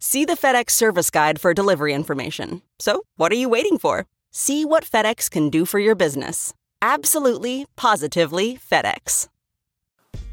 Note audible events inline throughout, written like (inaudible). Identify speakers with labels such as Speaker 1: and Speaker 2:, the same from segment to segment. Speaker 1: See the FedEx service guide for delivery information. So, what are you waiting for? See what FedEx can do for your business. Absolutely, positively, FedEx.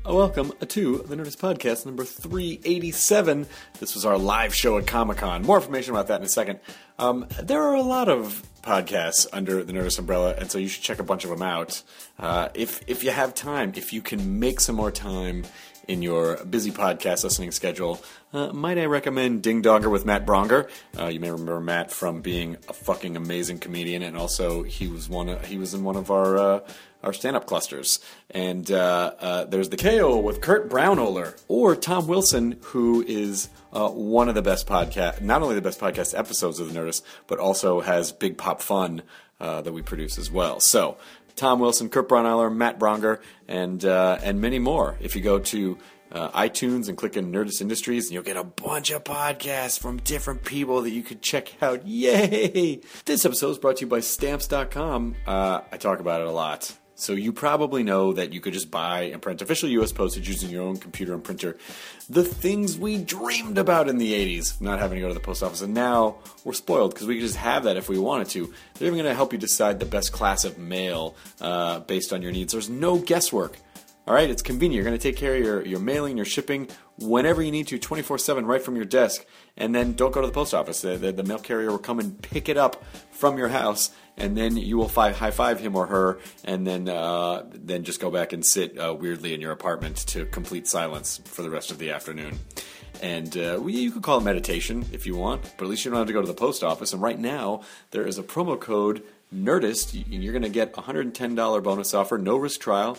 Speaker 2: Welcome to the Nerdist Podcast number 387. This was our live show at Comic Con. More information about that in a second. Um, there are a lot of podcasts under the Nerdist umbrella, and so you should check a bunch of them out. Uh, if, if you have time, if you can make some more time in your busy podcast listening schedule, uh, might I recommend Ding Dogger with Matt Bronger? Uh, you may remember Matt from being a fucking amazing comedian, and also he was one. Of, he was in one of our uh, our stand up clusters. And uh, uh, there's the KO with Kurt Brownoler or Tom Wilson, who is uh, one of the best podcast, not only the best podcast episodes of the Nerdist, but also has Big Pop Fun uh, that we produce as well. So Tom Wilson, Kurt Braunohler, Matt Bronger, and uh, and many more. If you go to uh, iTunes and click in Nerdist Industries, and you'll get a bunch of podcasts from different people that you could check out. Yay! This episode is brought to you by Stamps.com. Uh, I talk about it a lot. So you probably know that you could just buy and print official U.S. postage using your own computer and printer. The things we dreamed about in the 80s, not having to go to the post office. And now we're spoiled because we could just have that if we wanted to. They're even going to help you decide the best class of mail uh, based on your needs. There's no guesswork. All right, it's convenient. You're going to take care of your, your mailing, your shipping, whenever you need to, 24 7, right from your desk. And then don't go to the post office. The, the, the mail carrier will come and pick it up from your house, and then you will fi- high five him or her, and then, uh, then just go back and sit uh, weirdly in your apartment to complete silence for the rest of the afternoon. And uh, well, you could call it meditation if you want, but at least you don't have to go to the post office. And right now, there is a promo code NERDIST, and you're going to get $110 bonus offer, no risk trial.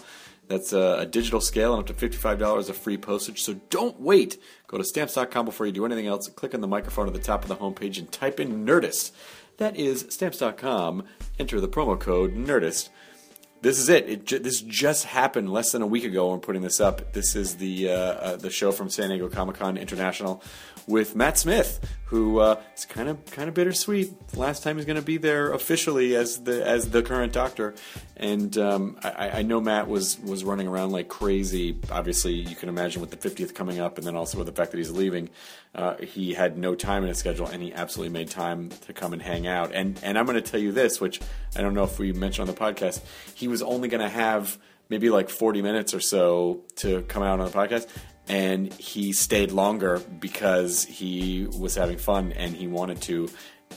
Speaker 2: That's a, a digital scale and up to $55 of free postage. So don't wait. Go to stamps.com before you do anything else. Click on the microphone at the top of the homepage and type in Nerdist. That is stamps.com. Enter the promo code Nerdist. This is it. it ju- this just happened less than a week ago. I'm putting this up. This is the uh, uh, the show from San Diego Comic Con International with Matt Smith, who uh, is kind of kind of bittersweet. Last time he's going to be there officially as the as the current Doctor, and um, I- I, I know Matt was was running around like crazy. Obviously, you can imagine with the 50th coming up, and then also with the fact that he's leaving, uh, he had no time in his schedule, and he absolutely made time to come and hang out. And and I'm going to tell you this, which I don't know if we mentioned on the podcast, he was only going to have maybe like 40 minutes or so to come out on the podcast. And he stayed longer because he was having fun and he wanted to.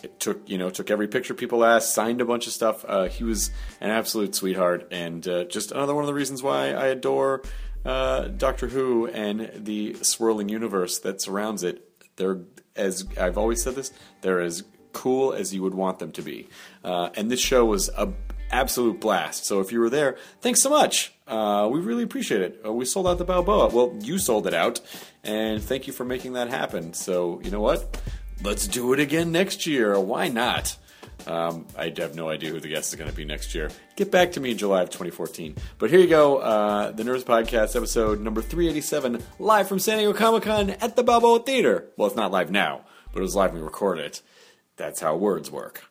Speaker 2: It took you know took every picture people asked, signed a bunch of stuff. Uh, he was an absolute sweetheart, and uh, just another one of the reasons why I adore uh, Doctor Who and the swirling universe that surrounds it. They're as I've always said this, they're as cool as you would want them to be. Uh, and this show was a absolute blast. So if you were there, thanks so much. Uh, we really appreciate it. Uh, we sold out the Balboa. Well, you sold it out, and thank you for making that happen. So you know what? Let's do it again next year. Why not? Um, I have no idea who the guest is going to be next year. Get back to me in July of 2014. But here you go, uh, the Nerds Podcast, episode number 387, live from San Diego Comic Con at the Balboa Theater. Well, it's not live now, but it was live when we recorded it. That's how words work.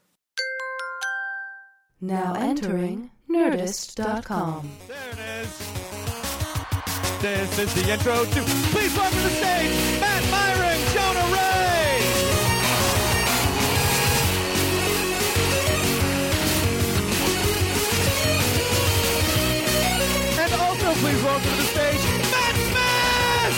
Speaker 3: Now entering Nerdist.com.
Speaker 4: There it is. This is the intro to Please Welcome to the Stage, Matt Myron, Jonah Ray. And also, please welcome to the stage, Matt Smith.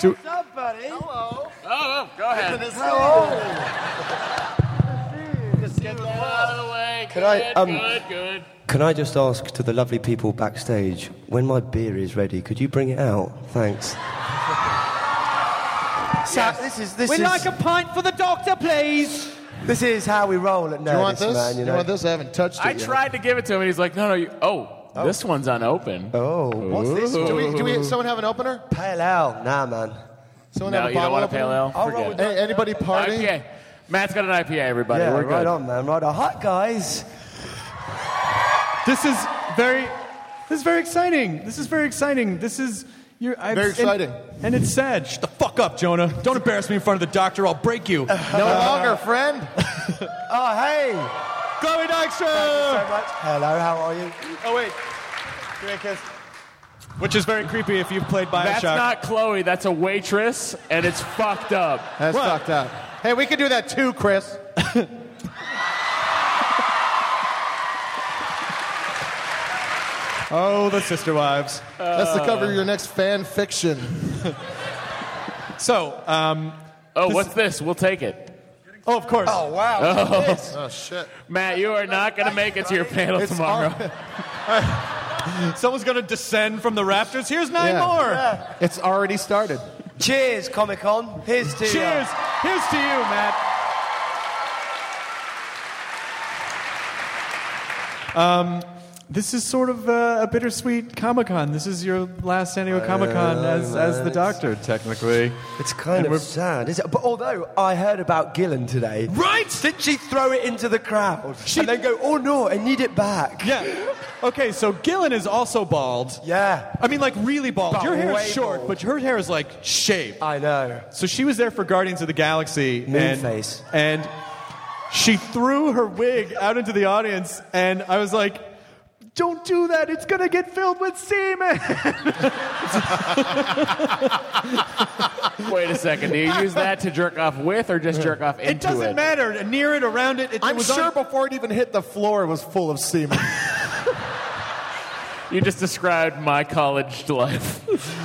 Speaker 5: Do,
Speaker 6: Somebody. Hello.
Speaker 7: Oh, Go ahead. Get that out of the way.
Speaker 6: Could I,
Speaker 7: Good,
Speaker 6: um,
Speaker 7: good, good.
Speaker 6: Can I just ask to the lovely people backstage, when my beer is ready, could you bring it out? Thanks. So, this is this
Speaker 2: We'd
Speaker 6: is
Speaker 2: like a pint for the doctor, please.
Speaker 6: this is how we roll at Nerdist,
Speaker 8: you want this?
Speaker 6: man. You know.
Speaker 8: want this? I haven't touched it
Speaker 7: I
Speaker 8: yet.
Speaker 7: tried to give it to him, and he's like, no, no, you, oh, this one's unopened.
Speaker 6: Oh, what's this?
Speaker 7: Ooh.
Speaker 8: Do we, do (laughs) we, someone have an opener?
Speaker 6: Pale ale? Nah, man.
Speaker 8: Someone
Speaker 7: no,
Speaker 8: have a
Speaker 7: you don't
Speaker 8: bottle
Speaker 7: want a
Speaker 8: opener?
Speaker 7: pale ale?
Speaker 6: I'll roll
Speaker 7: Forget
Speaker 6: with
Speaker 7: it.
Speaker 8: Hey, anybody party?
Speaker 7: IPA. Matt's got an IPA, everybody.
Speaker 6: yeah,
Speaker 7: We're good.
Speaker 6: right on, man. Right on. Hot guys.
Speaker 2: This is very, this is very exciting. This is very exciting. This is you're, I've,
Speaker 8: Very
Speaker 2: and-
Speaker 8: exciting.
Speaker 2: And, it's sad. Shut the fuck up, Jonah. Don't embarrass me in front of the doctor. I'll
Speaker 8: (laughs)
Speaker 2: break you. (laughs)
Speaker 8: No longer, friend.
Speaker 6: Oh, hey.
Speaker 2: Chloe
Speaker 6: So
Speaker 2: Dykstra, Oh,
Speaker 6: much. Hello, how are you?
Speaker 2: which is very creepy if you've played Bioshock.
Speaker 7: That's not Chloe. That's a waitress, and it's fucked up.
Speaker 8: That's
Speaker 2: What?
Speaker 8: fucked up. Hey, we could do that too, Chris.
Speaker 2: oh, the sister wives. Uh,
Speaker 8: That's the cover of your next fan fiction.
Speaker 2: So, um,
Speaker 7: Oh, what's this? We'll take it.
Speaker 2: oh, of course.
Speaker 6: Oh, wow.
Speaker 8: Oh shit.
Speaker 7: Matt, you are not going to make it to your panel
Speaker 8: It's
Speaker 7: tomorrow.
Speaker 2: (laughs) Someone's gonna descend from the rafters. Here's nine
Speaker 8: Yeah.
Speaker 2: more.
Speaker 8: It's already started.
Speaker 6: Cheers, Comic Con. Here's to you.
Speaker 2: Cheers. Here's to you, Matt. Um, this is sort of uh, a bittersweet Comic Con. This is your last annual Comic Con as, as the Doctor, technically.
Speaker 6: It's kind
Speaker 2: And
Speaker 6: of
Speaker 2: we're-
Speaker 6: sad, is it? But although I heard about Gillen today.
Speaker 2: Right?
Speaker 6: Didn't she throw it into the crowd and then go, oh no, I need it back?
Speaker 2: Yeah. Okay, so Gillen is also bald.
Speaker 6: Yeah.
Speaker 2: I mean, like really bald.
Speaker 6: But
Speaker 2: Your hair
Speaker 6: way
Speaker 2: is short,
Speaker 6: bald.
Speaker 2: but her hair is like shaved.
Speaker 6: I know.
Speaker 2: So she was there for Guardians of the Galaxy. and,
Speaker 6: face.
Speaker 2: And she threw her wig out into the audience, and I was like, don't do that. It's going to get filled with semen.
Speaker 7: (laughs)
Speaker 2: (laughs)
Speaker 7: Wait a second. Do you use that to jerk off with or just jerk off into
Speaker 2: It doesn't matter. Near it, around it. it
Speaker 8: I'm
Speaker 2: it was
Speaker 8: sure
Speaker 2: on-
Speaker 8: before it even hit the floor, it was full of (laughs) semen.
Speaker 7: You just described my college life.
Speaker 2: (laughs)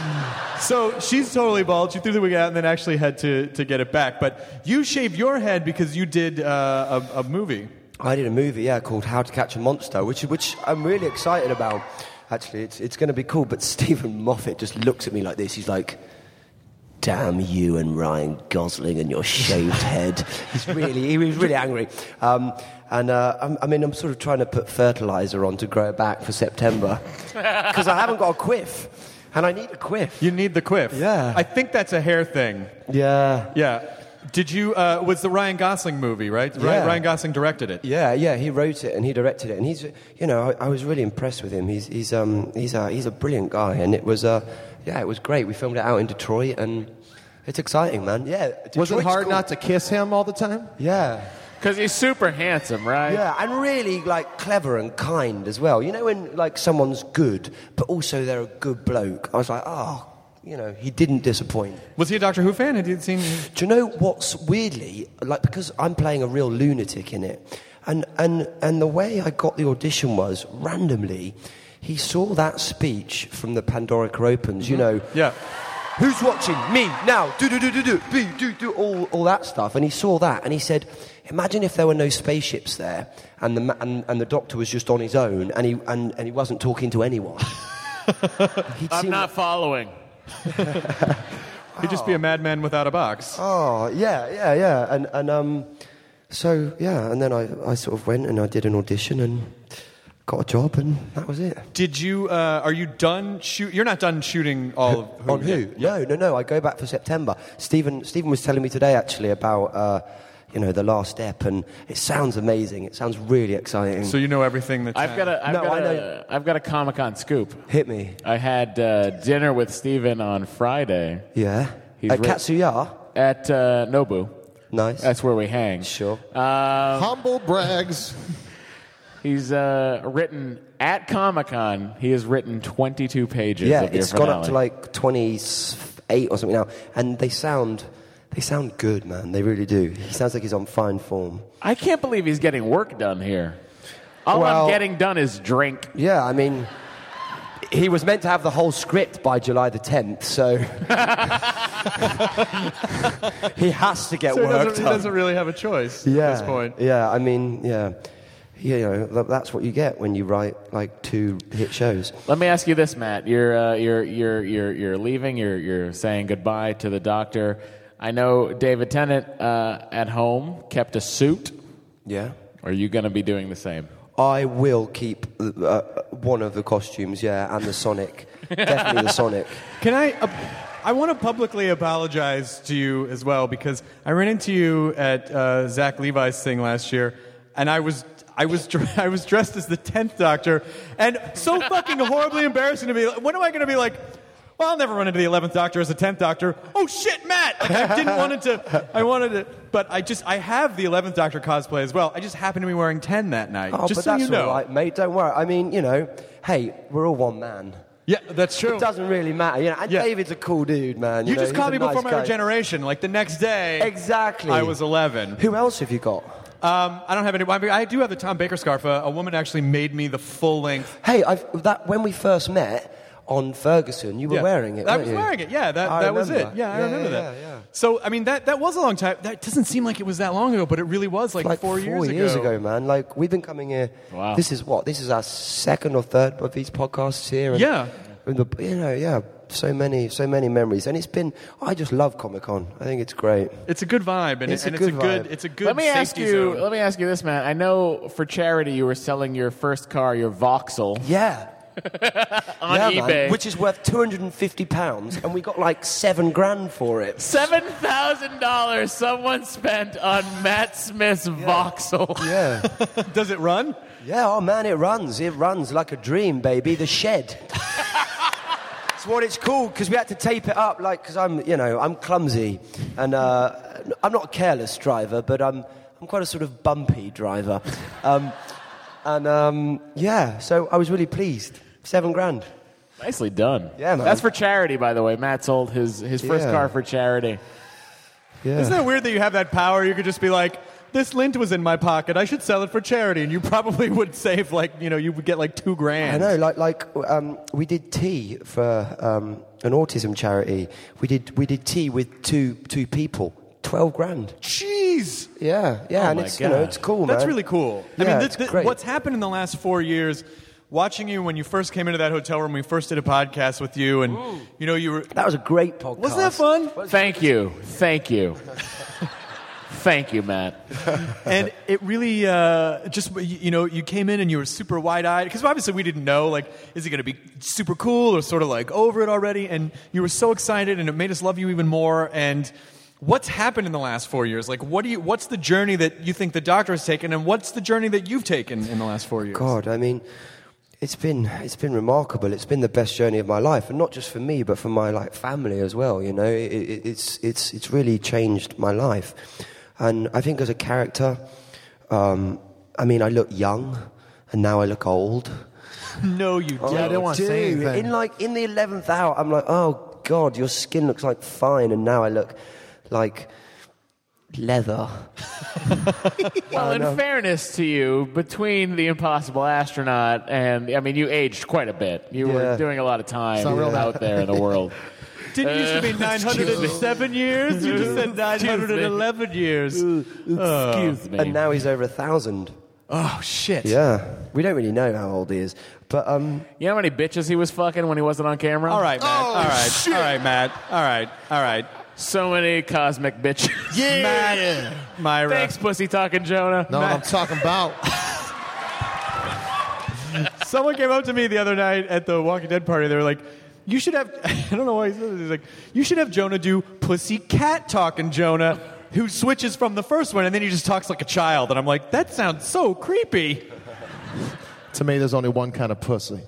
Speaker 2: So she's totally bald. She threw the wig out and then actually had to, to get it back. But you shaved your head because you did uh, a, a movie.
Speaker 6: I did a movie, yeah, called How to Catch a Monster, which, which I'm really excited about. Actually, it's, it's going to be cool. But (laughs) Stephen Moffat just looks at me like this. He's like, damn you and Ryan Gosling and your shaved
Speaker 2: (laughs)
Speaker 6: head. He's really, he was really angry. Um, and uh, I'm, I mean, I'm sort of trying to put fertilizer on to grow it back for September because I haven't got a quiff. And I need a quiff.
Speaker 2: You need the quiff.
Speaker 6: Yeah.
Speaker 2: I think that's a hair thing.
Speaker 6: Yeah.
Speaker 2: Yeah. Did you, uh, was the Ryan Gosling movie, right? Ry-
Speaker 6: Yeah.
Speaker 2: Ryan Gosling directed it.
Speaker 6: Yeah, yeah, he wrote it and he directed it, and he's, you know, I, I was really impressed with him. He's, he's, um, he's a, he's a brilliant guy, and it was, uh, yeah, it was great. We filmed it out in Detroit, and it's exciting, man. Yeah,
Speaker 8: was it
Speaker 6: Detroit's
Speaker 8: hard
Speaker 6: cool.
Speaker 8: not to kiss him all the time?
Speaker 6: Yeah,
Speaker 7: Because he's super handsome, right?
Speaker 6: yeah, and really like clever and kind as well. You know, when like someone's good, but also they're a good bloke. I was like, oh, you know, he didn't disappoint.
Speaker 2: Was he a Doctor Who fan? Had you seen?
Speaker 6: Do you know what's weirdly like because I'm playing a real lunatic in it, and and and the way I got the audition was randomly, he saw that speech from the Pandorica Opens, you know.
Speaker 2: Mm-hmm. Yeah.
Speaker 6: Who's watching me now? Do do do do do be do do all all that stuff, and he saw that, and he said, "Imagine if there were no spaceships there, and the ma- and, and the Doctor was just on his own, and he and, and he wasn't talking to anyone." (laughs) He'd
Speaker 7: I'm
Speaker 6: seen
Speaker 7: not following.
Speaker 2: (laughs) He'd just be a madman without a box.
Speaker 6: Oh yeah, yeah, yeah, and and um, so yeah, and then I, I sort of went and I did an audition and got a job and that was it.
Speaker 2: Did you? Uh, are you done? Shoot? You're not done shooting all of
Speaker 6: On who? No, no, no. I go back for September. Stephen Stephen was telling me today actually about uh, you know the last step and it sounds amazing. It sounds really exciting.
Speaker 2: So you know everything that's.
Speaker 7: I've got a, I've
Speaker 6: No,
Speaker 7: got
Speaker 6: I
Speaker 7: a,
Speaker 6: know.
Speaker 7: I've got a Comic Con scoop.
Speaker 6: Hit me.
Speaker 7: I had uh, dinner with Steven on Friday
Speaker 6: Yeah.
Speaker 7: He's
Speaker 6: At
Speaker 7: re-
Speaker 6: Katsuya.
Speaker 7: at uh, Nobu.
Speaker 6: Nice.
Speaker 7: That's where we hang.
Speaker 6: Sure.
Speaker 7: Uh,
Speaker 8: Humble brags.
Speaker 7: he's uh, written at Comic Con. He has written 22 pages.
Speaker 6: yeah,
Speaker 7: of your
Speaker 6: it's gone up
Speaker 7: finale.
Speaker 6: to like twenty eight or something now, and they sound they sound good, man. They really do. He sounds like he's on fine form.
Speaker 7: I can't believe he's getting work done here. All
Speaker 6: Well-
Speaker 7: I'm getting done is drink.
Speaker 6: Yeah, I mean, He was meant to have the whole script by July the 10th, so (laughs) he has to get
Speaker 2: so he
Speaker 6: worked
Speaker 2: doesn't, he
Speaker 6: up.
Speaker 2: doesn't really have a choice
Speaker 6: yeah,
Speaker 2: at this point.
Speaker 6: Yeah, I mean, yeah. You know, tha- that's what you get when you write like two hit shows.
Speaker 7: Let me ask you this, Matt. You're uh, you're you're you're you're leaving. You're you're saying goodbye to the doctor. I know David Tennant uh, at home kept a suit.
Speaker 6: Yeah.
Speaker 7: Are you going to be doing the same?
Speaker 6: I will keep uh, one of the costumes, yeah, and the Sonic. Definitely the
Speaker 2: (laughs)
Speaker 6: Sonic. Oh,
Speaker 2: Can I? Uh, I want to publicly apologize to you as well because I ran into you at uh, Zach Levi's thing last year, and I was. I was, dr- (laughs) I was dressed as the 10th Doctor, and so fucking horribly embarrassing to me. Like, When am I going to be like, well, I'll never run into the 11th Doctor as the 10th Doctor. Oh, shit, Matt! Like, I didn't want it to. I wanted it, but I just, I have the 11th Doctor cosplay as well. I just happened to be wearing 10 that night.
Speaker 6: Oh,
Speaker 2: just
Speaker 6: but
Speaker 2: so
Speaker 6: that's
Speaker 2: you know.
Speaker 6: all right, mate. Don't worry. I mean, you know, hey, we're all one man.
Speaker 2: Yeah, that's true.
Speaker 6: It doesn't really matter. You know, and David's a cool dude, man.
Speaker 2: You,
Speaker 6: know,
Speaker 2: just
Speaker 6: he's
Speaker 2: caught
Speaker 6: a
Speaker 2: me before
Speaker 6: nice
Speaker 2: my
Speaker 6: guy.
Speaker 2: regeneration. Like the next day,
Speaker 6: Exactly.
Speaker 2: I was 11.
Speaker 6: Who else have you got?
Speaker 2: Um, I don't have any. I do have the Tom Baker scarf. Uh, A, a woman actually made me the full length.
Speaker 6: Hey, I've, that when we first met on Ferguson, you were
Speaker 2: Yeah.
Speaker 6: wearing it.
Speaker 2: I
Speaker 6: weren't
Speaker 2: was
Speaker 6: you?
Speaker 2: wearing it. Yeah, that,
Speaker 6: I
Speaker 2: that was it.
Speaker 6: remember.
Speaker 2: Yeah, I
Speaker 6: Yeah,
Speaker 2: remember
Speaker 6: yeah,
Speaker 2: that. So I mean, that that was a long time. That doesn't seem like it was that long ago, but it really was like,
Speaker 6: Like
Speaker 2: four, years, ago.
Speaker 6: man. Like we've been coming here.
Speaker 2: Wow.
Speaker 6: This is what. This is our second or third of these podcasts here. And,
Speaker 2: Yeah.
Speaker 6: and the, you know, yeah. So many, so many memories, and it's been. I just love Comic Con. I think it's great.
Speaker 2: It's a good vibe, and,
Speaker 6: It's
Speaker 2: it's
Speaker 6: a
Speaker 2: and
Speaker 6: good
Speaker 2: it's a good.
Speaker 6: vibe.
Speaker 2: It's a good.
Speaker 7: let me ask
Speaker 2: safety
Speaker 7: you.
Speaker 2: zone.
Speaker 7: Let me ask you this, Matt. I know for charity you were selling your first car, your Vauxhall.
Speaker 2: (laughs)
Speaker 6: Yeah.
Speaker 7: on
Speaker 6: yeah,
Speaker 7: eBay,
Speaker 6: man. Which is worth two hundred and fifty pounds, and we got like seven grand for it.
Speaker 7: Seven thousand dollars someone spent on Matt Smith's Vauxhall.
Speaker 6: Yeah.
Speaker 2: (laughs) Does it run?
Speaker 6: Yeah, oh man, it runs. It runs like a dream, baby. The
Speaker 2: (laughs)
Speaker 6: shed. It's what it's called because we had to tape it up, like because I'm, you know, I'm clumsy, and uh, I'm not a careless driver, but I'm, I'm quite a sort of bumpy driver, um, and um, yeah, so I was really pleased. Seven grand.
Speaker 7: Nicely done.
Speaker 6: Yeah, man.
Speaker 7: That's for charity, by the way. Matt sold his his first
Speaker 6: Yeah.
Speaker 7: car for charity.
Speaker 2: Isn't that weird that you have that power? You could just be like, this lint was in my pocket. I should sell it for charity, and you probably (laughs) would save like you know you would get like two
Speaker 6: I
Speaker 2: grand.
Speaker 6: know, like, like um, we did tea for um, an autism charity. We did, we did tea with two, two people. Twelve grand.
Speaker 2: Jeez.
Speaker 6: Yeah, yeah, and it's you know it's cool, man.
Speaker 2: Oh That's really cool. I
Speaker 6: Yeah,
Speaker 2: mean, this,
Speaker 6: it's
Speaker 2: this-
Speaker 6: great.
Speaker 2: what's happened in the last four years? Watching you when you first came into that hotel room, we first did a podcast with you, and you know you were.
Speaker 6: That was a great podcast.
Speaker 2: Wasn't that fun?
Speaker 7: Thank you. Thank you. Thank you,
Speaker 6: (laughs)
Speaker 7: Matt.
Speaker 2: (laughs) and it really uh, just you you know you came in and you were super wide-eyed because obviously we didn't know like is he going to be super cool or sort of like over it already and you were so excited and it made us love you even more and what's happened in the last four years like what do you what's the journey that you think the doctor has taken and what's the journey that you've taken in the last
Speaker 6: (laughs)
Speaker 2: four years
Speaker 6: God, I mean, it's been it's been remarkable. It's been the best journey of my life, and not just for me, but for my like family as well. You know, it, it, it's it's it's really changed my life, and I think as a character, um, I mean, I look young, and now I look old.
Speaker 2: no you don't
Speaker 8: I didn't want to say
Speaker 6: Dude,
Speaker 8: anything.
Speaker 6: Oh, in like in the eleventh hour, I'm like, oh God, your skin looks like fine, and now I look like leather.
Speaker 7: Well, in
Speaker 6: no.
Speaker 7: fairness to you, between the Impossible Astronaut and I mean, you aged quite a bit. You
Speaker 6: Yeah.
Speaker 7: were doing a lot of time
Speaker 8: not real.
Speaker 7: out there in
Speaker 6: (laughs)
Speaker 7: the world.
Speaker 2: didn't used to be 907 years you just said 911 years
Speaker 7: Excuse me.
Speaker 6: Uh, And now he's over a thousand.
Speaker 2: oh shit
Speaker 6: Yeah, we don't really know how old he is, but um,
Speaker 7: you know how many bitches he was fucking when he wasn't on camera?
Speaker 2: all right matt
Speaker 6: Oh,
Speaker 2: all right all right matt all right all right
Speaker 7: So many cosmic bitches.
Speaker 8: Yeah.
Speaker 2: Matt, Myra.
Speaker 7: Thanks, pussy talking Jonah.
Speaker 8: Know what I'm talking about?
Speaker 2: (laughs) Someone came up to me the other night at the Walking Dead party. They were like, "You should have." (laughs) I don't know why he said this. He's like, "You should have Jonah do pussy cat talking Jonah, who switches from the first one, and then he just talks like a child." And I'm like, "That sounds so
Speaker 7: (laughs)
Speaker 2: creepy."
Speaker 8: to me, there's only one kind of pussy.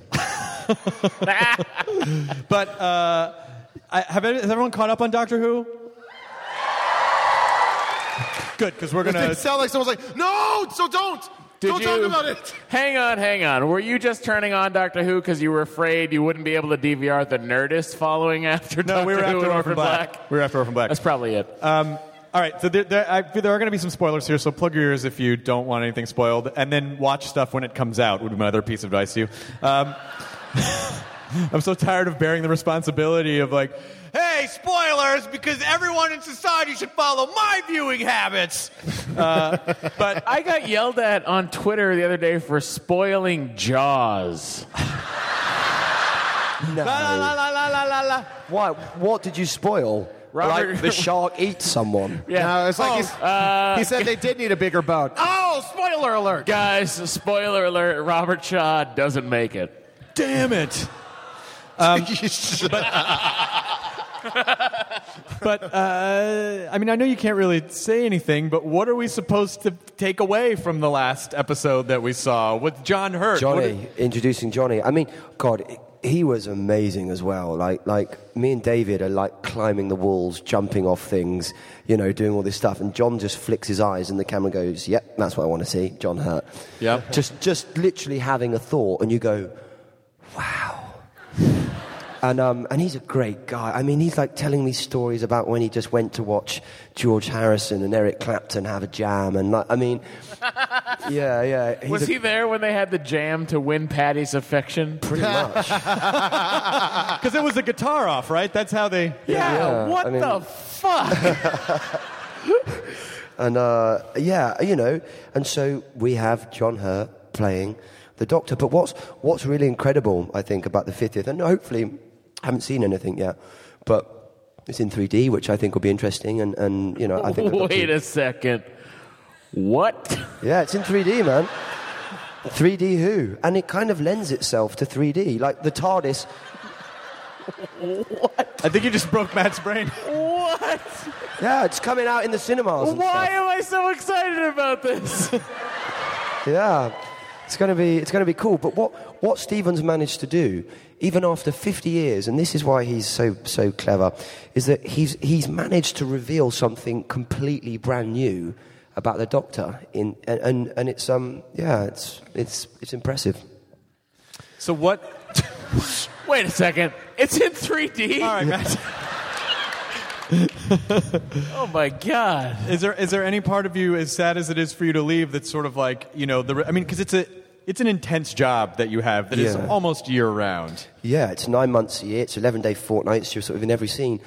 Speaker 2: But uh, I, have any- has everyone caught up on Doctor Who? Good, because we're
Speaker 8: It
Speaker 2: gonna.
Speaker 8: didn't sound like someone's like, no, so don't.
Speaker 7: Did
Speaker 8: don't
Speaker 7: you-
Speaker 8: talk about it.
Speaker 7: Hang on, hang on. Were you just turning on Doctor Who because you were afraid you wouldn't be able to DVR the Nerdist following (laughs) after
Speaker 2: No,
Speaker 7: Doctor
Speaker 2: (laughs) we were
Speaker 7: Who
Speaker 2: after
Speaker 7: and
Speaker 2: Orphan Black. We were after Orphan Black.
Speaker 7: That's probably it.
Speaker 2: Um, all right, so there, there, I, there are going to be some spoilers here, so plug your ears if you don't want anything spoiled, and then watch stuff when it comes out, would be my other piece of advice to you. Um, (laughs) I'm so tired of bearing the responsibility of like, hey, spoilers, because everyone in society should follow my viewing habits. Uh, (laughs) but
Speaker 7: I got yelled at on Twitter the other day for spoiling
Speaker 2: (laughs)
Speaker 7: Jaws.
Speaker 6: No. Why? What did you spoil?
Speaker 7: Robert-
Speaker 6: Like the shark eats someone.
Speaker 7: Yeah.
Speaker 8: No, it's like
Speaker 7: Oh,
Speaker 8: he's,
Speaker 7: uh,
Speaker 8: he
Speaker 2: (laughs)
Speaker 8: said they did need a bigger boat. Oh, spoiler alert!
Speaker 7: Guys, spoiler alert: Robert Shaw doesn't make it.
Speaker 2: damn it. Um,
Speaker 8: (laughs)
Speaker 2: But uh, I mean, I know you can't really say anything. But what are we supposed to take away from the last episode that we saw with John Hurt? What
Speaker 6: Johnny,
Speaker 2: did-
Speaker 6: introducing Johnny. I mean, God, he was amazing as well. Like, like me and David are like climbing the walls, jumping off things, you know, doing all this stuff. And John just flicks his eyes, and the camera goes, "Yep, that's what I want to see." John Hurt.
Speaker 2: Yeah.
Speaker 6: Just, just literally having a thought, and you go, And, um, and he's a great guy. I mean, he's like telling me stories about when he just went to watch George Harrison and Eric Clapton have a jam. And like, I mean, (laughs) yeah, yeah. He's
Speaker 7: Was
Speaker 6: a-
Speaker 7: he there when they had the jam to win Patty's affection?
Speaker 6: Pretty
Speaker 7: (laughs)
Speaker 6: much. yeah,
Speaker 2: (laughs) Because it was a guitar off, right? That's how they.
Speaker 6: yeah, (laughs)
Speaker 7: what
Speaker 6: I mean-
Speaker 7: the fuck?
Speaker 6: And uh, yeah, you know, and so we have John Hurt playing the Doctor. But what's what's really incredible, I think, about the 50th, and hopefully, I haven't seen anything yet, but it's in 3D, which I think will be interesting. And, and you know, I
Speaker 7: (laughs)
Speaker 6: think the Doctor-
Speaker 7: Wait a second. What?
Speaker 6: Yeah, it's in 3D, man. 3D who? And it kind of lends itself to 3D. Like the TARDIS.
Speaker 2: I think you just broke Matt's brain.
Speaker 7: What?
Speaker 6: Yeah, it's coming out in the cinemas. and
Speaker 7: Why
Speaker 6: stuff.
Speaker 7: am I so excited
Speaker 6: (laughs)
Speaker 7: about this?
Speaker 6: Yeah. It's going to be it's going to be cool, but what what Stevens managed to do even after 50 years and this is why he's so so clever is that he's he's managed to reveal something completely brand new about the doctor in and and, and it's um yeah, it's it's it's impressive.
Speaker 2: So what?
Speaker 7: Wait a second. It's in
Speaker 6: (laughs)
Speaker 7: 3D.
Speaker 2: All right, Matt.
Speaker 7: Oh my god.
Speaker 2: Is there is there any part of you, as sad as it is for you to leave, that's sort of like you know the? I mean, because it's a it's an intense job that you have that is
Speaker 6: Yeah.
Speaker 2: almost year round.
Speaker 6: Yeah, it's nine months a year. It's eleven day fortnights. You're sort of in every scene.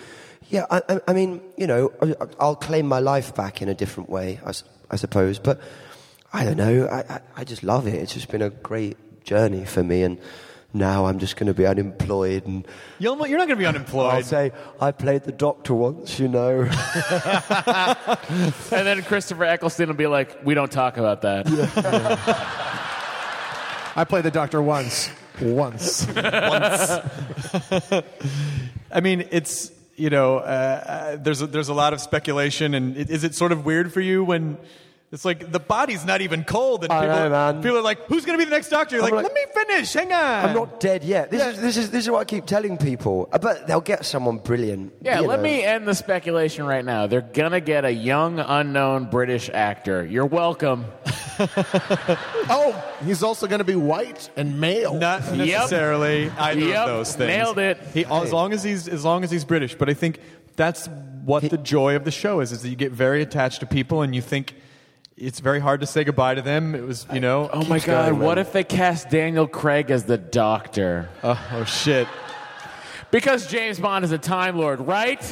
Speaker 6: Yeah, I, I, I mean, you know, I, I'll claim my life back in a different way, I, s- I suppose. But I don't know. I, I, I just love it. It's just been a great journey for me, and now I'm just going to be unemployed. And
Speaker 2: You'll, you're not going to be
Speaker 6: I'll
Speaker 2: (laughs) unemployed.
Speaker 6: say I played the doctor once, you
Speaker 7: (laughs)
Speaker 6: know.
Speaker 7: And then Christopher Eccleston will be like, "We don't talk about that."
Speaker 8: I played the doctor once.
Speaker 2: (laughs)
Speaker 8: Once.
Speaker 2: I mean, it's you know, uh, uh, there's a, there's a lot of speculation, and i- is it sort of weird for you when it's like the body's not even cold, and
Speaker 6: I
Speaker 2: people,
Speaker 6: know, man.
Speaker 2: people are like, "Who's going to be the next doctor?" You're
Speaker 6: I'm
Speaker 2: like,
Speaker 6: like-
Speaker 2: "Let me finish. Hang on."
Speaker 6: I'm not dead yet. This, is, this is this is what I keep telling people. I bet they'll get someone brilliant.
Speaker 7: Yeah,
Speaker 6: you
Speaker 7: let
Speaker 6: know.
Speaker 7: me end the speculation right now. They're gonna get a young, unknown British actor. You're welcome.
Speaker 8: oh, he's also going to be white and male.
Speaker 2: Not
Speaker 7: Yep.
Speaker 2: (laughs) necessarily either
Speaker 7: Yep.
Speaker 2: of those things.
Speaker 7: Nailed it.
Speaker 2: He, as long as he's as long as he's British, but I think that's what the joy of the show is: is that you get very attached to people, and you think it's very hard to say goodbye to them. It was, you know,
Speaker 7: Oh my god, what if they cast Daniel Craig as the doctor?
Speaker 2: oh, oh shit.
Speaker 7: Because James Bond is a Time Lord, right?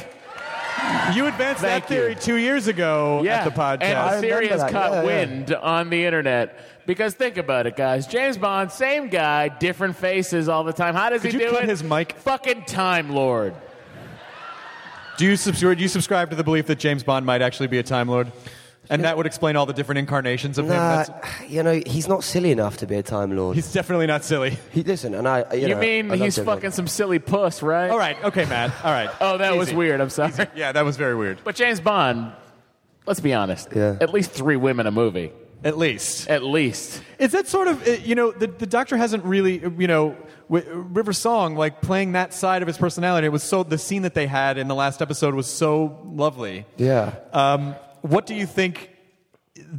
Speaker 2: You advanced
Speaker 7: Thank
Speaker 2: that theory
Speaker 7: you.
Speaker 2: two years ago
Speaker 7: Yeah.
Speaker 2: at the podcast.
Speaker 7: And Sirius
Speaker 6: that.
Speaker 7: caught
Speaker 6: Yeah, yeah.
Speaker 7: wind on the internet. Because think about it, guys. James Bond, same guy, different faces all the time. How does
Speaker 2: Could
Speaker 7: he
Speaker 2: you
Speaker 7: do
Speaker 2: cut
Speaker 7: it?
Speaker 2: his mic?
Speaker 7: Fucking Time Lord.
Speaker 2: Do you subscribe? Do you subscribe to the belief that James Bond might actually be a Time Lord? And that would explain all the different incarnations of him.
Speaker 6: Nah,
Speaker 2: That's-
Speaker 6: you know, he's not silly enough to be a time lord.
Speaker 2: he's definitely not silly. (laughs)
Speaker 6: He listen, and I. You,
Speaker 7: You
Speaker 6: know,
Speaker 7: mean
Speaker 6: I
Speaker 2: Oh,
Speaker 6: love
Speaker 7: he's
Speaker 6: David
Speaker 7: fucking
Speaker 6: Lynch.
Speaker 7: some silly puss, right?
Speaker 2: All right, okay, Matt. All right.
Speaker 7: Oh, that was
Speaker 2: Easy.
Speaker 7: weird. I'm sorry.
Speaker 2: Yeah, that was very weird.
Speaker 7: But James Bond, let's be honest.
Speaker 6: Yeah.
Speaker 7: At least three women a movie.
Speaker 2: At least.
Speaker 7: At least.
Speaker 2: Is that sort of, uh, you know, the, the doctor hasn't really, uh, you know, wi- River Song, like playing that side of his personality, it was so, the scene that they had in the last episode was so lovely.
Speaker 6: Yeah.
Speaker 2: Um, what do you think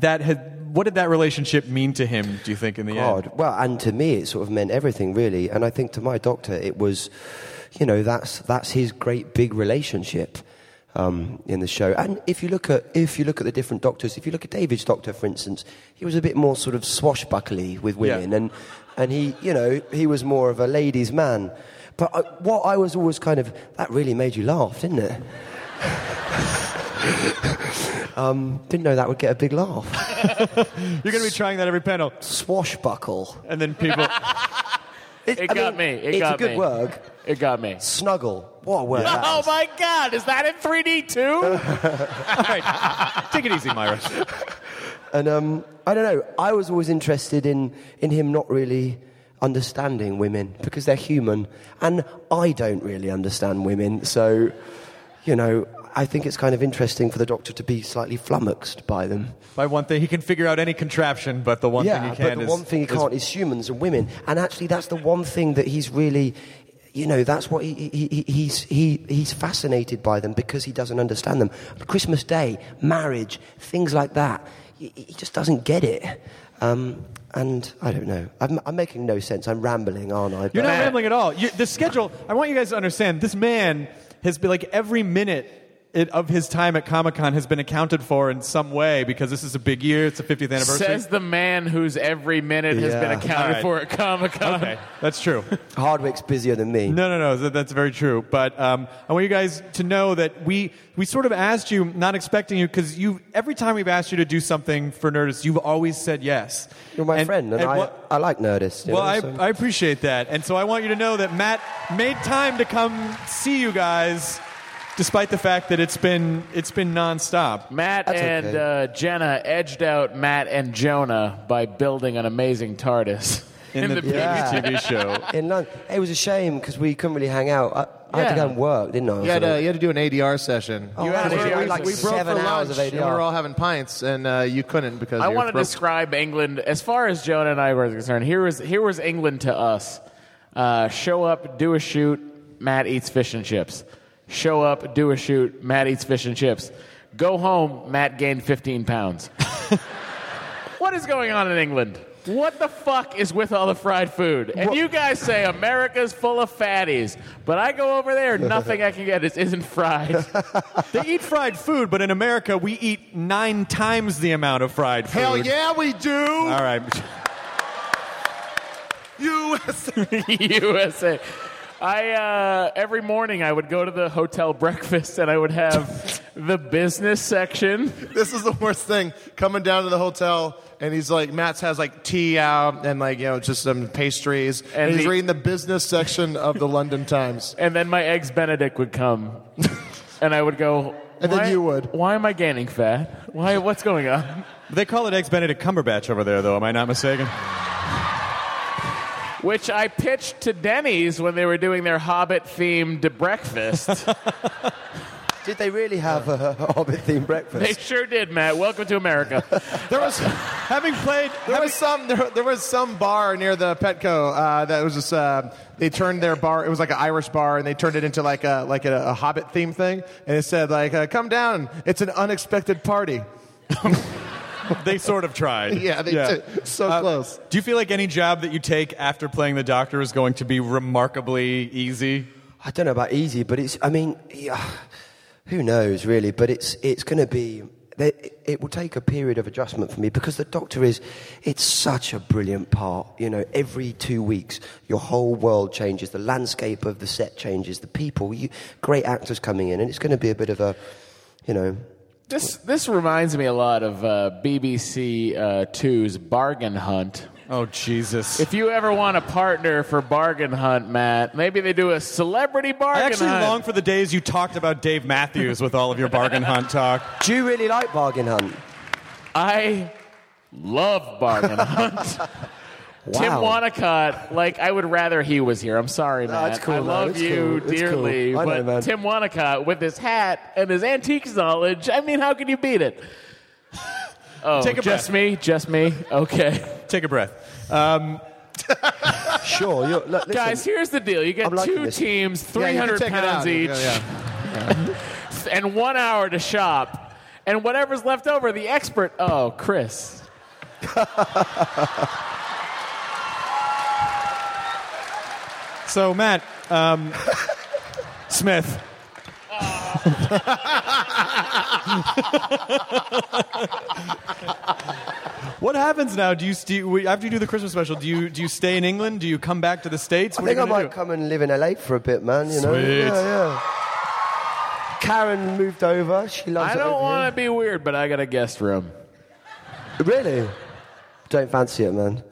Speaker 2: that had, what did that relationship mean to him, do you think, in the
Speaker 6: God.
Speaker 2: end?
Speaker 6: Well, and to me, it sort of meant everything, really. And I think to my doctor, it was, you know, that's that's his great big relationship. um, in the show. And if you look at if you look at the different doctors, if you look at David's doctor, for instance, he was a bit more sort of swashbuckly with women, and and he you know he was more of a ladies' man. But I, what I was always kind of that really made you laugh, didn't it? (laughs) um, didn't know that would get a big
Speaker 2: (laughs)
Speaker 6: laugh.
Speaker 2: You're going to be trying that every panel.
Speaker 6: Swashbuckle.
Speaker 2: And then people.
Speaker 7: It,
Speaker 6: I
Speaker 7: got
Speaker 6: mean,
Speaker 7: me. It
Speaker 6: it's
Speaker 7: got
Speaker 6: a good
Speaker 7: me.
Speaker 6: word.
Speaker 7: It got me.
Speaker 6: Snuggle. What a word. that
Speaker 7: (laughs) Oh
Speaker 6: is.
Speaker 7: my God! Is that in
Speaker 6: (laughs)
Speaker 7: 3D too?
Speaker 2: All right. Take it easy, Myra.
Speaker 6: And um, I don't know. I was always interested in in him not really understanding women because they're human, and I don't really understand women. So, you know, I think it's kind of interesting for the doctor to be slightly flummoxed by them.
Speaker 2: By one thing, he can figure out any contraption, but the one
Speaker 6: yeah,
Speaker 2: thing he
Speaker 6: but
Speaker 2: can
Speaker 6: the
Speaker 2: is.
Speaker 6: one thing he can't is, humans and women. And actually, that's the one thing that he's really, you know, that's what he, he, he- he's he, he's fascinated by them because he doesn't understand them. Christmas Day, marriage, things like that. He, he just doesn't get it. Um, and I don't know. I'm, I'm making no sense. I'm rambling, aren't I?
Speaker 2: (laughs) You're
Speaker 6: But-
Speaker 2: not rambling at all. You, the schedule. I want you guys to understand. This man has been like every minute. It, of his time at Comic Con has been accounted for in some way because this is a big year. It's the 50th anniversary.
Speaker 7: Says the man whose every minute has been
Speaker 6: Yeah.
Speaker 7: accounted
Speaker 2: All
Speaker 7: for
Speaker 2: right.
Speaker 7: at Comic Con.
Speaker 2: Okay, that's true.
Speaker 6: (laughs) Hardwick's busier than me.
Speaker 2: No, no, no. th- That's very true. But um, I want you guys to know that we we sort of asked you, not expecting you, because you every time we've asked you to do something for Nerdist, you've always said yes.
Speaker 6: You're my friend, and, I,
Speaker 2: what-
Speaker 6: I like Nerdist. you
Speaker 2: well,
Speaker 6: know,
Speaker 2: I,
Speaker 6: so-
Speaker 2: I appreciate that. And so I want you to know that Matt made time to come see you guys, despite the fact that it's been it's been nonstop.
Speaker 7: Matt
Speaker 6: That's
Speaker 7: and
Speaker 6: okay.
Speaker 7: uh, Jenna edged out Matt and Jonah by building an amazing TARDIS in,
Speaker 2: the-
Speaker 7: PBT
Speaker 6: Yeah.
Speaker 2: TV (laughs) show.
Speaker 6: in London. It was a shame because we couldn't really hang out. I, I had to
Speaker 7: Yeah.
Speaker 6: go and work, didn't I?
Speaker 9: You had, uh, you had to do an ADR session.
Speaker 6: Oh,
Speaker 7: You had
Speaker 6: I
Speaker 7: to
Speaker 6: was
Speaker 7: do
Speaker 6: really
Speaker 7: it.
Speaker 6: like
Speaker 7: We broke
Speaker 6: seven
Speaker 9: for
Speaker 6: hours
Speaker 9: lunch,
Speaker 6: of
Speaker 9: And we were
Speaker 6: ADR.
Speaker 9: all having pints, and uh, you couldn't because
Speaker 7: I
Speaker 9: you were
Speaker 7: want to
Speaker 9: broke.
Speaker 7: describe England as far as Jonah and I were concerned. Here was here was England to us. Uh, show up, do a shoot. Matt eats fish and chips. Show up, do a shoot. Matt eats fish and chips. Go home. Matt gained 15 pounds. (laughs) what is going on in England? What the fuck is with all the fried food? And you guys say America's full of fatties, but I go over there, nothing I can get is, isn't fried. uh,
Speaker 2: (laughs) they eat fried food, but in America, we eat nine times the amount of fried food.
Speaker 9: (laughs) Hell yeah, we do.
Speaker 2: All right.
Speaker 7: (laughs) USA. I uh, every morning I would go to the hotel breakfast and I would
Speaker 9: (laughs)
Speaker 7: have the business section.
Speaker 9: This is the worst thing. Coming down to the hotel, and he's like, Matt's has like tea out and like you know just some pastries, and,
Speaker 7: And
Speaker 9: he's
Speaker 7: the-
Speaker 9: reading the business section of the London Times.
Speaker 7: (laughs) And then my eggs Benedict would come, and I would go.
Speaker 9: (laughs) And then
Speaker 7: "Why-
Speaker 9: you would."
Speaker 7: Why am I gaining fat? Why? What's going on?
Speaker 2: They call it eggs Benedict Cumberbatch over there, though. Am I not mistaken? (laughs)
Speaker 7: Which I pitched to Denny's when they were doing their Hobbit-themed
Speaker 2: (laughs)
Speaker 7: breakfast.
Speaker 6: Did they really have a (laughs) Hobbit themed
Speaker 7: they
Speaker 6: breakfast?
Speaker 7: sure did, Matt. Welcome to America.
Speaker 9: There was
Speaker 2: Having played,
Speaker 9: there was some there, there was some bar near the Petco uh, that was just uh, they turned their bar. It was like an Irish bar, and they turned it into like a like a, a Hobbit theme thing, and it said like uh, come down, it's an unexpected party.
Speaker 2: they sort
Speaker 6: (laughs)
Speaker 2: of tried. Uh,
Speaker 9: Yeah, they did. So close.
Speaker 2: Do you feel like any job that you take after playing the doctor is going to be remarkably easy?
Speaker 6: I don't know about easy, but it's, I mean, yeah, who knows really, but it's, it's going to be, they, it will take a period of adjustment for me because the Doctor is, it's such a brilliant part. You know, every two weeks, your whole world changes, the landscape of the set changes, the people, you, great actors coming in, and it's going to be a bit of a, you know,
Speaker 7: (laughs) this this reminds me a lot of uh, BBC uh, Two's Bargain Hunt.
Speaker 2: Oh Jesus!
Speaker 7: If you ever want a partner for bargain hunt, Matt, maybe they do a celebrity
Speaker 2: I
Speaker 7: bargain
Speaker 2: actually
Speaker 7: hunt.
Speaker 2: long for the days you talked about Dave Matthews with all of your bargain hunt talk.
Speaker 6: (laughs) do you really like Bargain Hunt?
Speaker 7: I love bargain hunt. Tim
Speaker 6: Wow.
Speaker 7: Wanacott, like I would rather he was here. I'm sorry, Matt.
Speaker 6: it's cool,
Speaker 7: I
Speaker 6: man.
Speaker 7: love
Speaker 6: It's
Speaker 7: you
Speaker 6: cool. It's cool.
Speaker 7: dearly,
Speaker 6: I know,
Speaker 7: but
Speaker 6: man.
Speaker 7: Tim Wanacott with his hat and his antiques knowledge. I mean, how can you beat it? Oh,
Speaker 2: Take a
Speaker 7: just
Speaker 2: breath.
Speaker 7: me, just me. Okay,
Speaker 2: Take a breath. Um,
Speaker 6: (laughs) Sure, you're, look, listen,
Speaker 7: guys, here's the deal. You get
Speaker 6: I'm liking
Speaker 7: two
Speaker 6: this.
Speaker 7: teams,
Speaker 9: Yeah, you can
Speaker 7: 300
Speaker 9: take it out.
Speaker 7: pounds each.
Speaker 9: Yeah, yeah.
Speaker 7: (laughs) and one hour to shop. And whatever's left over, the expert. Oh,
Speaker 6: (laughs)
Speaker 7: Chris.
Speaker 2: so Matt um, Smith, (laughs) What happens now? Do you st- after you do the Christmas special? Do you do you stay in England? Do you come back to the states?
Speaker 6: I
Speaker 2: What are you
Speaker 6: think I
Speaker 2: gonna
Speaker 6: might
Speaker 2: do?
Speaker 6: come and live in LA for a bit, man. You know,
Speaker 2: Sweet.
Speaker 6: yeah, yeah. Karen moved over. She loves.
Speaker 7: I
Speaker 6: it
Speaker 7: don't
Speaker 6: over
Speaker 7: want to be weird, but I got a guest room.
Speaker 6: here. Really? Don't fancy it, man.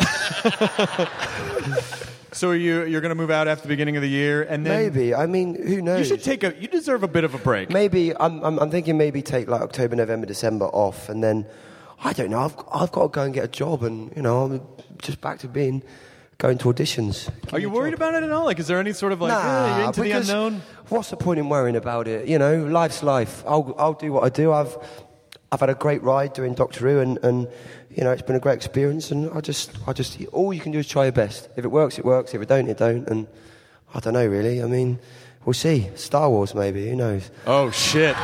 Speaker 2: So are you you're gonna move out after the beginning of the year, and then
Speaker 6: maybe. I mean, who knows?
Speaker 2: you should take a you deserve a bit of a break.
Speaker 6: Maybe I'm, I'm, I'm thinking maybe take like October, November, December off, and then I don't know. I've I've got to go and get a job, and you know I'm just back to being going to auditions.
Speaker 2: Are you worried about it at all? Like, is there any sort of like eh, you're into the
Speaker 6: because
Speaker 2: unknown?
Speaker 6: What's the point in worrying about it? You know, life's life. I'll I'll do what I do. I've I've had a great ride doing Doctor Who, and, and you know it's been a great experience. And I just I just all you can do is try your best. If it works, it works. If it don't, it don't. And I don't know really. I mean, we'll see. Star Wars, maybe. Who knows?
Speaker 2: Oh shit.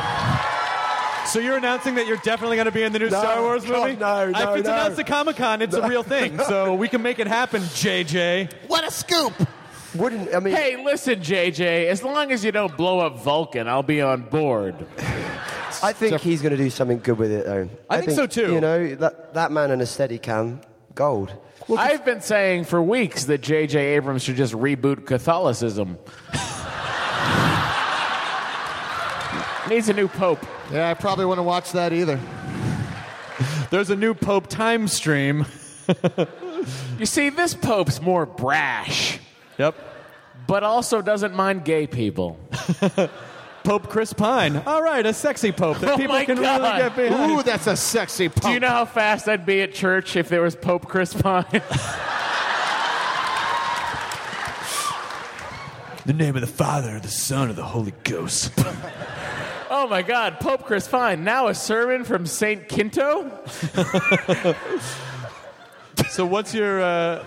Speaker 2: So you're announcing that you're definitely going to be in the new
Speaker 6: No,
Speaker 2: Star Wars
Speaker 6: God,
Speaker 2: movie?
Speaker 6: no,
Speaker 2: If
Speaker 6: no,
Speaker 2: it's
Speaker 6: no.
Speaker 2: announced at Comic Con, it's a real thing.
Speaker 6: (laughs)
Speaker 2: So we can make it happen, JJ.
Speaker 7: What a scoop!
Speaker 6: Wouldn't I mean?
Speaker 7: Hey, listen, JJ. As long as you don't blow up Vulcan, I'll be on board.
Speaker 6: I think he's going to do something good with it, though.
Speaker 7: I think so, too.
Speaker 6: You know, that, that man and a steady cam, gold.
Speaker 7: I've been saying for weeks that J.J. Abrams should just reboot Catholicism. Needs a new pope.
Speaker 9: Yeah, I probably wouldn't watch that either.
Speaker 2: There's a new Pope time stream.
Speaker 7: (laughs) You see, this pope's more brash.
Speaker 2: Yep.
Speaker 7: But also doesn't mind gay people.
Speaker 2: (laughs) Pope Chris Pine. All right, a sexy pope that
Speaker 7: Oh
Speaker 2: people
Speaker 7: my
Speaker 2: can
Speaker 7: God.
Speaker 2: really get behind.
Speaker 9: Ooh, that's a sexy pope.
Speaker 7: Do you know how fast I'd be at church if there was Pope Chris Pine? (laughs)
Speaker 2: the name of the Father, the Son, of the Holy Ghost.
Speaker 7: oh my God, Pope Chris Pine. Now a sermon from Saint Quinto?
Speaker 2: (laughs) so what's your uh,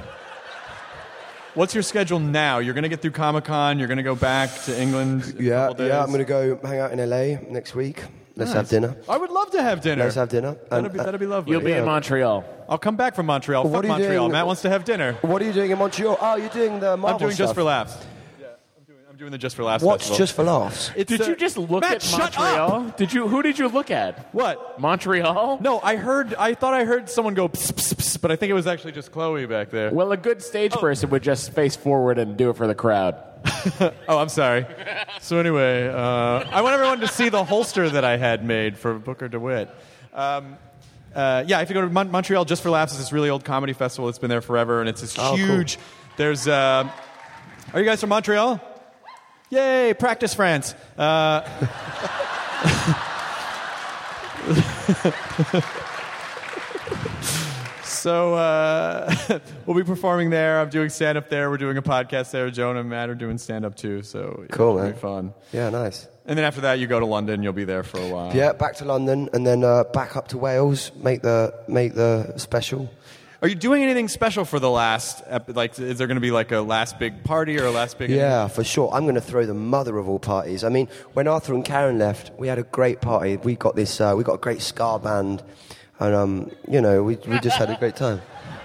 Speaker 2: what's your schedule now? You're gonna get through Comic Con. You're gonna go back to England. a
Speaker 6: Yeah,
Speaker 2: couple days.
Speaker 6: yeah, I'm going to go hang out in LA next week. Let's have dinner.
Speaker 2: I would love to have dinner.
Speaker 6: Let's have dinner. uh,
Speaker 2: That'd be, that'd be lovely.
Speaker 7: You'll be in Montreal.
Speaker 2: I'll come back from Montreal.
Speaker 6: Well, what are you
Speaker 2: Fuck Montreal.
Speaker 6: doing?
Speaker 2: Matt wants to have dinner.
Speaker 6: What are you doing in Montreal? Oh, you're doing the Marvel
Speaker 2: I'm doing
Speaker 6: stuff.
Speaker 2: just for laughs. I'm doing the just for laughs.
Speaker 6: What's
Speaker 2: festival.
Speaker 6: just for laughs?
Speaker 2: It's
Speaker 7: Did
Speaker 2: a-
Speaker 7: you just look
Speaker 2: Matt,
Speaker 7: at
Speaker 2: shut up!
Speaker 7: Montreal? Did you? Who did you look at?
Speaker 2: What?
Speaker 7: Montreal?
Speaker 2: No, I heard. I thought I heard someone go, pss, pss, pss, but I think it was actually just Chloe back there.
Speaker 7: (laughs) Well, a good stage person would just face forward and do it for the crowd.
Speaker 2: Oh, I'm sorry. So anyway, uh, I want everyone to see the holster that I had made for Booker DeWitt. Um, uh, yeah, if you go to Mon- Montreal, just for laughs, it's this really old comedy festival that's been there forever, and it's this
Speaker 6: Oh, cool.
Speaker 2: huge. There's. Uh, are you guys from Montreal? Yay! Practice France. Uh, (laughs) So uh, (laughs) we'll be performing there. I'm doing stand up there. We're doing a podcast there. Joan and Matt are doing stand up too. So yeah,
Speaker 6: Cool,
Speaker 2: it'll
Speaker 6: man.
Speaker 2: be fun.
Speaker 6: Yeah, nice.
Speaker 2: And then after that, you go to London. You'll be there for a while.
Speaker 6: Yeah, back to London and then uh, back up to Wales. Make the make the special.
Speaker 2: Are you doing anything special for the last? Ep- like, is there going to be like a last big party or a last big?
Speaker 6: Yeah, for sure. I'm going to throw the mother of all parties. I mean, when Arthur and Karen left, we had a great party. We got this. Uh, we got a great ska band, and um, you know, we we just had a great time.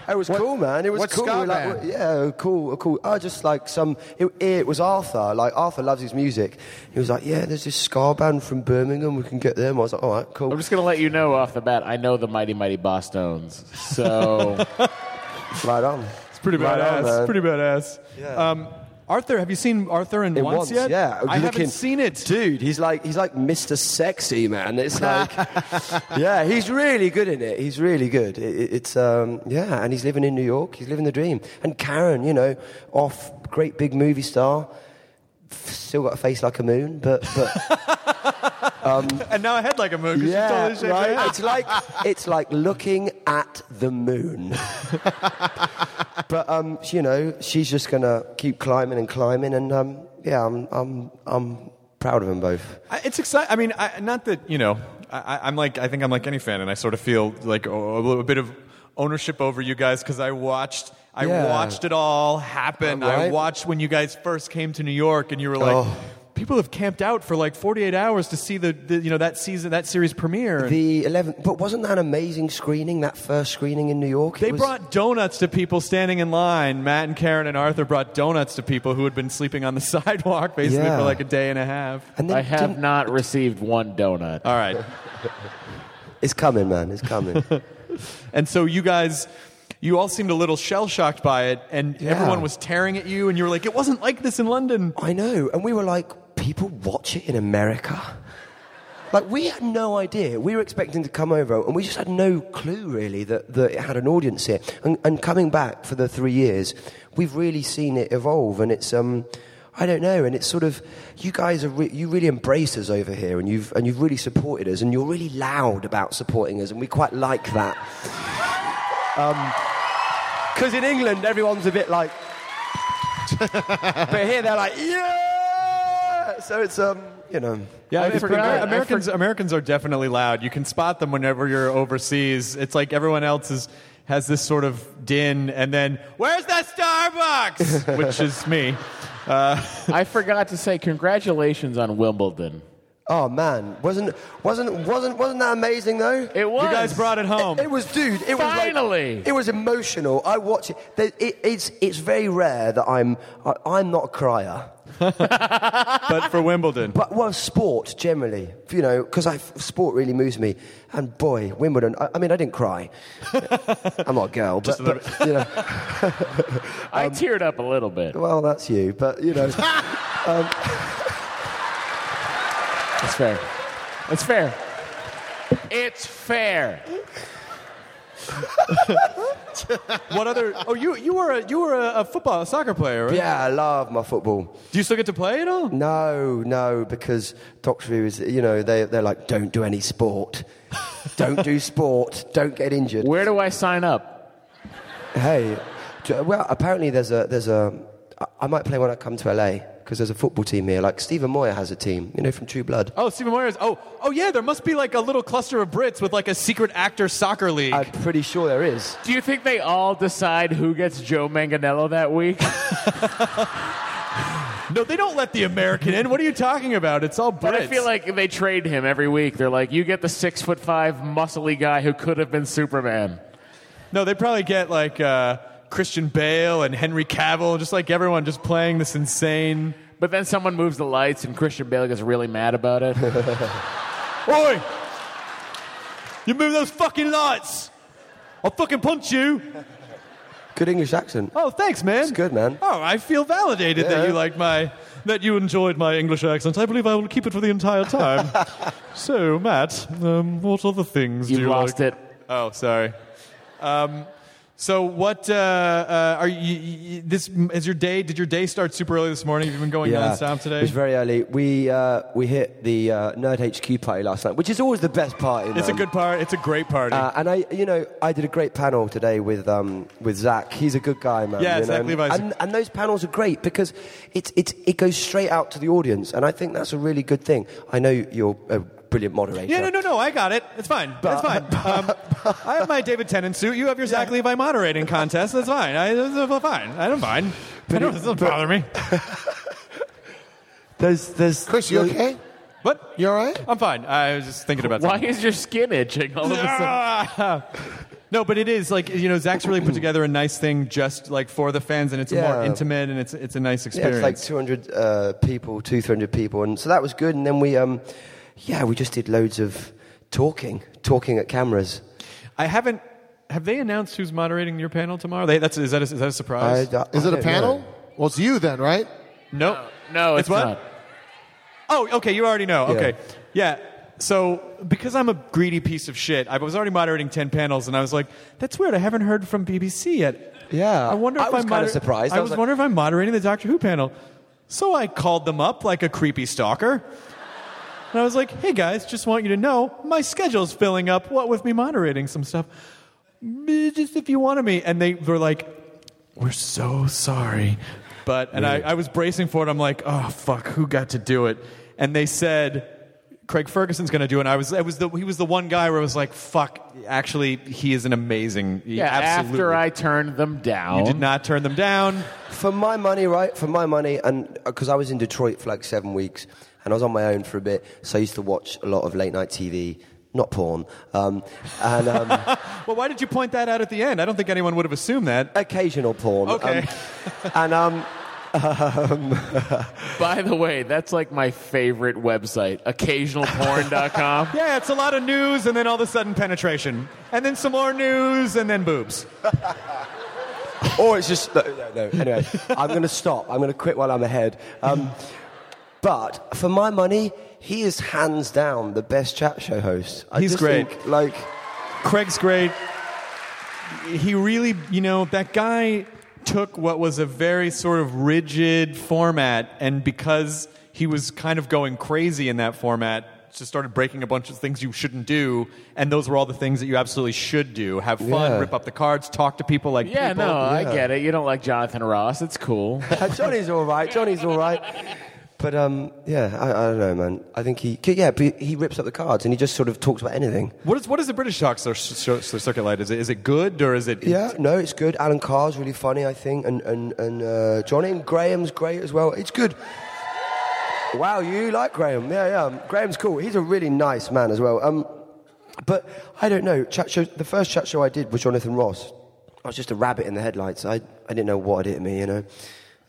Speaker 6: It was cool, man. It was
Speaker 9: what
Speaker 6: cool.
Speaker 9: ska
Speaker 6: We were like,
Speaker 9: band?
Speaker 6: yeah, cool, cool. Oh, just like some. It, it was Arthur. Like Arthur loves his music. He was like, yeah, there's this ska band from Birmingham. We can get them. I was like, all right, cool.
Speaker 7: I'm just gonna let you know off the bat. I know the mighty mighty Boston's. So
Speaker 6: (laughs) right on.
Speaker 2: it's pretty
Speaker 6: Right
Speaker 2: badass.
Speaker 6: on, man.
Speaker 2: pretty badass.
Speaker 6: Yeah.
Speaker 2: Um, Arthur, have you seen Arthur and
Speaker 6: It
Speaker 2: once,
Speaker 6: once,
Speaker 2: yet?
Speaker 6: yeah.
Speaker 2: I
Speaker 6: Looking-
Speaker 2: haven't seen it.
Speaker 6: dude. He's like he's like Mr. Sexy man. It's
Speaker 2: (laughs)
Speaker 6: like, yeah, he's really good in it. He's really good. It, it- it's um, yeah, and he's living in New York. He's living the dream. And Karen, you know, off great big movie star, f- still got a face like a moon, but but
Speaker 2: (laughs)
Speaker 6: um,
Speaker 2: And now I head like a moon. 'cause she's
Speaker 6: yeah,
Speaker 2: totally shaped like
Speaker 6: right.
Speaker 2: that.
Speaker 6: It's like it's like looking at the
Speaker 2: (laughs)
Speaker 6: moon. but um, you know, she's just gonna keep climbing and climbing, and um, yeah, I'm I'm I'm proud of them both.
Speaker 2: I- It's exciting. I mean, I, not that you know. I, I- I'm like I think I'm like any fan, and I sort of feel like a, a little bit of ownership over you guys because I watched. I
Speaker 6: Yeah.
Speaker 2: watched it all happen.
Speaker 6: Right.
Speaker 2: I watched when you guys first came to New York, and you were like.
Speaker 6: Oh.
Speaker 2: people have camped out for like 48 hours to see the, the you know that season that series premiere. and-
Speaker 6: The 11th, but wasn't that an amazing screening? That first screening in New York.
Speaker 2: They brought donuts to people standing in line. Matt and Karen and Arthur brought donuts to people who had been sleeping on the (laughs) sidewalk basically
Speaker 7: Yeah.
Speaker 2: for like a day and a half.
Speaker 7: I have not received one donut.
Speaker 2: All right.
Speaker 6: It's coming, man. It's coming.
Speaker 2: (laughs) and so you guys, you all seemed a little shell shocked by it, and
Speaker 6: Yeah.
Speaker 2: everyone was tearing at you, and you were like, it wasn't like this in London.
Speaker 6: I know, and we were like, people watch it in America. Like we had no idea. We were expecting to come over, and we just had no clue really that, that it had an audience here. And, and coming back for the three years, we've really seen it evolve, and it's um, I don't know, and it's sort of you guys are re- you really embrace us over here, and you've and you've really supported us, and you're really loud about supporting us, and we quite like that. Um, Because in England, everyone's a bit like, but here they're like, yeah. So it's um, you know,
Speaker 2: Yeah,
Speaker 6: it's
Speaker 2: it's
Speaker 6: pretty
Speaker 2: Amer-
Speaker 6: good.
Speaker 2: Americans Americans are definitely loud. You can spot them whenever you're overseas. It's like everyone else is has this sort of din, and then where's that Starbucks? (laughs) Which is me. Uh, (laughs)
Speaker 7: I forgot to say congratulations on Wimbledon.
Speaker 6: Oh man, wasn't wasn't wasn't wasn't that amazing though? It
Speaker 7: was. guys brought it home.
Speaker 6: It, was, dude. It was
Speaker 7: Finally.
Speaker 6: like, it was emotional. I watch it. There- it- It's it's very rare that I'm I, I'm not a crier.
Speaker 2: but for Wimbledon,
Speaker 6: but well, sport generally, you know, because I sport really moves me. And boy, Wimbledon. I, I mean, I didn't cry. (laughs) I'm not a girl, but, but you know,
Speaker 7: (laughs) I teared up a little bit.
Speaker 6: well, that's you. But you
Speaker 7: (laughs)
Speaker 6: know, um,
Speaker 7: That's fair. That's fair. It's fair.
Speaker 2: (laughs) what other? Oh, you you were a, you were a, a football a soccer player, right?
Speaker 6: yeah, I love my football.
Speaker 2: Do you still get to play at all?
Speaker 6: No, no, because Doctor Who is, you know, they, they're like, don't do any sport. don't do sport. Don't get injured.
Speaker 7: Where do I sign up?
Speaker 6: Hey, j- well, apparently there's a, there's a, I- I might play when I come to LA because there's a football team here. Like Stephen Moyer has a team, you know, from True Blood.
Speaker 2: Oh, Stephen Moyer's. Oh, oh yeah. There must be like a little cluster of Brits with like a secret actor soccer league.
Speaker 6: I'm pretty sure there is.
Speaker 7: Do you think they all decide who gets Joe Manganello that week?
Speaker 2: (laughs) no, they don't let the American in. What are you talking about? It's all Brits.
Speaker 7: But I feel like they trade him every week. They're like, you get the six foot five muscly guy who could have been Superman.
Speaker 2: No, oh, they probably get like uh, Christian Bale and Henry Cavill, just like everyone, just playing this insane.
Speaker 7: But then someone moves the lights, and Christian Bale gets really mad
Speaker 2: (laughs)
Speaker 7: about it.
Speaker 2: Oi! You move those fucking lights! I'll fucking punch you!
Speaker 6: Good English accent.
Speaker 2: Oh, thanks, man.
Speaker 6: It's good, man.
Speaker 2: Oh, I feel validated
Speaker 6: Yeah.
Speaker 2: that you liked my. that you enjoyed my English accent. I believe I will keep it for the entire (laughs) time. so, Matt, um, what other things
Speaker 7: You've
Speaker 2: do you
Speaker 7: lost
Speaker 2: like?
Speaker 7: it.
Speaker 2: Oh, sorry. Um, so, what uh, uh, are you, you? This is your day? Did your day start super early this morning? Have you been going nonstop today?
Speaker 6: It was very early. We, uh, we hit the uh, Nerd HQ party last night, which is always the best um, party.
Speaker 2: It's a
Speaker 6: man.
Speaker 2: good part. It's a great party.
Speaker 6: Uh, and I, you know, I did a great panel today with um, with Zach. He's a good guy, man.
Speaker 2: Yeah,
Speaker 6: you know.
Speaker 2: Zach Levi's a-
Speaker 6: And, and those panels are great because it's it's it goes straight out to the audience, and I think that's a really good thing. I know you're a brilliant moderator.
Speaker 2: yeah, no, no, no. I got it. It's fine. That's fine. Um, I have my David Tennant suit. You have your Zach Levi moderating contest. That's fine. I, that's fine. I don't mind. I don't, it doesn't bother me.
Speaker 6: There's there's
Speaker 8: Chris, you okay?
Speaker 2: What?
Speaker 8: You all right?
Speaker 2: I'm fine. I was just thinking about
Speaker 7: Why
Speaker 2: something.
Speaker 7: is your skin itching all of a sudden?
Speaker 2: (laughs) no, but it is like you know Zach's really put together a nice thing just like for the fans, and it's more
Speaker 6: Yeah.
Speaker 2: intimate and it's it's a nice
Speaker 6: Yeah,
Speaker 2: experience.
Speaker 6: it's like 200 uh, people, 200 people, and so that was good. And then we, um, yeah, we just did loads of talking, talking at cameras.
Speaker 2: I haven't. Have they announced who's moderating your panel tomorrow? They, that's is that a, is that a surprise?
Speaker 6: I- I-
Speaker 8: Is it a
Speaker 6: I don't
Speaker 8: panel?
Speaker 6: know.
Speaker 8: Well, it's you then, right?
Speaker 2: no.
Speaker 7: No, it's,
Speaker 2: It's what?
Speaker 7: not.
Speaker 2: Oh, okay. You already know.
Speaker 6: Yeah.
Speaker 2: Okay. Yeah. So because I'm a greedy piece of shit, I was already moderating ten panels, and I was like, "That's weird. I haven't heard from BBC yet."
Speaker 6: Yeah,
Speaker 2: I wonder if
Speaker 6: I was
Speaker 2: am
Speaker 6: kinda surprised.
Speaker 2: I,
Speaker 6: I
Speaker 2: was,
Speaker 6: was like-
Speaker 2: wondering if I'm moderating the Doctor Who panel. So I called them up like a creepy stalker. And I was like, hey guys, just want you to know my schedule's filling up. What with me moderating some stuff? Eh, Just if you wanted me. And they were like, we're so sorry. But, and I, I was bracing for it. I'm like, oh, fuck, who got to do it? And they said, Craig Ferguson's going to do, and I was, I was the, he was the one guy where I was like, "Fuck, actually, he is an amazing." he
Speaker 7: Yeah,
Speaker 2: absolutely.
Speaker 7: after I turned them down.
Speaker 2: you did not turn them down.
Speaker 6: For my money, right? For my money, and because I was in Detroit for like seven weeks, and I was on my own for a bit, so I used to watch a lot of late night TV, not porn. Um, and um,
Speaker 2: (laughs) Well, why did you point that out at the end? I don't think anyone would have assumed that.
Speaker 6: Occasional porn. um,
Speaker 2: Okay.
Speaker 6: and um, (laughs) um, (laughs)
Speaker 7: By the way, that's like my favorite website, occasionalporn.com.
Speaker 2: (laughs) yeah, it's a lot of news, and then all of a sudden penetration, and then some more news, and then boobs.
Speaker 6: or it's just no, no, no. Anyway, I'm going to stop. I'm going to quit while I'm ahead. Um, but for my money, he is hands down the best chat show host. I
Speaker 2: He's
Speaker 6: just
Speaker 2: great.
Speaker 6: think, like
Speaker 2: Craig's great. He really, you know, that guy took what was a very sort of rigid format, and because he was kind of going crazy in that format, just started breaking a bunch of things you shouldn't do, and those were all the things that you absolutely should do: have fun,
Speaker 7: Yeah.
Speaker 2: rip up the cards, talk to people like
Speaker 7: Yeah,
Speaker 2: people.
Speaker 7: no, I get it. You don't like Jonathan Ross. It's cool.
Speaker 6: (laughs) Johnny's all right. Johnny's all right. But um, yeah, I, I don't know, man. I think he, yeah, but he rips up the cards and he just sort of talks about anything.
Speaker 2: What is what is the British talk cir- cir- cir- circuit like? Is it is it good or is it?
Speaker 6: Yeah, no, it's good. Alan Carr's really funny, I think, and and and uh, Johnny and Graham's great as well. It's good. Wow, you like Graham? Yeah, yeah. Graham's cool. He's a really nice man as well. Um, but I don't know. Chat show. The first chat show I did was Jonathan Ross. I was just a rabbit in the headlights. I I didn't know what had hit me, you know.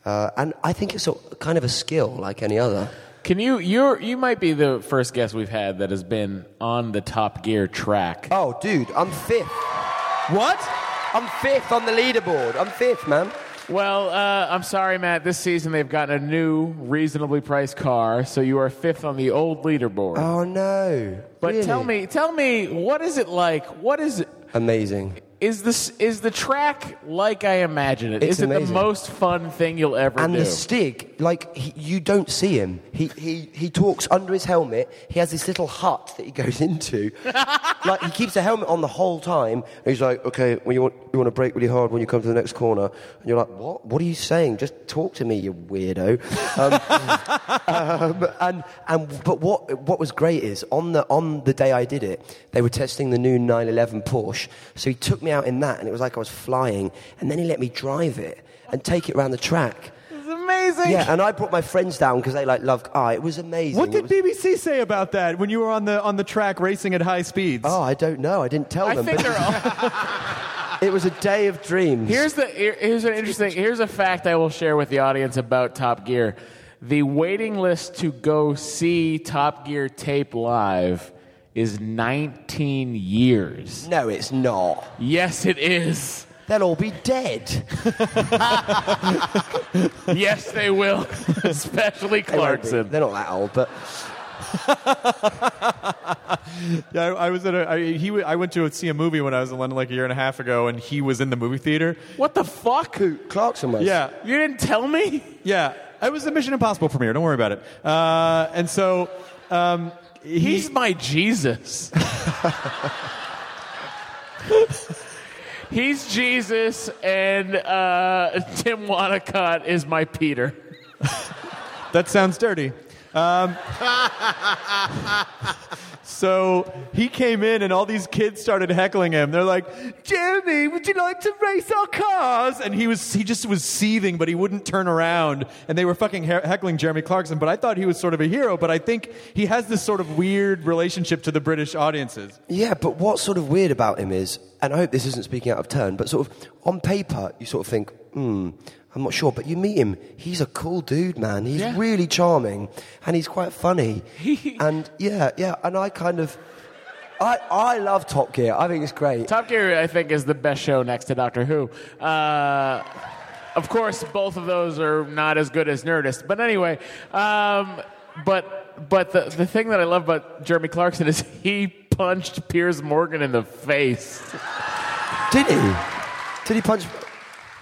Speaker 6: Uh, and I think it's a, kind of a skill, like any other.
Speaker 7: Can you? You're you might be the first guest we've had that has been on the Top Gear track.
Speaker 6: Oh, dude, I'm fifth.
Speaker 2: What?
Speaker 6: I'm fifth on the leaderboard. I'm fifth, man.
Speaker 7: Well, uh, I'm sorry, Matt. This season they've gotten a new, reasonably priced car, so you are fifth on the old leaderboard.
Speaker 6: Oh no!
Speaker 7: But
Speaker 6: Really?
Speaker 7: tell me, tell me, what is it like? What is
Speaker 6: Amazing.
Speaker 7: is this? Is the track like I imagine it?
Speaker 6: It's
Speaker 7: Is it the
Speaker 6: amazing.
Speaker 7: most fun thing you'll ever
Speaker 6: and
Speaker 7: do?
Speaker 6: the Stig, like he, you don't see him. He, he he talks under his helmet. He has this little hut that he (laughs) goes into. like he keeps the helmet on the whole time. And he's like, okay, well, you want you want to break really hard when you come to the next corner, and you're like, what? What are you saying? Just talk to me, you weirdo. (laughs) Um, um, and and but what what was great is on the on the day I did it, they were testing the new 911 Porsche. So he took me out in that, and it was like I was flying. And then he let me drive it and take it around the track.
Speaker 7: It's amazing.
Speaker 6: Yeah, and I brought my friends down because they like loved. Ah, it was amazing.
Speaker 2: What
Speaker 6: It
Speaker 2: did
Speaker 6: was-
Speaker 2: BBC say about that when you were on the on the track racing at high speeds?
Speaker 6: oh, I don't know. I didn't tell
Speaker 7: I
Speaker 6: them.
Speaker 7: think
Speaker 6: but
Speaker 7: they're
Speaker 6: (laughs) it was a day of dreams.
Speaker 7: Here's the here- here's an interesting here's a fact I will share with the audience about Top Gear. The waiting list to go see Top Gear tape live is 19 years.
Speaker 6: No, it's not.
Speaker 7: Yes, it is.
Speaker 6: They'll all be dead.
Speaker 7: yes, (laughs) they will. Especially
Speaker 6: They won't be.
Speaker 7: Clarkson.
Speaker 6: They're not that old, but
Speaker 2: Yeah, I, I was at a. I, he, w- I went to see a movie when I was in London like a year and a half ago, and he was in the movie theater.
Speaker 7: What the fuck?
Speaker 6: Who, Clarkson was.
Speaker 2: Yeah,
Speaker 7: you didn't tell me.
Speaker 2: Yeah, it was a Mission Impossible premiere. Don't worry about it. Uh, and so, um, he-
Speaker 7: He's my Jesus. He's Jesus, and uh, Tim Wanacott is my Peter.
Speaker 2: that sounds dirty. (laughs) Um,
Speaker 7: (laughs)
Speaker 2: (laughs) so he came in, and all these kids started heckling him. They're like, "Jeremy, would you like to race our cars?" And he was—he just was seething, but he wouldn't turn around. And they were fucking he- heckling Jeremy Clarkson. But I thought he was sort of a hero. But I think he has this sort of weird relationship to the British audiences.
Speaker 6: Yeah, but what's sort of weird about him is, and I hope this isn't speaking out of turn, but sort of on paper, you sort of think, hmm, I'm not sure. But you meet him, he's a cool dude, man. He's
Speaker 7: Yeah.
Speaker 6: really charming and he's quite
Speaker 7: (laughs)
Speaker 6: funny. and yeah, yeah, and I kind of. I, I love Top Gear. I think it's great.
Speaker 7: Top Gear, I think, is the best show next to Doctor Who. Uh, of course, both of those are not as good as Nerdist. But anyway, um, but but the the thing that I love about Jeremy Clarkson is he punched Piers Morgan in the face.
Speaker 6: Did he? Did he punch.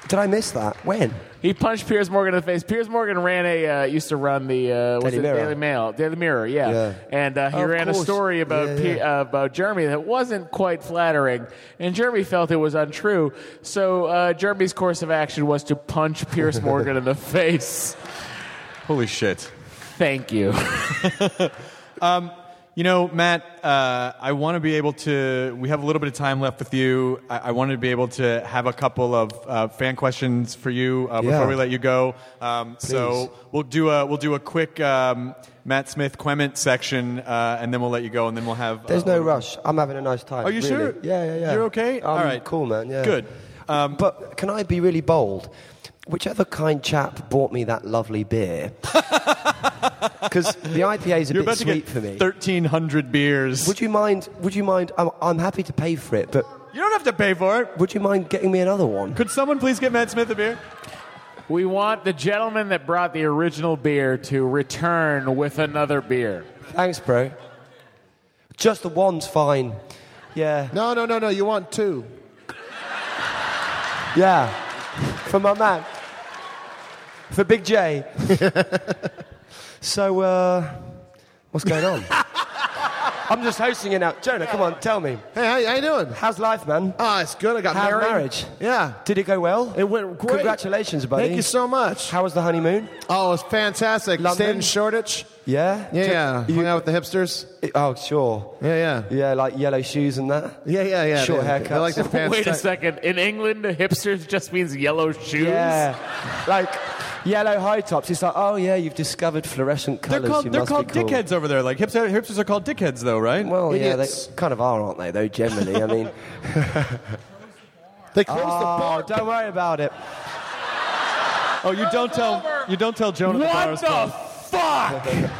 Speaker 6: Did I miss that? When?
Speaker 7: He punched Piers Morgan in the face. Piers Morgan ran a uh, used to run the uh, was
Speaker 6: Daily
Speaker 7: it
Speaker 6: Mirror.
Speaker 7: Daily Mail, Daily Mirror, yeah.
Speaker 6: Yeah.
Speaker 7: And uh, he
Speaker 6: Of
Speaker 7: ran a
Speaker 6: course.
Speaker 7: story about
Speaker 6: Yeah,
Speaker 7: Pe- Uh, about Jeremy that wasn't quite flattering, and Jeremy felt it was untrue. So uh, Jeremy's course of action was to punch
Speaker 6: (laughs)
Speaker 7: Piers
Speaker 2: (laughs)
Speaker 7: Morgan in the face.
Speaker 2: Holy shit!
Speaker 7: (laughs) Thank you.
Speaker 2: (laughs) Um, You know, Matt, uh, I want to be able to. We have a little bit of time left with you. I, I wanted to be able to have a couple of uh, fan questions for you uh, before
Speaker 9: Yeah.
Speaker 2: we let you go. Um,
Speaker 9: Please.
Speaker 2: so we'll do a we'll do a quick um, Matt Smith Quement section, uh, and then we'll let you go, and then we'll have. uh,
Speaker 6: There's no rush. I'm having a nice time.
Speaker 2: Are you
Speaker 6: really.
Speaker 2: sure?
Speaker 6: Yeah, yeah, yeah.
Speaker 2: You're okay?
Speaker 6: I'm
Speaker 2: All right.
Speaker 6: Cool, man. Yeah.
Speaker 2: Good. Um,
Speaker 6: but can I be really bold? Whichever kind chap bought me that lovely
Speaker 2: (laughs)
Speaker 6: beer, because the IPA is a
Speaker 2: You're
Speaker 6: bit
Speaker 2: about to
Speaker 6: sweet
Speaker 2: get
Speaker 6: for me.
Speaker 2: 1,300 beers.
Speaker 6: Would you mind? Would you mind? I'm, I'm happy to pay for it, but
Speaker 2: you don't have to pay for it.
Speaker 6: Would you mind getting me another one?
Speaker 2: Could someone please get Matt Smith a beer?
Speaker 7: We want the gentleman that brought the original beer to return with another beer.
Speaker 6: Thanks, bro. Just the one's fine. Yeah.
Speaker 8: No, no, no, no. You want two.
Speaker 6: Yeah. For my man. For
Speaker 8: (laughs)
Speaker 6: Big J. so, uh, what's
Speaker 8: (laughs)
Speaker 6: going on? I'm just hosting it now. Jonah, come on, tell me.
Speaker 8: Hey, how, how you doing?
Speaker 6: How's life, man?
Speaker 8: Ah, it's good. I got
Speaker 6: How's
Speaker 8: married.
Speaker 6: marriage?
Speaker 8: Yeah.
Speaker 6: Did it go well?
Speaker 8: It went great.
Speaker 6: Congratulations, buddy.
Speaker 8: Thank you so much.
Speaker 6: How was the honeymoon?
Speaker 8: Oh, it's fantastic.
Speaker 6: London?
Speaker 8: Stayed in Shoreditch.
Speaker 6: Yeah?
Speaker 8: Yeah,
Speaker 6: Took-
Speaker 8: yeah. Hung out with the hipsters.
Speaker 6: Oh, sure.
Speaker 8: Yeah, yeah.
Speaker 6: Yeah, like yellow shoes and that.
Speaker 8: Yeah, yeah, yeah.
Speaker 6: Short
Speaker 8: They-
Speaker 6: haircuts.
Speaker 8: They
Speaker 6: (laughs)
Speaker 7: (laughs)
Speaker 8: like their pants
Speaker 7: Wait a
Speaker 8: tight.
Speaker 7: second. In England, hipsters just means yellow shoes.
Speaker 6: Yeah, like yellow high tops. It's like, oh yeah, you've discovered fluorescent
Speaker 2: They're
Speaker 6: colours. you
Speaker 2: called they're
Speaker 6: must be
Speaker 2: called
Speaker 6: cool.
Speaker 2: dickheads over there. Like hipster, hipsters are called dickheads, though, right?
Speaker 6: Well, yeah, they
Speaker 8: Idiots.
Speaker 6: kind of are, aren't they? Though generally,
Speaker 8: (laughs)
Speaker 6: I mean, (laughs)
Speaker 8: They closed the
Speaker 6: oh,
Speaker 8: bar.
Speaker 6: don't worry about it.
Speaker 2: Oh, you don't tell you don't tell Jonah the bar
Speaker 7: What
Speaker 2: is
Speaker 7: the
Speaker 2: closed.
Speaker 7: fuck?
Speaker 2: (laughs)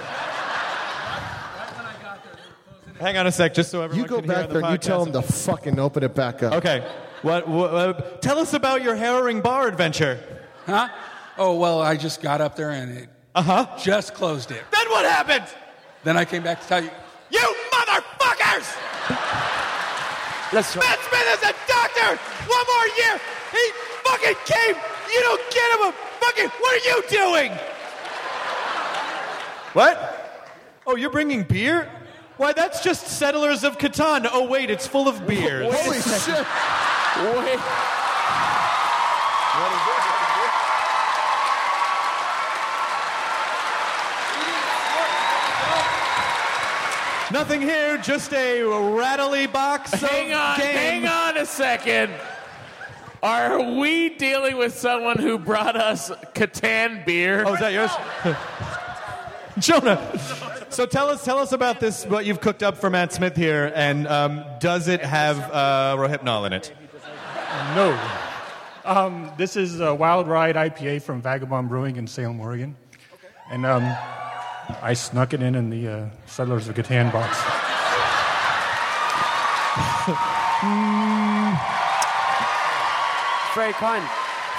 Speaker 2: Hang on a sec, just so everyone
Speaker 8: You go
Speaker 2: can hear
Speaker 8: back
Speaker 2: on
Speaker 8: there.
Speaker 2: the
Speaker 8: and You tell
Speaker 2: podcast.
Speaker 8: them to fucking open it back up.
Speaker 2: Okay. What, what, what- Tell us about your harrowing bar adventure.
Speaker 10: Huh? Oh, well, I just got up there and it
Speaker 2: Uh-huh.
Speaker 10: just closed it.
Speaker 2: Then what happened?
Speaker 10: Then I came back to tell you.
Speaker 2: You motherfuckers!
Speaker 6: Let's try.
Speaker 2: Matt Smith is a doctor. One more year. He fucking came. You don't get him a fucking. What are you doing? What? Oh, you're bringing beer? Why, that's just settlers of Catan. Oh wait, it's full of beers.
Speaker 8: Holy shit.
Speaker 7: Wait.
Speaker 2: Nothing here, just a rattly box. of
Speaker 7: Hang on,
Speaker 2: games.
Speaker 7: hang on a second. Are we dealing with someone who brought us Catan beer?
Speaker 2: Oh, is that yours? (laughs) Jonah. So tell us, tell us about this. What you've cooked up for Matt Smith here, and um, does it have uh, Rohypnol in it?
Speaker 11: No. Um, this is a Wild Ride IPA from Vagabond Brewing in Salem, Oregon. And um, I snuck it in in the uh, Settlers of Catan
Speaker 2: (laughs)
Speaker 11: box.
Speaker 6: Very kind.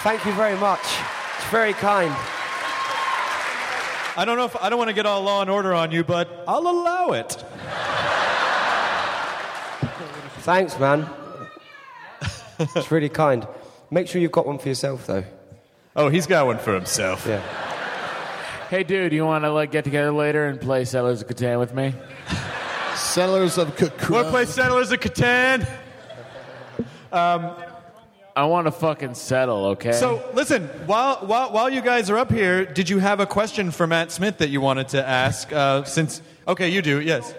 Speaker 6: Thank you very much. It's very kind.
Speaker 2: I don't know if I don't want to get all Law and Order on you, but I'll allow it.
Speaker 6: Thanks, man. it's really kind. Make sure you've got one for yourself, though.
Speaker 2: Oh, he's got one for himself.
Speaker 6: Yeah.
Speaker 7: Hey, dude, you want to like get together later and play Settlers of Catan with me?
Speaker 8: Settlers of
Speaker 2: We'll
Speaker 8: Kakura.
Speaker 2: play Settlers of Catan.
Speaker 7: I want to fucking settle, okay?
Speaker 2: So listen, while, while while you guys are up here, did you have a question for Matt Smith that you wanted to ask? Uh, since okay, you do. Yes.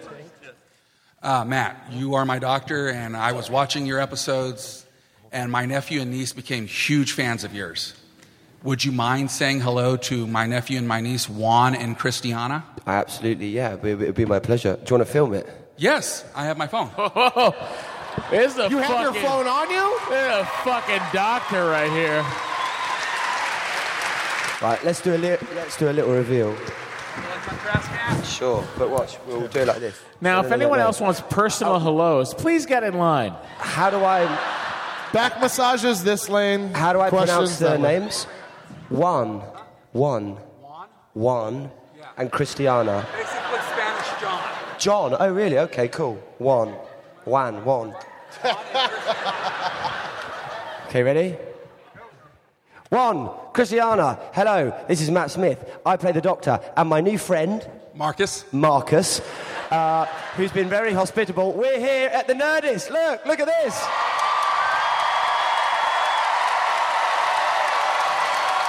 Speaker 10: Uh, Matt, you are my doctor, and I was watching your episodes, and my nephew and niece became huge fans of yours. Would you mind saying hello to my nephew and my niece, Juan and Christiana?
Speaker 6: I absolutely, yeah. It would be my pleasure. Do you want to film it?
Speaker 10: Yes, I have my phone.
Speaker 7: (laughs) it's a
Speaker 8: You
Speaker 7: fucking,
Speaker 8: have your phone on you?
Speaker 7: It's a fucking doctor right here.
Speaker 6: Right. Let's do a little. Let's do a little reveal. Sure, but watch. We'll do it like this.
Speaker 7: Now,
Speaker 6: No,
Speaker 7: if
Speaker 6: no, no,
Speaker 7: anyone
Speaker 6: no.
Speaker 7: else wants personal hellos, please get in line.
Speaker 6: how do I?
Speaker 8: Back massages this lane.
Speaker 6: How do I
Speaker 8: Questions
Speaker 6: pronounce their
Speaker 8: that way.
Speaker 6: names? Juan, Juan, Juan, and Christiana.
Speaker 10: It's a good Spanish John.
Speaker 6: John. Oh, really? Okay, cool. Juan, Juan, Juan. okay, ready? Juan, Christiana. Hello, this is Matt Smith. I play the Doctor, and my new friend.
Speaker 10: Marcus?
Speaker 6: Marcus, uh, who's been very hospitable. We're here at the Nerdist. Look, look at this.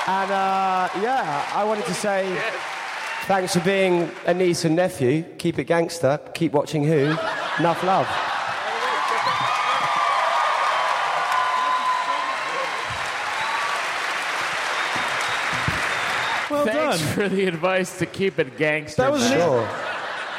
Speaker 6: And uh, yeah, I wanted to say Thanks for being a niece and nephew. Keep it gangster. Keep watching Who. Enough love.
Speaker 2: Well
Speaker 7: Thanks
Speaker 2: done.
Speaker 7: for the advice to keep it gangster.
Speaker 2: That was an- Sure.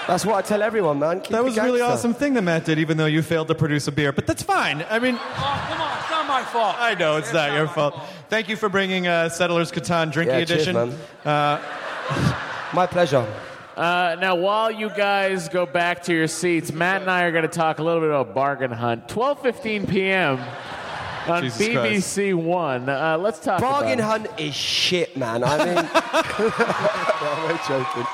Speaker 6: That's what I tell everyone, man.
Speaker 2: that was a really
Speaker 6: gangster.
Speaker 2: awesome thing that Matt did, even though you failed to produce a beer. But that's fine. I mean,
Speaker 10: come on, it's not my fault.
Speaker 2: I know it's not your fault. Thank you for bringing uh, Settlers Catan Drinking
Speaker 6: Yeah, cheers,
Speaker 2: Edition.
Speaker 6: My pleasure.
Speaker 7: Uh, now, while you guys go back to your seats, Matt and I are going to talk a little bit about Bargain Hunt. 12.15 p.m. on
Speaker 6: Jesus
Speaker 7: BBC One. Uh, let's talk
Speaker 6: Bargain
Speaker 7: about
Speaker 6: hunt is shit, man. I mean, (laughs) no, I'm joking.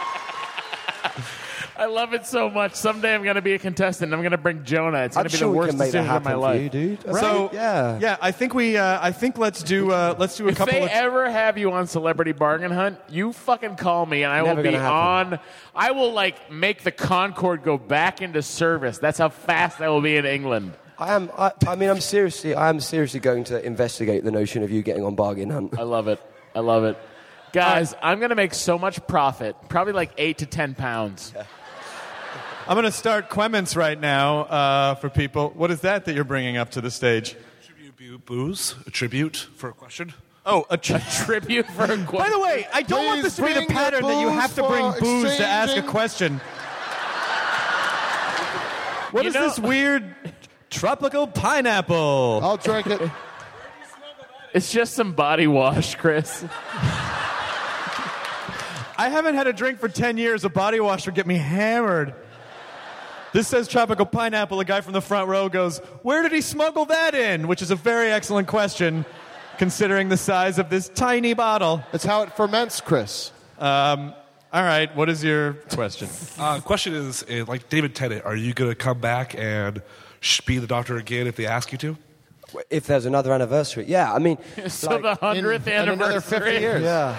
Speaker 7: I love it so much. Someday I'm going to be a contestant. I'm going to bring Jonah. It's
Speaker 6: I'm
Speaker 7: going to be
Speaker 6: sure
Speaker 7: the
Speaker 6: we
Speaker 7: worst
Speaker 6: can make that
Speaker 7: decision of my
Speaker 6: happen for
Speaker 7: life.
Speaker 6: you, dude. That's
Speaker 2: So
Speaker 6: right.
Speaker 2: yeah, yeah. I think we. Uh, I think let's do. Uh, let's do a
Speaker 7: If
Speaker 2: couple.
Speaker 7: they
Speaker 2: of...
Speaker 7: ever have you on Celebrity Bargain Hunt, you fucking call me and I
Speaker 2: Never
Speaker 7: will be
Speaker 2: gonna happen.
Speaker 7: on. I will like make the Concorde go back into service. That's how fast I will be in England.
Speaker 6: I am. I, I mean, I'm seriously. I am seriously going to investigate the notion of you getting on bargain hunt.
Speaker 7: I love it. I love it, guys. I'm gonna make so much profit, probably like eight to ten pounds.
Speaker 2: I'm going to start Quements right now uh, for people. What is that that you're bringing up to the stage?
Speaker 12: Booze, a tribute for a question.
Speaker 2: Oh, a, (laughs) tri-
Speaker 7: tribute for a question.
Speaker 2: By the way, I don't want
Speaker 12: Please
Speaker 2: this to be the
Speaker 12: bring the
Speaker 2: pattern that you
Speaker 12: booze
Speaker 2: have to
Speaker 12: for
Speaker 2: bring booze to ask a
Speaker 12: exchanging-
Speaker 2: question. What
Speaker 7: You
Speaker 2: is
Speaker 7: know-
Speaker 2: this weird tropical pineapple?
Speaker 8: I'll drink it.
Speaker 2: (laughs)
Speaker 7: It's just some body wash, Chris.
Speaker 2: I haven't had a drink for 10 years. A body wash would get me hammered. This says tropical pineapple. A guy from the front row goes, Where did he smuggle that in? Which is a very excellent question, considering the size of this tiny bottle.
Speaker 8: That's how it ferments, Chris.
Speaker 2: Um, all right, what is your question?
Speaker 12: Uh, question is,
Speaker 11: eh,
Speaker 12: uh, like David Tennant, are you going to come back and sh- be the doctor again if they ask you to?
Speaker 6: If there's another anniversary, yeah. I mean,
Speaker 7: (laughs) so
Speaker 6: like-
Speaker 7: the hundredth anniversary.
Speaker 6: Yeah.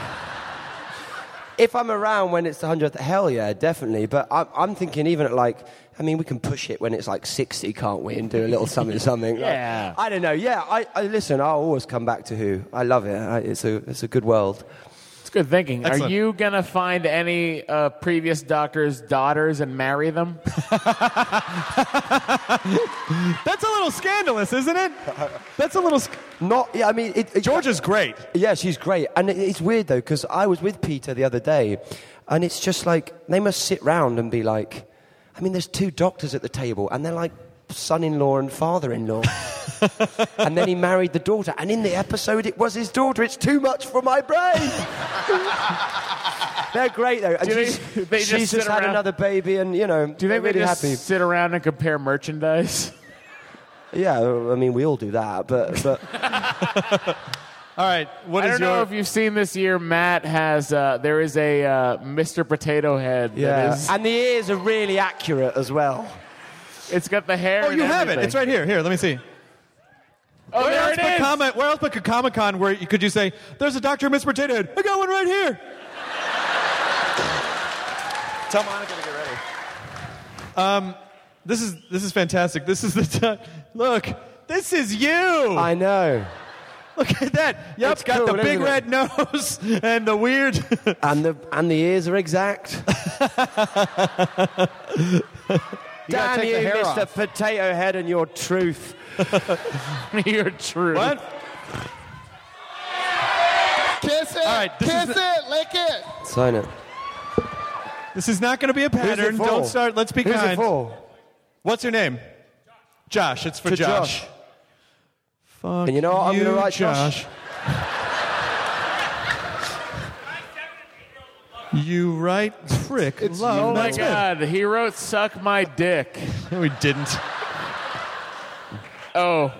Speaker 6: If I'm around when it's the hundredth, hell yeah, definitely. But I'm, I'm thinking even at like, I mean, we can push it when it's like sixty, can't we? And do a little something, something. Like,
Speaker 7: Yeah.
Speaker 6: I don't know. Yeah, I, I listen. I'll always come back to who. I love it. I, it's a it's a good world.
Speaker 7: It's good thinking. Are
Speaker 6: Excellent.
Speaker 7: you gonna find any uh, previous doctors' daughters and
Speaker 2: (laughs)
Speaker 7: marry them?
Speaker 2: That's a little scandalous,
Speaker 6: (laughs)
Speaker 2: isn't it? That's a little. Sc-
Speaker 6: Not. Yeah. I mean, it, it,
Speaker 2: Georgia's great.
Speaker 6: Yeah, she's great. And it, it's weird though because I was with Peter the other day, and it's just like they must sit round and be like, I mean, there's two doctors at the table, and they're like son-in-law and
Speaker 7: (laughs)
Speaker 6: father-in-law. and then he married the daughter, and in the episode, it was his daughter. It's too much for my
Speaker 7: (laughs)
Speaker 6: brain. They're great though. And
Speaker 7: Do you
Speaker 6: she's,
Speaker 7: think (laughs) they just
Speaker 6: she's
Speaker 7: sit
Speaker 6: just had
Speaker 7: around-
Speaker 6: another baby, and you know,
Speaker 7: Do you think
Speaker 6: they're
Speaker 7: they
Speaker 6: really
Speaker 7: just
Speaker 6: happy.
Speaker 7: sit around and compare merchandise?
Speaker 6: Yeah, I mean, we all do that, but but.
Speaker 2: (laughs) All right, what
Speaker 7: I
Speaker 2: is
Speaker 7: don't know
Speaker 2: your-
Speaker 7: if you've seen this year. Matt has uh, there is a uh, Mr. Potato Head.
Speaker 6: Yeah.
Speaker 7: that is,
Speaker 6: And the ears are really accurate as well.
Speaker 7: it's got the hair.
Speaker 2: Oh,
Speaker 7: and
Speaker 2: you have it.
Speaker 7: everything.
Speaker 2: It's right here. Here, let me see.
Speaker 7: Oh,
Speaker 2: where,
Speaker 7: there
Speaker 2: else
Speaker 7: it
Speaker 2: but
Speaker 7: is.
Speaker 2: Comic- where else but Comic Con where you, could you say, there's a Dr. Miss Potato Head. I got one right here.
Speaker 6: Tell Monica to get ready.
Speaker 2: Um, this is this is fantastic. This is the time. Look, this is you. I
Speaker 6: know.
Speaker 2: Look at (laughs) that. Yep,
Speaker 6: It's cool,
Speaker 2: got the big
Speaker 6: isn't it?
Speaker 2: red nose (laughs) and the weird.
Speaker 6: and the and the ears are
Speaker 2: (laughs)
Speaker 6: exact. Damn you, Mr. Potato Head, and your
Speaker 2: (laughs)
Speaker 6: truth.
Speaker 7: your truth.
Speaker 2: What?
Speaker 8: (laughs) Kiss it. kiss it. Lick it.
Speaker 6: Sign it.
Speaker 2: This is not going to be a
Speaker 8: Who's it
Speaker 2: pattern.
Speaker 8: for?
Speaker 2: Don't start. Let's be
Speaker 8: Who's it
Speaker 2: kind.
Speaker 8: for?
Speaker 2: What's your name? Josh. It's for
Speaker 6: To
Speaker 2: Josh.
Speaker 6: Josh. and you know what? I'm
Speaker 2: you,
Speaker 6: going to write
Speaker 2: Josh.
Speaker 6: Josh.
Speaker 2: You right prick. love.
Speaker 7: oh my
Speaker 2: That's good.
Speaker 7: god, he wrote "suck my
Speaker 2: (laughs)
Speaker 7: dick."
Speaker 2: No, he didn't.
Speaker 7: Oh,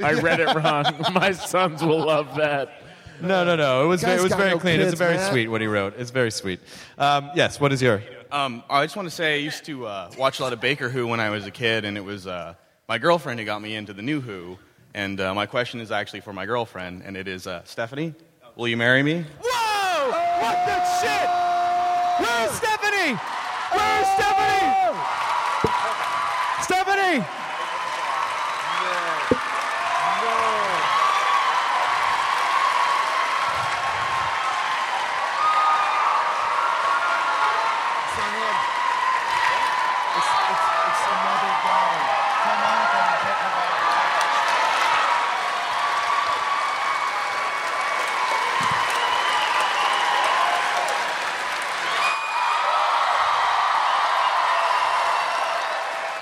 Speaker 7: I read it wrong. (laughs) my sons will love that.
Speaker 2: No, no, no. It was
Speaker 7: Guy's
Speaker 2: very, it was
Speaker 7: got
Speaker 2: very
Speaker 7: no
Speaker 2: clean. it's
Speaker 7: kids,
Speaker 2: very
Speaker 7: man.
Speaker 2: sweet what he wrote. It's very sweet. Um, yes. What is your?
Speaker 13: Um, I just want to say I used to uh, watch a lot of Baker Who when I was a kid, and it was uh, my girlfriend who got me into the new Who. And uh, my question is actually for my girlfriend, and it is uh, Stephanie, will you marry me?
Speaker 2: Whoa! What the shit? Where's Stephanie? Where's Stephanie? Stephanie!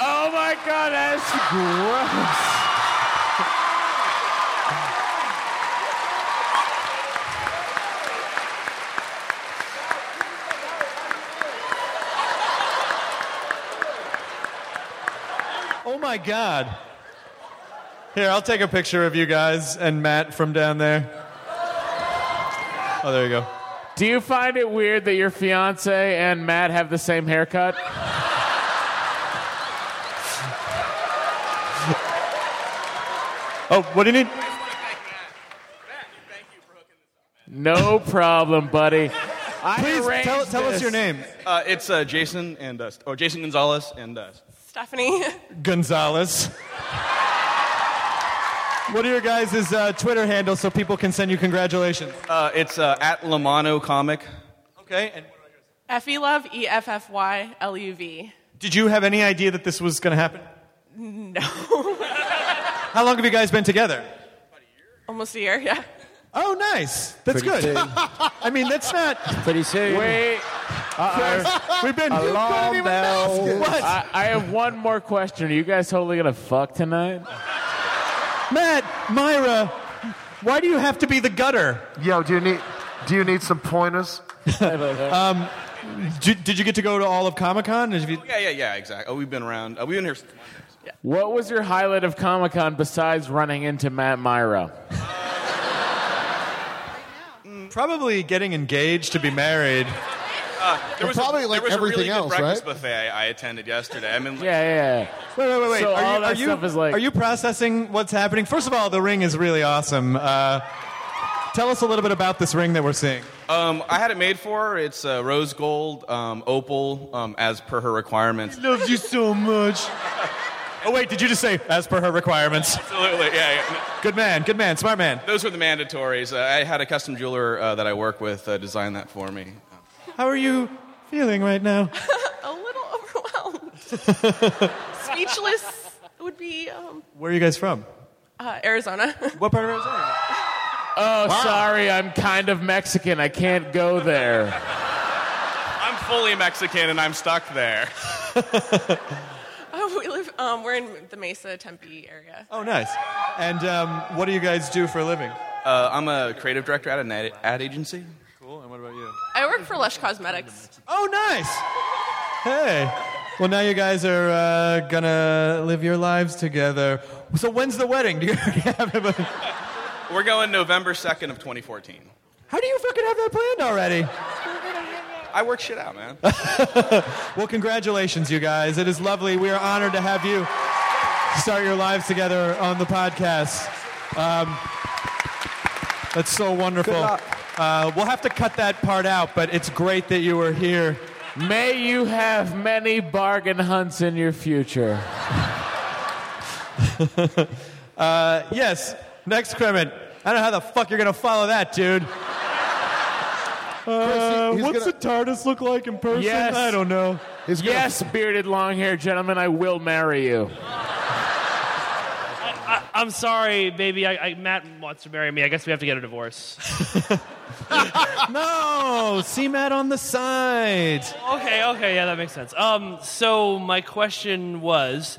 Speaker 7: Oh
Speaker 14: my god, that's gross.
Speaker 2: Oh my God. Here, I'll take a picture of you guys and Matt from down there. Oh, there you go.
Speaker 7: Do you find it weird that your fiance and Matt have the same haircut?
Speaker 2: oh, what do you need?
Speaker 7: No problem, buddy. I
Speaker 2: Please
Speaker 7: arranged
Speaker 2: tell- tell us
Speaker 7: this.
Speaker 2: your name.
Speaker 13: Uh, it's uh, Jason and uh, or Jason Gonzalez and uh,
Speaker 15: Stephanie.
Speaker 2: Gonzalez. What are your guys' uh, Twitter handles so people can send you congratulations?
Speaker 13: uh, it's uh, at Lamano Comic.
Speaker 2: Okay. And
Speaker 15: Effie Love, E F F Y L U V.
Speaker 2: did you have any idea that this was going to happen?
Speaker 15: No. (laughs)
Speaker 2: How long have you guys been together?
Speaker 15: Almost a year, yeah.
Speaker 2: Oh, nice. That's
Speaker 15: Pretty
Speaker 4: (laughs)
Speaker 2: good.
Speaker 15: soon.
Speaker 2: I mean, that's not.
Speaker 7: Pretty soon. Wait.
Speaker 2: Uh-oh. We've been-
Speaker 7: Uh,
Speaker 2: You
Speaker 7: a
Speaker 2: couldn't
Speaker 7: long
Speaker 2: even
Speaker 7: bell.
Speaker 2: ask it. What?
Speaker 7: I, I have one more question. Are you guys totally gonna fuck tonight?
Speaker 2: Matt, Myra, why do you have to be the gutter?
Speaker 16: Yo, do you need do you need some pointers?
Speaker 2: (laughs) um, did, did you get to go to all of Comic Con?
Speaker 13: Yeah, yeah, yeah, exactly. Oh, we've been around. Uh, we've been here. Since
Speaker 7: What was your highlight of Comic Con besides running into Matt Myra?
Speaker 2: Probably getting engaged to be married.
Speaker 13: uh,
Speaker 2: Well,
Speaker 13: there was
Speaker 2: probably
Speaker 13: a,
Speaker 2: like
Speaker 13: there was
Speaker 2: everything
Speaker 13: a really good
Speaker 2: else,
Speaker 13: breakfast
Speaker 2: right?
Speaker 13: buffet I attended yesterday. I mean, like,
Speaker 7: yeah, yeah.
Speaker 2: Wait, wait, wait, wait.
Speaker 13: So
Speaker 2: are, you,
Speaker 13: all that
Speaker 2: are you-
Speaker 13: stuff is like-
Speaker 2: are you processing what's happening? First of all, the ring is really awesome. Uh, tell us a little bit about this ring that we're seeing.
Speaker 13: Um, I had it made for her. It's uh, rose gold, um, opal, um, as per her requirements.
Speaker 2: Loves you so much. Oh wait, did you just say as per her requirements?
Speaker 13: Absolutely, yeah. yeah.
Speaker 2: Good man, good man, smart man.
Speaker 13: Those were the mandatories. Uh, I had a custom jeweler uh, that I work with uh, design that for me.
Speaker 2: How are you feeling right now?
Speaker 15: a little (laughs) overwhelmed. Speechless would be um,
Speaker 2: Where are you guys from?
Speaker 15: uh, Arizona. (laughs)
Speaker 2: What part of Arizona?
Speaker 7: Oh, sorry, I'm kind of Mexican. I can't go there.
Speaker 13: I'm fully Mexican and I'm stuck there.
Speaker 15: Oh, we live. Um, we're in the Mesa Tempe area.
Speaker 2: Oh, nice. (laughs) And um, what do you guys do for a living?
Speaker 13: (laughs) Uh, I'm a creative director at an ad, ad agency.
Speaker 2: Cool. And what about you?
Speaker 15: I work for Lush Cosmetics.
Speaker 2: Oh, nice. Hey. Well, now you guys are uh, gonna live your lives together. So when's the wedding? Do you (laughs) already have it?
Speaker 13: We're going November 2nd of 2014.
Speaker 2: How do you fucking have that planned already?
Speaker 13: I work shit out, man.
Speaker 2: well, congratulations, you guys. It is lovely. We are honored to have you start your lives together on the podcast. Um, that's so wonderful. Uh, we'll have to cut that part out, but it's (laughs) great that you were here.
Speaker 7: May you have many bargain hunts in your future.
Speaker 2: Uh, yes, next Kremit. I don't know how the fuck you're gonna follow that, dude. Uh,
Speaker 7: he's
Speaker 2: what's
Speaker 7: gonna-
Speaker 2: the TARDIS look like in person?
Speaker 7: Yes.
Speaker 2: I don't know.
Speaker 7: (laughs) yes, bearded, long haired gentleman, I will marry you.
Speaker 17: I, I'm sorry, baby. I, I, Matt wants to marry me. I guess we have to get a divorce.
Speaker 2: no, see Matt on the side.
Speaker 17: (laughs) okay, okay, yeah, that makes sense. Um, so my question was,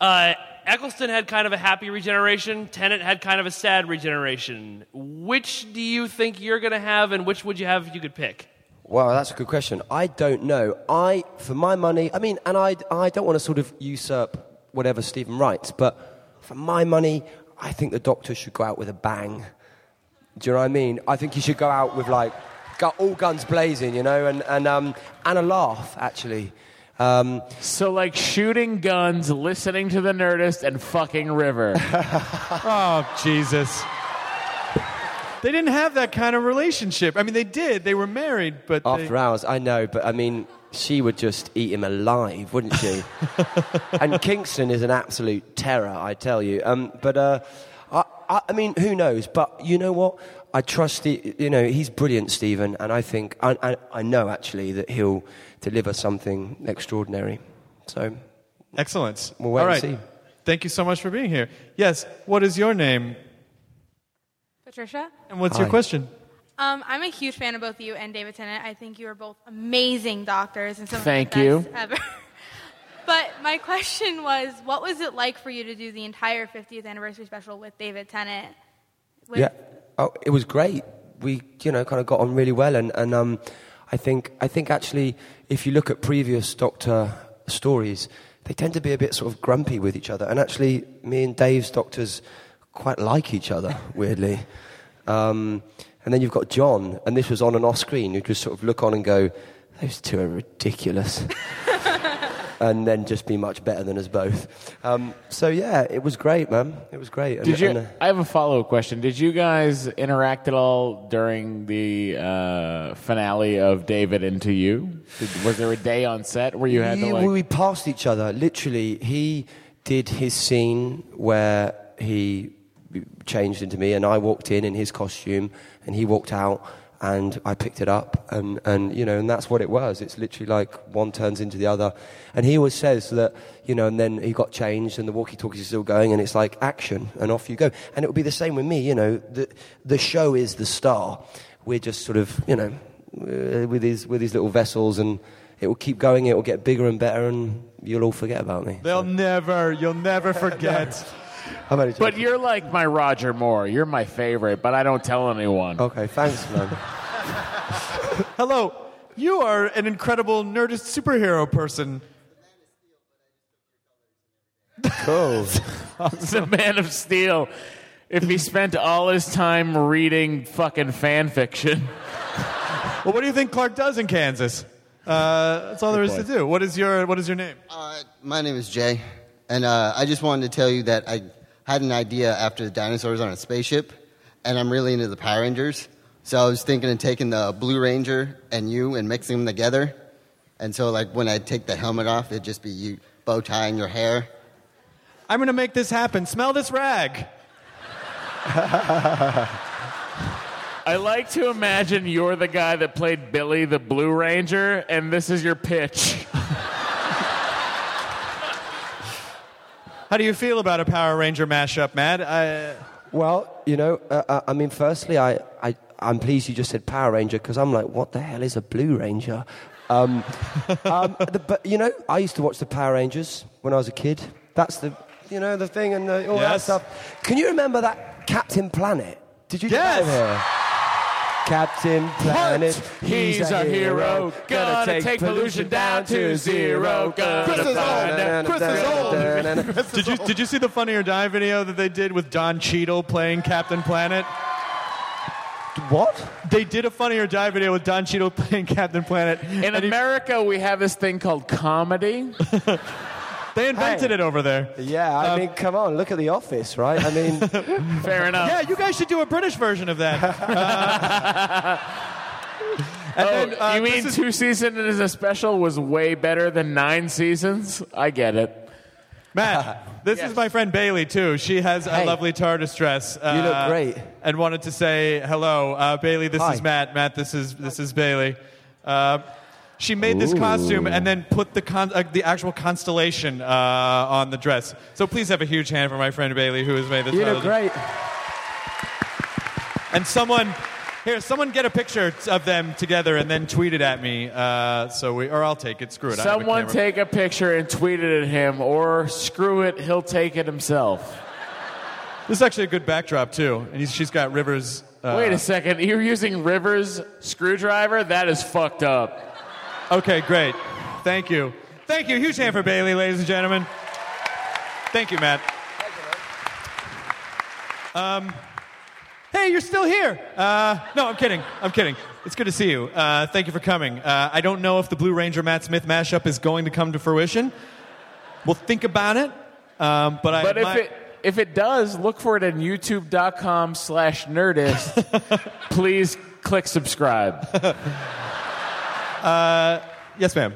Speaker 17: uh, Eccleston had kind of a happy regeneration. Tennant had kind of a sad regeneration. Which do you think you're gonna have, and which would you have if you could pick?
Speaker 6: Wow, that's a good question. I don't know. I, for my money, I mean, and I, I don't want to sort of usurp whatever Stephen writes, but for my money, I think the doctor should go out with a bang. Do you know what I mean? I think he should go out with like gu- all guns blazing, you know, and and um and a laugh actually. Um,
Speaker 7: so like shooting guns, listening to the Nerdist, and fucking
Speaker 6: (laughs)
Speaker 7: River.
Speaker 2: oh Jesus! They didn't have that kind of relationship. I mean, they did. They were married, but they-
Speaker 6: After hours, I know, but I mean, she would just eat him alive, wouldn't
Speaker 2: (laughs)
Speaker 6: she? and Kingston is an absolute terror, I tell you. Um, but uh, I, I, I mean, who knows? But you know what? I trust the, you know, he's brilliant, Stephen, and I think, I, I, I know actually that he'll deliver something extraordinary. So,
Speaker 2: excellent.
Speaker 6: We'll wait
Speaker 2: All
Speaker 6: and
Speaker 2: right.
Speaker 6: see.
Speaker 2: Thank you so much for being here. Yes. What is your name?
Speaker 18: Patricia?
Speaker 2: And what's your
Speaker 6: Hi.
Speaker 2: question?
Speaker 18: Um, I'm a huge fan of both you and David Tennant. I think you are both amazing doctors and some
Speaker 7: Thank
Speaker 18: of the
Speaker 7: you.
Speaker 18: best ever. (laughs) But my question was, what was it like for you to do the entire 50th anniversary special with David Tennant? With-
Speaker 6: yeah. Oh, it was great. We, you know, kind of got on really well, and and um, I think I think actually, if you look at previous Doctor stories, they tend to be a bit sort of grumpy with each other, and actually, me and Dave's Doctors quite like each other (laughs) weirdly. Um, and then you've got John, and this was on and off screen. You just sort of look on and go, "Those two are ridiculous," (laughs) and then just be much better than us both. Um, so yeah, it was great, man. It was great. And-
Speaker 7: Did you?
Speaker 6: and, uh,
Speaker 7: I have a follow up question. Did you guys interact at all during the uh, finale of David into You? Did, was there a day on set where you had to
Speaker 6: Yeah,
Speaker 7: like?
Speaker 6: we passed each other literally he did his scene where he changed into me and i walked in in his costume and he walked out and i picked it up and, and you know and that's what it was it's literally like one turns into the other and he always says that you know and then he got changed and the walkie talkies is still going and it's like action and off you go and it would be the same with me you know the, the show is the star we're just sort of you know uh, with these with these little vessels and it will keep going it will get bigger and better and you'll all forget about me
Speaker 2: They'll never, you'll never
Speaker 6: (laughs)
Speaker 2: forget.
Speaker 6: I'm only
Speaker 7: But you're like my Roger Moore. You're my favorite, but I don't tell anyone.
Speaker 6: Okay, thanks, man.
Speaker 2: Hello, you are an incredible nerdist superhero person.
Speaker 6: Cool.
Speaker 7: (laughs) the Man of Steel. If he spent all his time reading fucking fan fiction.
Speaker 2: Well, what do you think Clark does in Kansas? Uh, that's all there is to do. What is your What is your name?
Speaker 19: Uh, My name is Jay, and uh, I just wanted to tell you that I had an idea after the dinosaurs on a spaceship, and I'm really into the Power Rangers. So I was thinking of taking the Blue Ranger and you and mixing them together. And so, like, when I take the helmet off, it'd just be you bow tying your hair.
Speaker 2: I'm gonna make this happen. Smell this
Speaker 19: (laughs)
Speaker 2: rag.
Speaker 7: I like to imagine you're the guy that played Billy the Blue Ranger, and this is your pitch. (laughs)
Speaker 2: How do you feel about a Power Ranger mashup, Matt? I,
Speaker 6: well you know uh, uh, i mean firstly I, I i'm pleased you just said power ranger because i'm like what the hell is a blue ranger (laughs) um, um, the, but you know i used to watch the power rangers when i was a kid that's the you know the thing and the, all that
Speaker 2: Yes.
Speaker 6: stuff can you remember that captain planet did you do
Speaker 2: Yes.
Speaker 6: that over here? Captain Planet, he's, a, hero. Gonna take pollution down to zero. Gonna find out-
Speaker 2: Did you Did you see the Funny or Die video that they did with Don Cheadle playing Captain Planet?
Speaker 6: What?
Speaker 2: They did a Funny or Die video with Don Cheadle (laughs) playing Captain Planet.
Speaker 7: In America, we have this thing called
Speaker 2: (laughs)
Speaker 7: comedy.
Speaker 2: they invented it over there. Um,
Speaker 6: Yeah, I mean, come on, look at The Office, right? I mean,
Speaker 2: (laughs)
Speaker 7: Fair enough.
Speaker 2: Yeah, you guys should do a British version
Speaker 6: (laughs)
Speaker 2: of that. Uh, and
Speaker 7: oh,
Speaker 2: then, uh,
Speaker 7: you
Speaker 2: this
Speaker 7: mean
Speaker 2: is-
Speaker 7: two seasons as a special was way better than nine seasons? I get it. (laughs)
Speaker 2: Matt, this is my friend Bailey too. She has a
Speaker 7: Hey.
Speaker 2: lovely TARDIS dress.
Speaker 6: You look great.
Speaker 2: uh, And wanted to say hello, uh, Bailey. This
Speaker 6: Hi.
Speaker 2: is Matt. Matt, this is this is Bailey. Uh, she made this
Speaker 6: Ooh.
Speaker 2: costume and then put the con- uh, the actual constellation uh, on the dress. So please have a huge hand for my friend Bailey, who has made this.
Speaker 6: You look great.
Speaker 2: TARDIS. And someone. Here, someone get a picture of them together and then tweet it at me. Uh, so we, or I'll take it. Screw it. I have a
Speaker 7: Someone
Speaker 2: camera.
Speaker 7: take a picture and tweet it at him, or screw it, he'll take it himself.
Speaker 2: This is actually a good backdrop too, and he's, she's got Rivers. Uh,
Speaker 7: Wait a second, you're using Rivers' screwdriver? That is fucked up.
Speaker 2: Okay, great. Thank you. Thank you. Huge hand for Bailey, ladies and gentlemen. Thank you, Matt. Um, hey, you're still here. Uh, no, I'm kidding. I'm kidding. It's good to see you. Uh, thank you for coming. Uh, I don't know if the Blue Ranger Matt Smith mashup is going to come to fruition. We'll think about it. Um, but I
Speaker 7: But if
Speaker 2: admire-
Speaker 7: it if it does, look for it on youtube.com slash nerdist.
Speaker 2: (laughs)
Speaker 7: Please click subscribe.
Speaker 2: uh, yes, ma'am.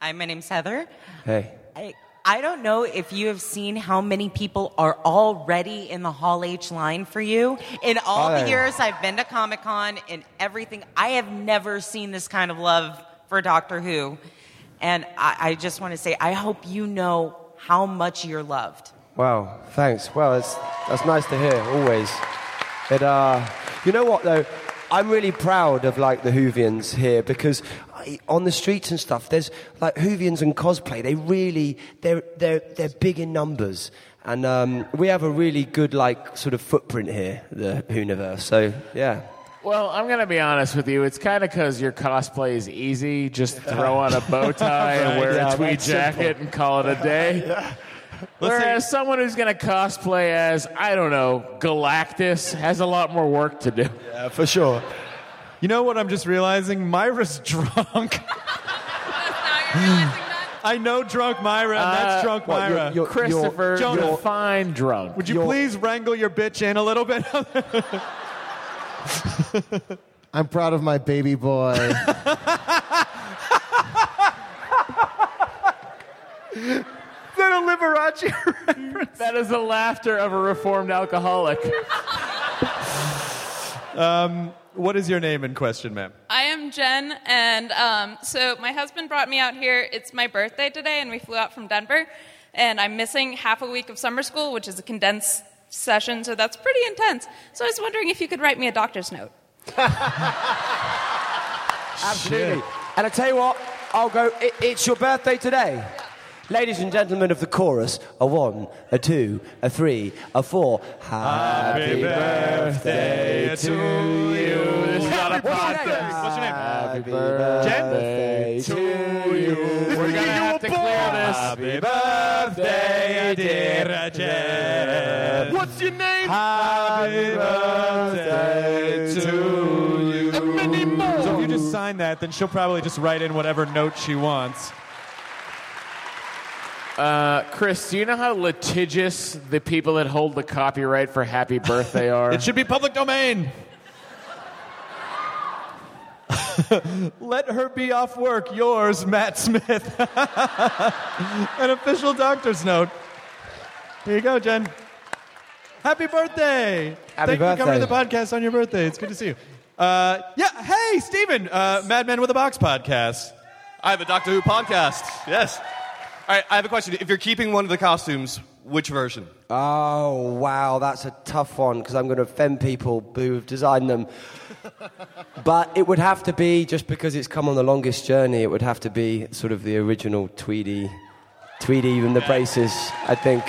Speaker 20: Hi, my name's Heather.
Speaker 6: Hey.
Speaker 20: I, I don't know if you have seen how many people are already in the Hall H line for you. In all
Speaker 6: Hi.
Speaker 20: the years I've been to Comic Con and everything, I have never seen this kind of love for Doctor Who. And I, I just want to say, I hope you know how much you're loved.
Speaker 6: Wow, thanks. Well, it's, that's nice to hear, always. It, uh, you know what, though? I'm really proud of, like, the Hoovians here because I- on the streets and stuff, there's like Hoovians and cosplay. They really they're they're they're big in numbers, and um, we have a really good like sort of footprint here, the Hooniverse. So yeah.
Speaker 7: Well, I'm gonna be honest with you. It's kind of because your cosplay is easy. Just throw on a bow tie and
Speaker 14: Right,
Speaker 7: wear
Speaker 14: yeah,
Speaker 7: a tweed
Speaker 14: that's simple.
Speaker 7: jacket and call it a day. Whereas someone who's gonna cosplay as I don't know Galactus has a lot more work to do.
Speaker 2: Yeah, for sure. You know what I'm just realizing? Myra's drunk. I know drunk Myra, and that's
Speaker 7: Uh,
Speaker 2: drunk
Speaker 7: what, you're-
Speaker 2: Myra.
Speaker 7: you're- Christopher,
Speaker 2: Jonah,
Speaker 7: you're fine drunk.
Speaker 2: Would you
Speaker 7: You're-
Speaker 2: please wrangle your bitch in a little bit? (laughs)
Speaker 8: I'm proud of my baby
Speaker 2: (laughs)
Speaker 8: boy.
Speaker 7: Is that a Liberace reference? That is the laughter of a reformed alcoholic.
Speaker 2: um, what is your name in question, ma'am?
Speaker 21: I am Jen, and um, so my husband brought me out here. It's my birthday today, and we flew out from Denver. And I'm missing half a week of summer school, which is a condensed session, so that's pretty intense. So I was wondering if you could write me a doctor's note.
Speaker 6: Absolutely. And I tell you what, I'll go. It, it's your birthday today. Ladies and gentlemen of the chorus, a one, a two, a three, a four. Happy, birthday, to you.
Speaker 14: This is not a
Speaker 7: Uh,
Speaker 14: podcast. What's your name?
Speaker 6: Happy birthday to you. We're gonna have to clear this.
Speaker 14: Happy birthday,
Speaker 2: e
Speaker 14: dear Jen. What's your name? Happy birthday to you. And many more.
Speaker 2: So if you just sign that, then she'll probably just write in whatever note she wants.
Speaker 7: Uh, Chris, do you know how litigious the people that hold the copyright for Happy
Speaker 6: (laughs)
Speaker 7: Birthday are?
Speaker 2: it should be public domain. (laughs) Let her be off work. Yours, Matt Smith. (laughs) An official doctor's note. Here you go, Jen. Happy birthday!
Speaker 14: Happy
Speaker 2: Thank you for coming to the
Speaker 14: birthday.
Speaker 2: podcast on your birthday. It's good to see you. Uh, yeah, hey, Steven, uh, Madman with a Box podcast.
Speaker 22: I have a Doctor Who podcast. Yes. All right, I have a question. If you're keeping one of the costumes, which version?
Speaker 6: Oh, wow, that's a tough one because I'm going to offend people who have designed them. but it would have to be, just because it's come on the longest journey, it would have to be sort of the original Tweedy, Tweedy and the braces, I think.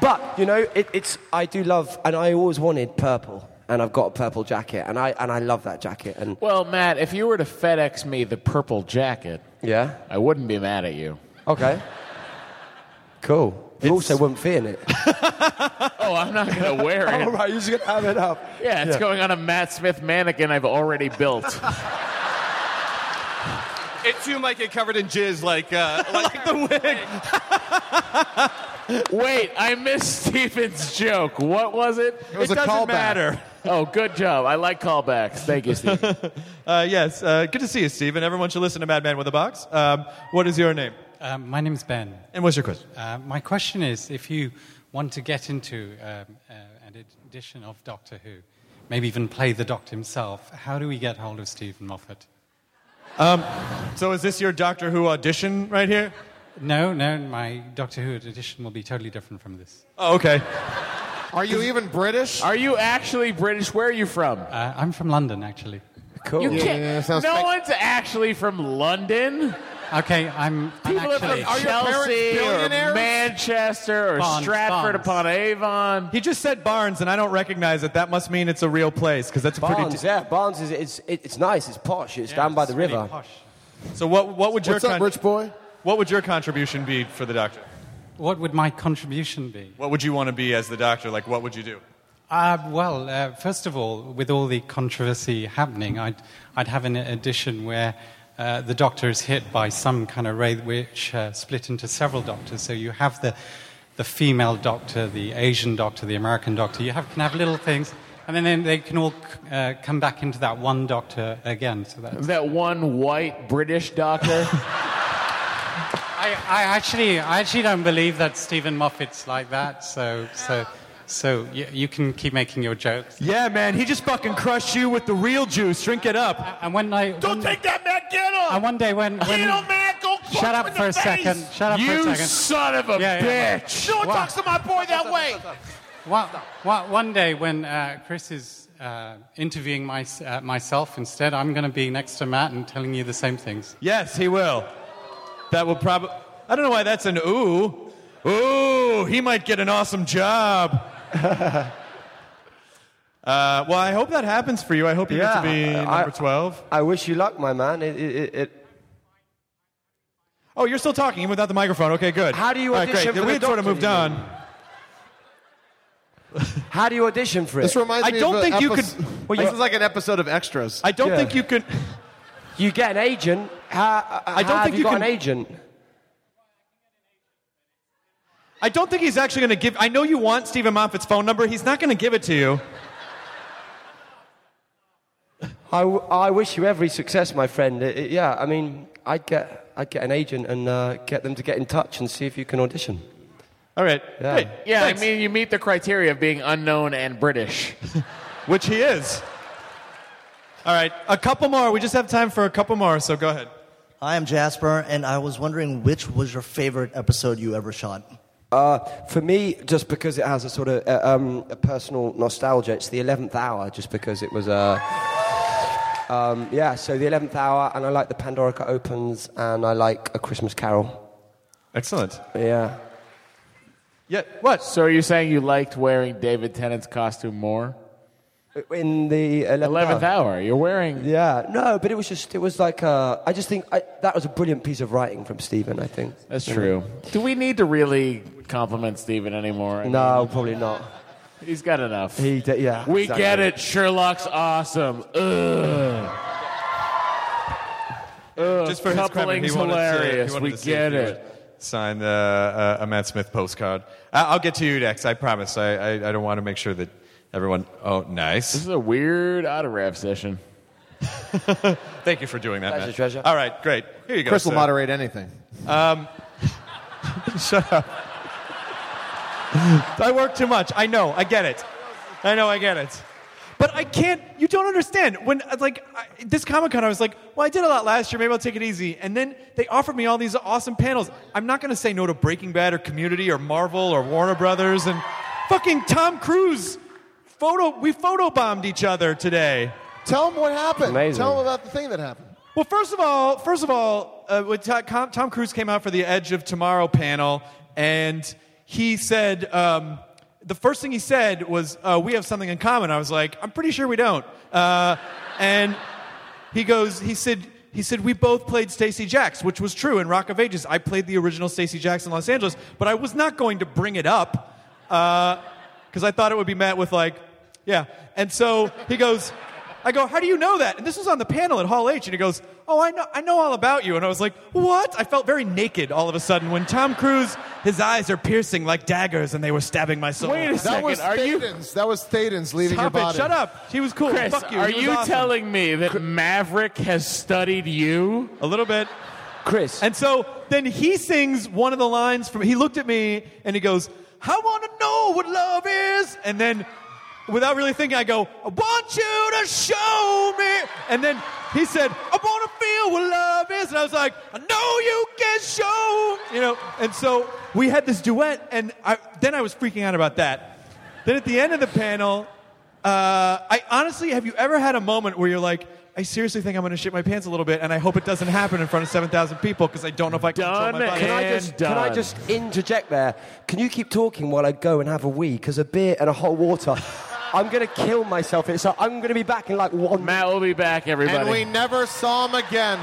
Speaker 6: But, you know, it, it's, I do love, and I always wanted purple, and I've got a purple jacket, and I, and I love that jacket. And
Speaker 7: Well, Matt, if you were to FedEx me the purple jacket,
Speaker 6: yeah,
Speaker 7: I wouldn't be mad at you.
Speaker 6: Okay. Cool. You also wouldn't fit in it.
Speaker 7: (laughs) Oh, I'm not
Speaker 6: (laughs)
Speaker 7: gonna wear it.
Speaker 6: All right, you're just gonna have it up.
Speaker 7: Yeah, it's
Speaker 6: Yeah.
Speaker 7: going on a Matt Smith mannequin I've already
Speaker 6: (laughs)
Speaker 7: built.
Speaker 22: It too might get covered in jizz, like uh,
Speaker 7: (laughs)
Speaker 22: like the wig.
Speaker 7: Wait, I missed Steven's joke. What was it?
Speaker 2: It was It a doesn't callback. matter.
Speaker 7: Oh, good
Speaker 6: (laughs)
Speaker 7: job. I like callbacks. Thank you, Steve.
Speaker 2: (laughs) Uh, yes, uh, good to see you, Steven. Everyone should listen to Madman with a Box. Um, what is your name?
Speaker 23: Um, my name's Ben.
Speaker 2: And what's your question?
Speaker 23: Uh, my question is if you want to get into um, uh, an ed- edition of Doctor Who, maybe even play the Doctor himself, how do we get hold of Stephen Moffat?
Speaker 2: Um, so is this your Doctor Who audition right here?
Speaker 23: No, no, my Doctor Who edition will be totally different from this.
Speaker 2: Oh, okay.
Speaker 23: Are you even British?
Speaker 7: Are you actually British? Where are you from?
Speaker 23: Uh, I'm from London, actually.
Speaker 6: Cool.
Speaker 7: You can't- no one's actually from London.
Speaker 23: Okay, I'm. I'm
Speaker 7: People are from
Speaker 23: actually
Speaker 7: Chelsea or Manchester or
Speaker 23: Barnes,
Speaker 7: Stratford
Speaker 23: Barnes.
Speaker 7: upon Avon.
Speaker 2: He just said Barnes, and I don't recognize it. That must mean it's a real place because that's pretty.
Speaker 6: Barnes, yeah, Barnes is it's it's nice. It's posh. It's down by the river.
Speaker 2: So what? What would your
Speaker 23: What's up, rich
Speaker 2: boy? What would your contribution be for the Doctor?
Speaker 23: What would my contribution be?
Speaker 2: What would you want to be as the Doctor? Like, what would you do?
Speaker 23: Uh, well, uh, first of all, with all the controversy happening, I'd, I'd have an edition where uh, the doctor is hit by some kind of ray which uh, split into several doctors. So you have the, the female doctor, the Asian doctor, the American doctor. You have, can have little things, and then- then they can all c- uh, come back into that one doctor again. So that's,
Speaker 7: That one white
Speaker 23: (laughs)
Speaker 7: British doctor.
Speaker 23: I, I, actually, I actually don't believe that Stephen Moffat's like that. So, so, so you, you can keep making your jokes.
Speaker 2: Yeah, man, he just fucking crushed you with the real juice. Drink it up.
Speaker 23: And when I
Speaker 2: don't take that, Matt. Get him.
Speaker 23: And one day when, when shut up for a second, shut up for a second.
Speaker 7: son of a
Speaker 23: Yeah, yeah.
Speaker 7: bitch.
Speaker 23: Wow.
Speaker 14: to my boy that way.
Speaker 23: One, one, one day when uh, Chris is uh, interviewing my, uh, myself instead, I'm going to be next to Matt and telling you the same things.
Speaker 2: Yes, he will. That will probably. I don't know why that's an ooh. Ooh, he might get an awesome
Speaker 6: (laughs)
Speaker 2: job. uh, well, I hope that happens for you. I hope you get to be number 12.
Speaker 6: I wish you luck, my man. It, it, it, it,
Speaker 2: Oh, you're still talking even without the microphone. Okay, good.
Speaker 6: How do you
Speaker 2: All right,
Speaker 6: audition
Speaker 2: great.
Speaker 6: for
Speaker 2: We
Speaker 6: the
Speaker 2: had sort of
Speaker 6: doctor,
Speaker 2: moved
Speaker 6: you
Speaker 2: on.
Speaker 6: How do you audition for it?
Speaker 9: This reminds
Speaker 2: I
Speaker 9: me
Speaker 2: don't
Speaker 9: of a
Speaker 2: think you
Speaker 9: epis-
Speaker 6: (laughs)
Speaker 2: could-
Speaker 6: well, you-
Speaker 9: this is like an episode of Extras.
Speaker 2: I don't think you can.
Speaker 6: You get an agent. How, uh,
Speaker 2: I don't
Speaker 6: how
Speaker 2: think
Speaker 6: have
Speaker 2: you
Speaker 6: got
Speaker 2: can-
Speaker 6: an agent.
Speaker 2: I don't think he's actually going to give. I know you want Stephen Moffat's phone number. He's not going to give it to you.
Speaker 6: I, w- I wish you every success, my friend. It- it- yeah, I mean, I'd get, I'd get an agent and uh, get them to get in touch and see if you can audition.
Speaker 2: All right.
Speaker 6: Yeah.
Speaker 7: Yeah, I mean, you meet the criteria of being unknown and British.
Speaker 2: Which he is. All right, a couple more. We just have time for a couple more, so go ahead.
Speaker 24: Hi, I'm Jasper, and I was wondering which was your favorite episode you ever shot.
Speaker 6: Uh, for me, just because it has a sort of uh, um, a personal nostalgia, it's the 11th hour, just because it was Uh, um, yeah, so the 11th hour, and I like the Pandorica Opens, and I like A Christmas Carol.
Speaker 2: Excellent.
Speaker 6: Yeah.
Speaker 2: Yeah, what?
Speaker 7: So are you saying you liked wearing David Tennant's costume more?
Speaker 6: In the 11th,
Speaker 7: 11th hour. You're wearing.
Speaker 6: Yeah, no, but it was just, it was like, uh, I just think I, that was a brilliant piece of writing from Stephen, I think.
Speaker 7: That's true. Do we need to really compliment Steven anymore? I
Speaker 6: No, probably not.
Speaker 7: He's got enough.
Speaker 2: (laughs)
Speaker 6: He did, yeah.
Speaker 7: We
Speaker 6: exactly.
Speaker 7: get it. Sherlock's awesome. Ugh. Ugh,
Speaker 2: Just for his credit,
Speaker 7: coupling's
Speaker 2: he wanted to- he
Speaker 7: hilarious.
Speaker 2: wanted
Speaker 7: we
Speaker 2: to see if
Speaker 7: get
Speaker 2: he
Speaker 7: it.
Speaker 2: would Sign the, uh, a Matt Smith postcard. I- I'll get to you next. I promise. I, I, I don't want to make sure that everyone. Oh, nice. This
Speaker 7: is a weird autograph session.
Speaker 2: (laughs) Thank you for doing that.
Speaker 7: Pleasure,
Speaker 2: Matt.
Speaker 7: treasure.
Speaker 2: All right, great. Here you go.
Speaker 9: Chris will
Speaker 2: sir.
Speaker 9: moderate anything.
Speaker 7: (laughs)
Speaker 2: Um, shut (laughs) up. I work too much. I know. I get it. I know. I get it. But I can't. You don't understand. When uh, like I, this Comic Con, I was like, "Well, I did a lot last year. Maybe I'll take it easy." And then they offered me all these awesome panels. I'm not going to say no to Breaking Bad or Community or Marvel or Warner Brothers and fucking Tom Cruise. Photo. We photobombed each other today.
Speaker 9: Tell them what happened.
Speaker 2: Amazing.
Speaker 9: Tell them about the thing that happened.
Speaker 2: Well, first of all, first of all, uh, when Tom, Com- Tom Cruise came out for the Edge of Tomorrow panel, and he said um, the first thing he said was, uh, "We have something in common." I was like, "I'm pretty sure we don't." Uh, and he goes, he said, he said, we both played Stacy Jacks, which was true in Rock of Ages. I played the original Stacy Jacks in Los Angeles, but I was not going to bring it up because I thought it would be met with like, yeah. And so he goes, I go, how do you know that? And this was on the panel at Hall H, and he goes, oh, I know, I know all about you. And I was like, what? I felt very naked all of a sudden when Tom Cruise, his eyes are piercing like daggers, and they were stabbing my soul.
Speaker 9: that Was Thaden's. That was Thaden's leaving
Speaker 2: Stop
Speaker 9: your
Speaker 2: it!
Speaker 9: body.
Speaker 2: Shut up! He was cool.
Speaker 7: Chris,
Speaker 2: Fuck you.
Speaker 7: are
Speaker 2: He was
Speaker 7: you
Speaker 2: awesome.
Speaker 7: telling me that Maverick has studied you?
Speaker 2: A little bit.
Speaker 6: Chris.
Speaker 2: And so then he sings one of the lines from, he looked at me and he goes, I want to know what love is. And then without really thinking, I go, I want you to show me. And then he said, I want to feel what love is. And I was like, I know you can show. You know, and so we had this duet and I, then I was freaking out about that. Then at the end of the panel, uh, I honestly, have you ever had a moment where you're like, I seriously think I'm going to shit my pants a little bit, and I hope it doesn't happen in front of 7,000 people because I don't know if I can control my body.
Speaker 6: Can I just can I just interject there? Can you keep talking while I go and have a wee? Because a beer and a hot water, (laughs) I'm gonna kill myself. It's like, I'm gonna be back in like one.
Speaker 7: Matt will be back, everybody.
Speaker 9: And we never saw him again.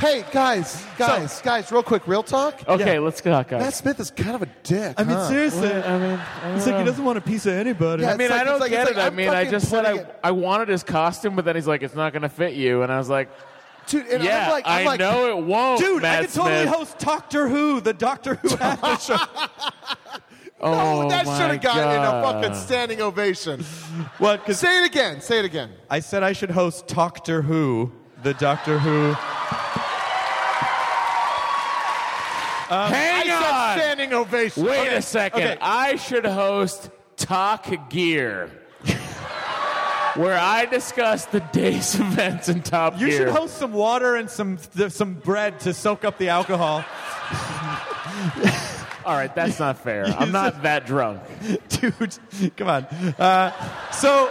Speaker 9: Hey guys, guys, guys! Real quick, real talk.
Speaker 7: Okay, let's go, guys.
Speaker 9: Matt Smith is kind of a dick.
Speaker 2: I mean,
Speaker 9: huh?
Speaker 2: seriously. I mean, it's like he doesn't want a piece of anybody.
Speaker 7: I mean, I don't get it. I mean, I just said I, I wanted his costume, but then he's like, it's not going to fit you. And I was like,
Speaker 9: Dude,
Speaker 2: and I'm
Speaker 7: yeah,
Speaker 2: like- I'm
Speaker 7: I
Speaker 2: like,
Speaker 7: know it won't.
Speaker 2: Dude, I
Speaker 7: Matt
Speaker 2: could totally
Speaker 7: Smith.
Speaker 2: host Doctor Who, the Doctor
Speaker 7: (laughs)
Speaker 2: Who after
Speaker 9: (laughs)
Speaker 2: show.
Speaker 7: Oh,
Speaker 9: that
Speaker 7: my
Speaker 9: should have gotten
Speaker 7: God.
Speaker 9: in a fucking standing ovation.
Speaker 2: What? 'Cause
Speaker 9: Say it again. Say it again.
Speaker 2: I said I should host Doctor Who, the Doctor Who. Um,
Speaker 7: Hang
Speaker 9: I said
Speaker 7: on.
Speaker 9: standing ovation.
Speaker 7: Wait
Speaker 9: Okay,
Speaker 7: a second.
Speaker 9: okay.
Speaker 7: I should host Talk
Speaker 9: (laughs)
Speaker 7: Gear, where I discuss the day's (laughs) events in Top
Speaker 2: You
Speaker 7: Gear.
Speaker 2: should host some water and some th- some bread to soak up the alcohol.
Speaker 7: (laughs) All right, that's
Speaker 2: (laughs)
Speaker 7: not fair. I'm not that drunk.
Speaker 2: Dude, come on. Uh, so,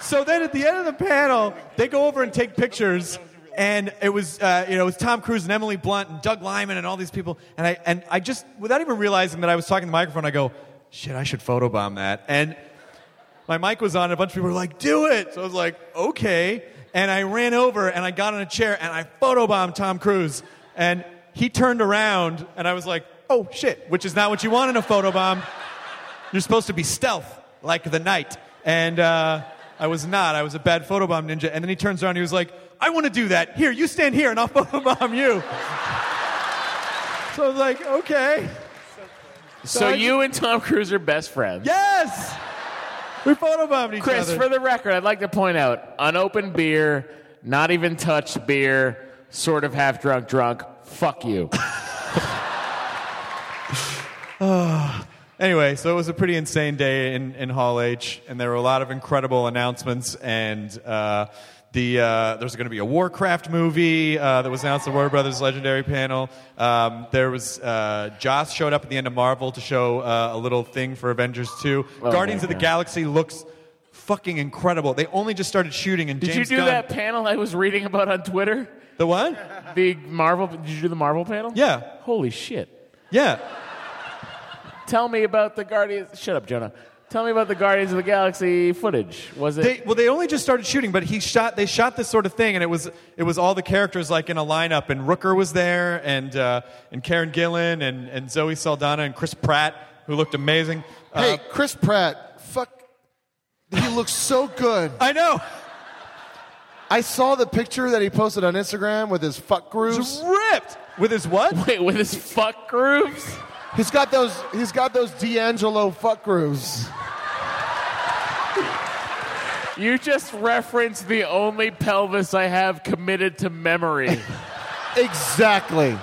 Speaker 2: so then at the end of the panel, they go over and take pictures. And it was, uh, you know, it was Tom Cruise and Emily Blunt and Doug Lyman and all these people. And I, and I just, without even realizing that I was talking to the microphone, I go, shit, I should photobomb that. And my mic was on, and a bunch of people were like, do it. So I was like, okay. And I ran over and I got on a chair and I photobombed Tom Cruise. And he turned around and I was like, oh shit, which is not what you want in a photobomb. You're supposed to be stealth, like the knight. And uh, I was not. I was a bad photobomb ninja. And then he turns around and he was like, I want to do that. Here, you stand here and I'll (laughs) photobomb you. so I was like, okay.
Speaker 7: So you and Tom Cruise are best friends.
Speaker 2: Yes! We photobombed each
Speaker 7: Chris,
Speaker 2: other.
Speaker 7: for the record, I'd like to point out unopened beer, not even touched beer, sort of half drunk, drunk. Fuck you. (laughs)
Speaker 2: Ah. (sighs) anyway, so it was a pretty insane day in, in Hall H, and there were a lot of incredible announcements. And uh, the uh, there's going to be a Warcraft movie uh, that was announced at Warner Brothers Legendary panel. Um, there was uh, Joss showed up at the end of Marvel to show uh, a little thing for Avengers 2.
Speaker 7: Oh,
Speaker 2: Guardians
Speaker 7: yeah,
Speaker 2: of the
Speaker 7: yeah.
Speaker 2: Galaxy looks fucking incredible. They only just started shooting, and
Speaker 7: Did
Speaker 2: James
Speaker 7: you do
Speaker 2: Gunn-
Speaker 7: that panel I was reading about on Twitter?
Speaker 2: The what?
Speaker 7: The Marvel. Did you do the Marvel panel?
Speaker 2: Yeah.
Speaker 7: Holy shit.
Speaker 2: Yeah.
Speaker 7: Tell me about the Guardians. Shut up, Jonah. Tell me about the Guardians of the Galaxy footage. Was it?
Speaker 2: They, well, they only just started shooting, but he shot. They shot this sort of thing, and it was it was all the characters like in a lineup, and Rooker was there, and uh, and Karen Gillan, and and Zoe Saldana, and Chris Pratt, who looked amazing. Uh,
Speaker 16: Hey, Chris Pratt, fuck. He looks so good.
Speaker 2: I know.
Speaker 16: I saw the picture that he posted on Instagram with his fuck grooves.
Speaker 2: ripped with his what?
Speaker 7: (laughs) Wait, with his fuck grooves?
Speaker 16: He's got those. He's got those D'Angelo fuck grooves.
Speaker 7: You just referenced the only pelvis I have committed to memory.
Speaker 16: Exactly.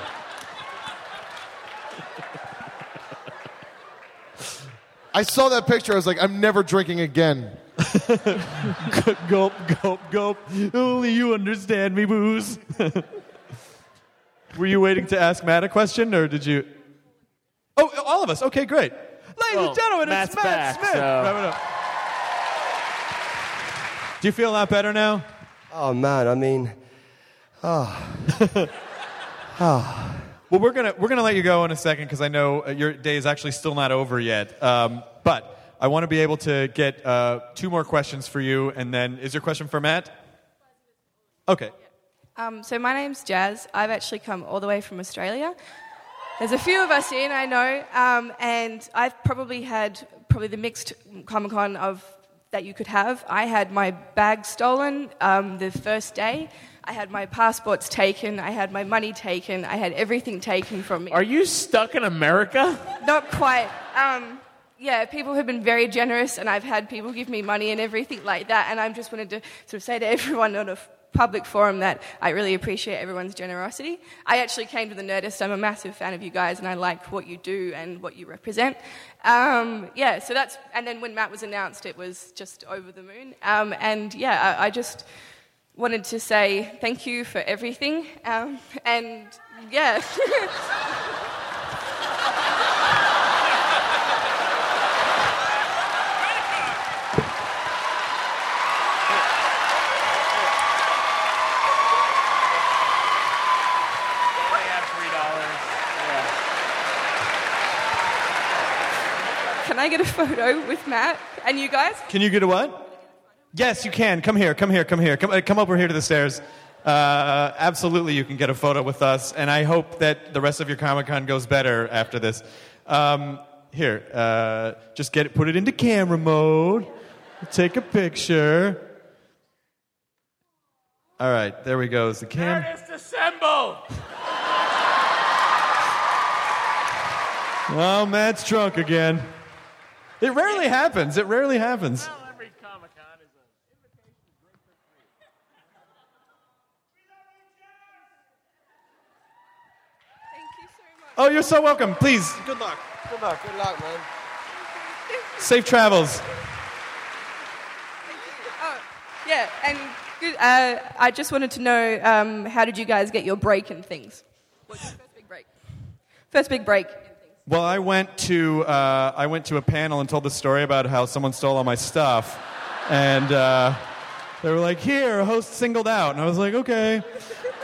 Speaker 16: I saw that picture. I was like, I'm never drinking again.
Speaker 2: (laughs) gulp, gulp, gulp. Only you understand me, booze. (laughs) Were you waiting to ask Matt a question, or did you? Oh, all of us. Okay, great. Ladies
Speaker 14: Well,
Speaker 2: and gentlemen,
Speaker 14: Matt's
Speaker 2: it's Matt
Speaker 14: back,
Speaker 2: Smith.
Speaker 14: so-
Speaker 2: Wrap it up. Do you feel a lot better now?
Speaker 6: Oh man, I mean,
Speaker 2: (laughs)
Speaker 6: oh. Ah.
Speaker 2: well, we're gonna we're gonna let you go in a second because I know uh, your day is actually still not over yet. Um, but I want to be able to get uh, two more questions for you, and then is your question for Matt? Okay.
Speaker 25: Um, so my name's Jazz. I've actually come all the way from Australia. There's a few of us in, I know, um, and I've probably had probably the mixed Comic Con of that you could have. I had my bag stolen um, the first day. I had my passports taken. I had my money taken. I had everything taken from me.
Speaker 7: Are you stuck in America?
Speaker 25: Not quite. Um, yeah, people have been very generous, and I've had people give me money and everything like that. And I am just wanted to sort of say to (laughs) everyone on a f- public forum that I really appreciate everyone's generosity. I actually came to the Nerdist. I'm a massive fan of you guys, and I like what you do and what you represent. Um, yeah, so that's. And then when Matt was announced, it was just over
Speaker 2: (laughs)
Speaker 25: the moon. Um, and yeah, I, I just wanted to say thank you for everything. Um, and yeah. (laughs) Can I get a photo with Matt and you guys?
Speaker 2: Can you get a what? Yes, you can. Come here. Come here. Come here. Come, uh, come over here to the stairs. Uh, absolutely, you can get a photo with us, and I hope that the rest of your Comic Con goes better after this. Um, here, uh, just get it, put it into camera mode. Take a picture. All right, there we go. Is the cam?
Speaker 7: Disassemble!
Speaker 2: Oh, Matt's drunk again. It rarely happens. It rarely happens. Oh, you're so welcome. Please,
Speaker 16: Good luck. Good luck. Good luck, man.
Speaker 2: safe travels.
Speaker 16: Uh,
Speaker 25: Yeah, and good, uh, I just wanted to know um, how did you guys get your break and things? First big break.
Speaker 2: Well, I went to uh, I went to a panel and told the story about how someone stole all my stuff, and uh, they were like, "Here, a host singled out," and I was like, "Okay."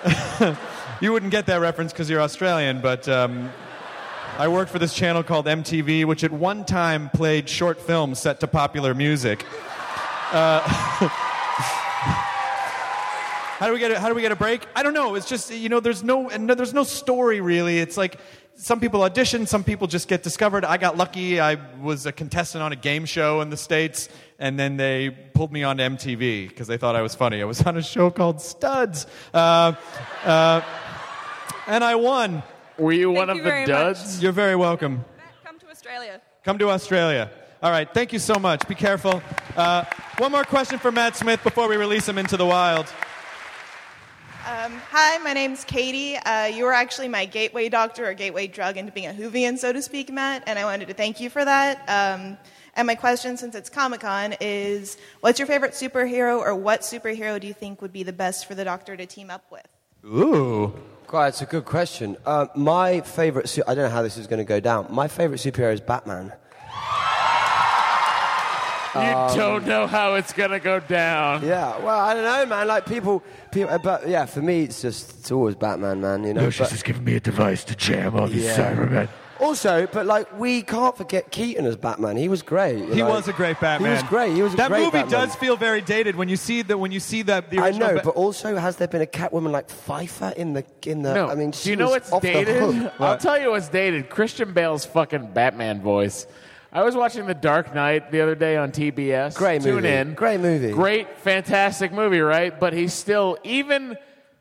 Speaker 2: (laughs) you wouldn't get that reference because you're Australian, but um, I worked for this channel called MTV, which at one time played short films set to popular music. Uh, (laughs) How do we get a, how do we get a break? I don't know. It's just you know there's no, and no there's no story really. It's like some people audition, some people just get discovered. I got lucky. I was a contestant on a game show in the states, and then they pulled me onto MTV because they thought I was funny. I was on a show called Studs, uh, uh, and I won. Were you one
Speaker 25: Thank of you the very much. duds?
Speaker 2: You're very welcome.
Speaker 25: Come to Australia.
Speaker 2: Come to Australia. All right. Thank you so much. Be careful. Uh, one more question for Matt Smith before we release him into the wild.
Speaker 5: Um, hi, my name's Katie. Uh, you were actually my gateway doctor or gateway drug into being a Hoovian, so to speak, Matt, and I wanted to thank you for that. Um, and my question, since it's Comic Con, is what's your favorite superhero or what superhero do you think would be the best for the doctor to team up with?
Speaker 2: Ooh.
Speaker 6: God, it's a good question. Uh, my favorite, su- I don't know how this is going to go down. My favorite superhero is Batman.
Speaker 7: You
Speaker 6: Um,
Speaker 7: don't know how it's gonna go down.
Speaker 6: Yeah, well, I don't know, man. Like people, people, uh, but yeah, for me, it's just it's always Batman, man. You know.
Speaker 14: No, she's
Speaker 6: but-
Speaker 14: just giving me a device to jam on you,
Speaker 6: Yeah. Uh,
Speaker 14: Cyberman.
Speaker 6: Also, but like we can't forget Keaton as Batman. He was great.
Speaker 2: He
Speaker 6: like-
Speaker 2: was a great Batman.
Speaker 6: He was great. He was a
Speaker 2: that
Speaker 6: great
Speaker 2: movie
Speaker 6: Batman.
Speaker 2: does feel very dated when you see that when you see that the
Speaker 6: I
Speaker 2: original.
Speaker 6: know,
Speaker 2: Ba-
Speaker 6: but also has there been a Catwoman like Pfeiffer in the in the?
Speaker 7: No.
Speaker 6: I mean,
Speaker 7: do
Speaker 6: she
Speaker 7: you know
Speaker 6: was
Speaker 7: what's
Speaker 6: off the
Speaker 7: dated? (laughs)
Speaker 6: hook.
Speaker 7: I'll tell you what's dated. Christian Bale's fucking Batman voice. I was watching The Dark Knight the other day on TBS.
Speaker 6: Great
Speaker 7: Tune
Speaker 6: movie.
Speaker 7: in.
Speaker 6: Great movie.
Speaker 7: Great, fantastic movie, right? But he's still, even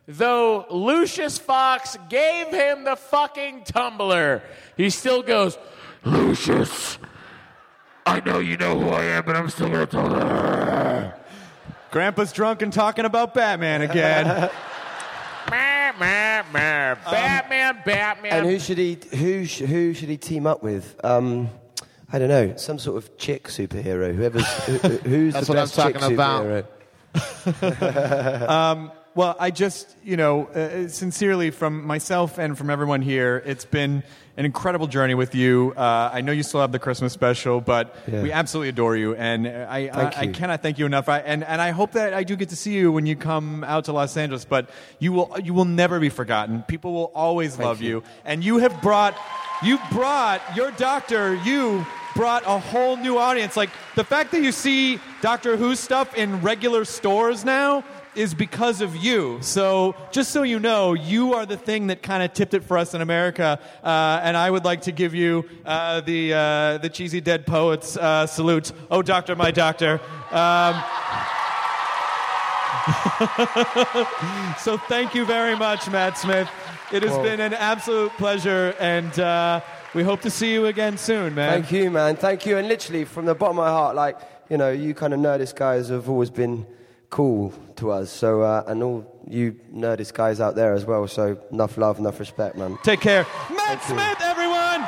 Speaker 7: though Lucius Fox gave him the fucking tumbler, he still goes,
Speaker 14: Lucius, I know you know who I am, but I'm still gonna tell her.
Speaker 2: Grandpa's drunk and talking about Batman
Speaker 6: (laughs)
Speaker 2: again.
Speaker 7: meh, meh, meh. Batman, Batman.
Speaker 6: Um, And who should he who sh- who should he team up with? Um, I don't know, some sort of chick superhero. Whoever's who, who's
Speaker 9: That's
Speaker 6: the
Speaker 9: what I'm
Speaker 6: best chick
Speaker 9: talking about.
Speaker 6: superhero?
Speaker 2: um, well, I just, you know, uh, sincerely from myself and from everyone here, it's been an incredible journey with you. Uh, I know you still have the Christmas special, but
Speaker 14: Yeah.
Speaker 2: we absolutely adore you, and uh, I, I,
Speaker 14: Thank
Speaker 2: I
Speaker 14: you.
Speaker 2: cannot thank you enough. I, and and I hope that I do get to see you when you come out to Los Angeles. But you will you will never be forgotten. People will always love you. and you have brought you brought your doctor you. Brought a whole new audience. Like the fact that you see Doctor Who stuff in regular stores now is because of you. So just so you know, you are the thing that kind of tipped it for us in America. Uh, and I would like to give you uh, the uh, the cheesy dead poets uh, salute. Oh, doctor, my doctor. Um, (laughs) so thank you very much, Matt Smith. It has
Speaker 6: Whoa.
Speaker 2: been an absolute pleasure, and uh, we hope to see you again soon, man.
Speaker 6: Thank you, man. Thank you. And literally, from the bottom of my heart, like, you know, you kind of nerdist guys have always been cool to us. So, uh, and all you nerdist guys out there as well. So, enough love, enough respect, man.
Speaker 2: Take care. Matt Smith, everyone.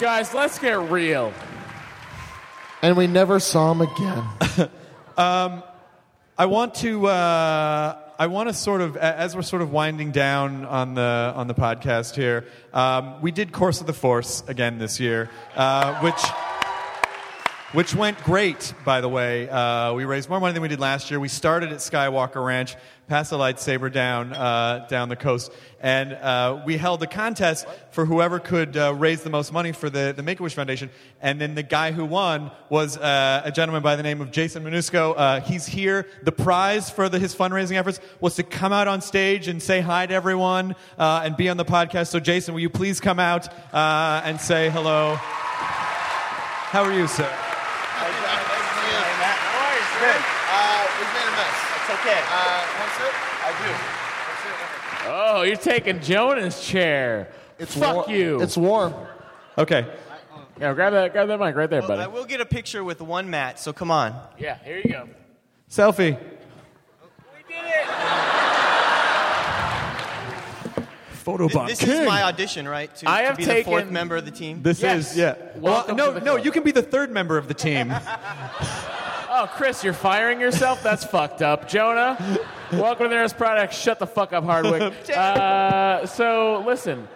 Speaker 7: Guys, let's get real.
Speaker 16: And we never saw him
Speaker 2: (laughs)
Speaker 16: again.
Speaker 2: Um, I want to. Uh, I want to sort of, a- as we're sort of winding down on the on the podcast here, um, we did Course of the Force again this year, uh, which which went great, by the way. Uh, we raised more money than we did last year. We started at Skywalker Ranch, passed a lightsaber down uh, down the coast, and uh, we held a contest for whoever could uh, raise the most money for the, the Make a Wish Foundation. And then the guy who won was uh, a gentleman by the name of Jason Minusco. Uh, he's here. The prize for the, his fundraising efforts was to come out on stage and say hi to everyone uh, and be on the podcast. So, Jason, will you please come out uh, and say hello? How are you, sir?
Speaker 14: Uh, we've made a mess. It's okay. Uh, want sip? I
Speaker 7: Oh, you're taking Jonah's chair.
Speaker 16: It's
Speaker 7: Fuck
Speaker 16: war-
Speaker 7: you.
Speaker 16: It's warm.
Speaker 2: Okay.
Speaker 7: Yeah, grab that, grab that mic right there, buddy.
Speaker 26: I will get a picture with one Matt, so come on.
Speaker 7: Yeah, here you go.
Speaker 2: Selfie.
Speaker 26: We Photobot
Speaker 10: This
Speaker 26: King.
Speaker 10: is my audition, right? To,
Speaker 2: I
Speaker 10: to
Speaker 2: have
Speaker 10: be the
Speaker 2: taken-
Speaker 10: fourth member of the team.
Speaker 2: This is yeah. Well,
Speaker 10: Welcome
Speaker 2: no,
Speaker 10: to the
Speaker 2: no, you can be the third member of the team.
Speaker 10: (laughs)
Speaker 7: Oh, Chris, you're firing yourself? That's (laughs) fucked up. Jonah, welcome to the nearest product. Shut the fuck
Speaker 16: (laughs)
Speaker 7: up, Hardwick. Uh, so, listen,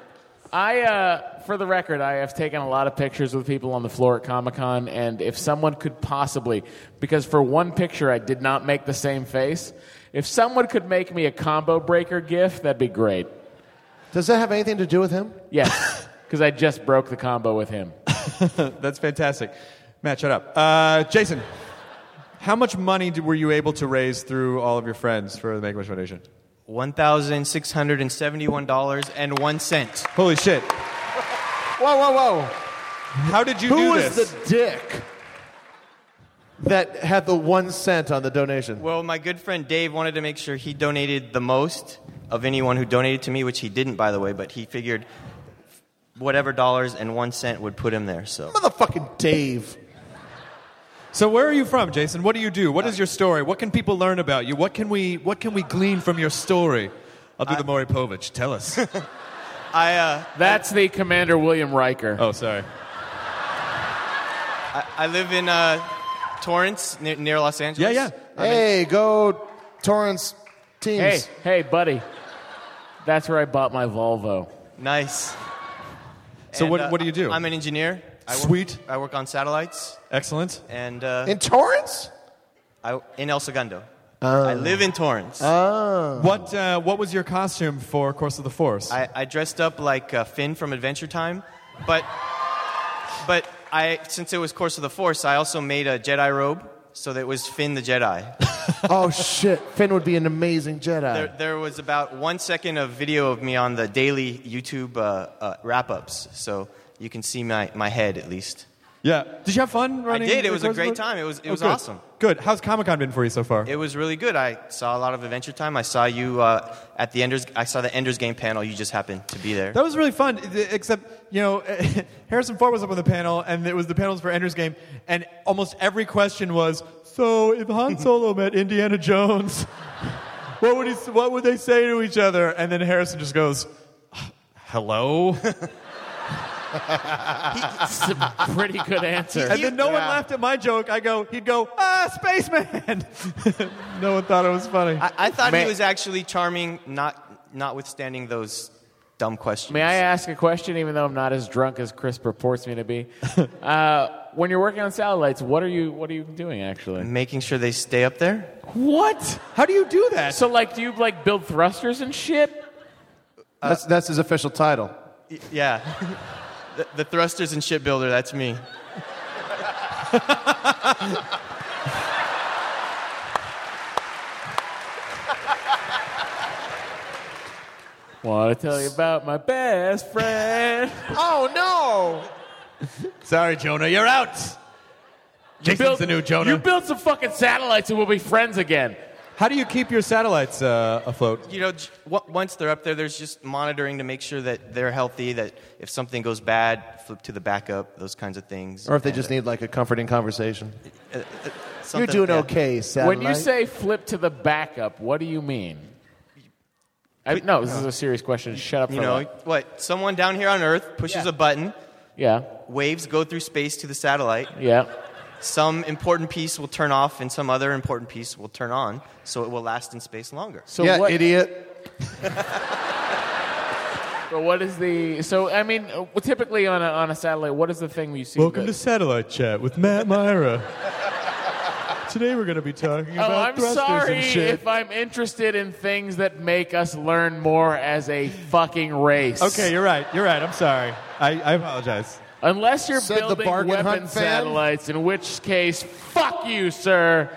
Speaker 7: I, uh, for the record, I have taken a lot of pictures with people on the floor at Comic Con, and if someone could possibly, because for one picture I did not make the same face, if someone could make me a combo breaker gif, that'd be great.
Speaker 9: Does that have anything to do with him?
Speaker 7: Yes, because I just broke the combo with him.
Speaker 2: That's fantastic. Matt, shut up. Uh, Jason, how much money did, were you able to raise through all of your friends for the Make a Wish Foundation?
Speaker 10: One thousand six hundred and seventy-one dollars and one cent.
Speaker 2: Holy shit!
Speaker 9: Whoa, whoa, whoa!
Speaker 2: How did you
Speaker 9: Who
Speaker 10: do
Speaker 9: was
Speaker 10: this?
Speaker 9: the dick that had the one cent on the donation?
Speaker 10: Well, my good friend Dave wanted to make sure he donated the most of anyone who donated to me, which he didn't, by the way. But he figured whatever dollars and one cent would put him there. So
Speaker 9: Motherfucking Dave.
Speaker 2: So where are you from, Jason? What do you do? What is your story? What can people learn about you? What can we what can we glean from your story? I'll do the Maury Povich. Tell us.
Speaker 10: (laughs) I uh,
Speaker 7: That's the Commander William Riker.
Speaker 2: Oh, sorry.
Speaker 10: I, I live in uh, Torrance, near, near Los Angeles.
Speaker 9: Hey, go Torrance
Speaker 7: Hey,
Speaker 9: teams.
Speaker 7: hey, buddy. That's where I bought my Volvo.
Speaker 10: Nice.
Speaker 7: So what- what do
Speaker 10: you do? uh, I'm an engineer. I Sweet. Work, I work on satellites.
Speaker 2: Excellent.
Speaker 10: And uh,
Speaker 9: In Torrance?
Speaker 10: I, in El Segundo.
Speaker 2: Oh.
Speaker 10: I live in Torrance.
Speaker 2: What uh, what was your costume for Course of the Force?
Speaker 10: I, I dressed up like uh, Finn from Adventure Time, but but I since it was Course of the Force, I also made a Jedi robe, so that it was Finn the Jedi.
Speaker 9: oh shit! Finn would be an amazing Jedi.
Speaker 10: There, there was about one second of video of me on the daily YouTube uh, uh, wrap ups, so you can see my, my head at least.
Speaker 2: yeah. Did you have fun running?
Speaker 10: did. It was a
Speaker 2: Course of the
Speaker 10: great
Speaker 2: Force?
Speaker 10: time. It was- it
Speaker 2: Oh,
Speaker 10: was
Speaker 2: good.
Speaker 10: awesome.
Speaker 2: Good. How's Comic Con been for you so far?
Speaker 10: It was really good. I saw a lot of Adventure Time. I saw you uh, at the Ender's. I saw the Ender's Game panel. You just happened to be there.
Speaker 2: That was really fun, th- except, you know, (laughs) Harrison Ford was up on the panel, and it was the panels for Ender's Game, and almost every question was So,
Speaker 10: (laughs)
Speaker 2: if Han Solo met Indiana Jones, what would, he, s- what would they say to each other? And then Harrison just goes, Hello? (laughs)
Speaker 7: It's a pretty
Speaker 2: (laughs)
Speaker 7: good answer.
Speaker 2: And then no one laughed at my joke. I go, he'd go, ah, spaceman. (laughs) no one thought it was funny.
Speaker 10: I, I thought
Speaker 2: Man.
Speaker 10: he was actually charming, not notwithstanding those dumb questions.
Speaker 7: May I ask a question, even though I'm not as drunk as Chris purports me to be?
Speaker 10: (laughs)
Speaker 7: uh, when you're working on satellites, what are you what are you doing actually?
Speaker 10: Making sure they stay up there.
Speaker 7: What?
Speaker 2: How do you do that?
Speaker 7: So like, do you like build thrusters and shit?
Speaker 9: that's that's his official title.
Speaker 10: Y- yeah, (laughs) the, the thrusters and shipbuilder. That's me. (laughs)
Speaker 7: Want to tell you about my
Speaker 2: (laughs)
Speaker 7: best friend?
Speaker 9: oh no!
Speaker 2: Sorry, Jonah, you're out. Jason's
Speaker 7: built-
Speaker 2: the new Jonah.
Speaker 7: You build some fucking satellites and we'll be friends again.
Speaker 2: How do you keep your satellites uh, afloat?
Speaker 10: You know, j- w- once they're up there, there's just monitoring to make sure that they're healthy. That if something goes bad, flip to the backup. Those kinds of things.
Speaker 9: Or if they just need like a comforting conversation.
Speaker 10: Uh, uh,
Speaker 9: You're
Speaker 10: something-
Speaker 9: doing
Speaker 10: yeah.
Speaker 9: okay, satellite.
Speaker 7: When you say flip to the backup, what do you mean? I, no, this is a serious question. Shut up.
Speaker 10: You
Speaker 7: for
Speaker 10: know,
Speaker 7: a while.
Speaker 10: what? Someone down here on Earth pushes a button.
Speaker 7: Yeah.
Speaker 10: Waves go through space to the satellite.
Speaker 7: Yeah.
Speaker 10: Some important piece will turn off and some other important piece will turn on, so it will last in space longer.
Speaker 9: yeah, idiot.
Speaker 7: (laughs) But what is the? So I mean, uh, typically on a, on a satellite, what is the thing you see?
Speaker 2: Welcome
Speaker 7: that-
Speaker 2: to Satellite Chat with Matt Myra. (laughs) Today we're going to be talking
Speaker 7: Oh,
Speaker 2: about
Speaker 7: I'm
Speaker 2: thrusters
Speaker 7: sorry
Speaker 2: and shit.
Speaker 7: if I'm interested in things that make us learn more as a fucking race.
Speaker 2: Okay, you're right. You're right. I'm sorry. I, I apologize.
Speaker 7: Unless you're
Speaker 2: Said the
Speaker 7: building
Speaker 2: bargain hunt
Speaker 7: weapon
Speaker 2: fan.
Speaker 7: satellites, in which case, fuck you, sir.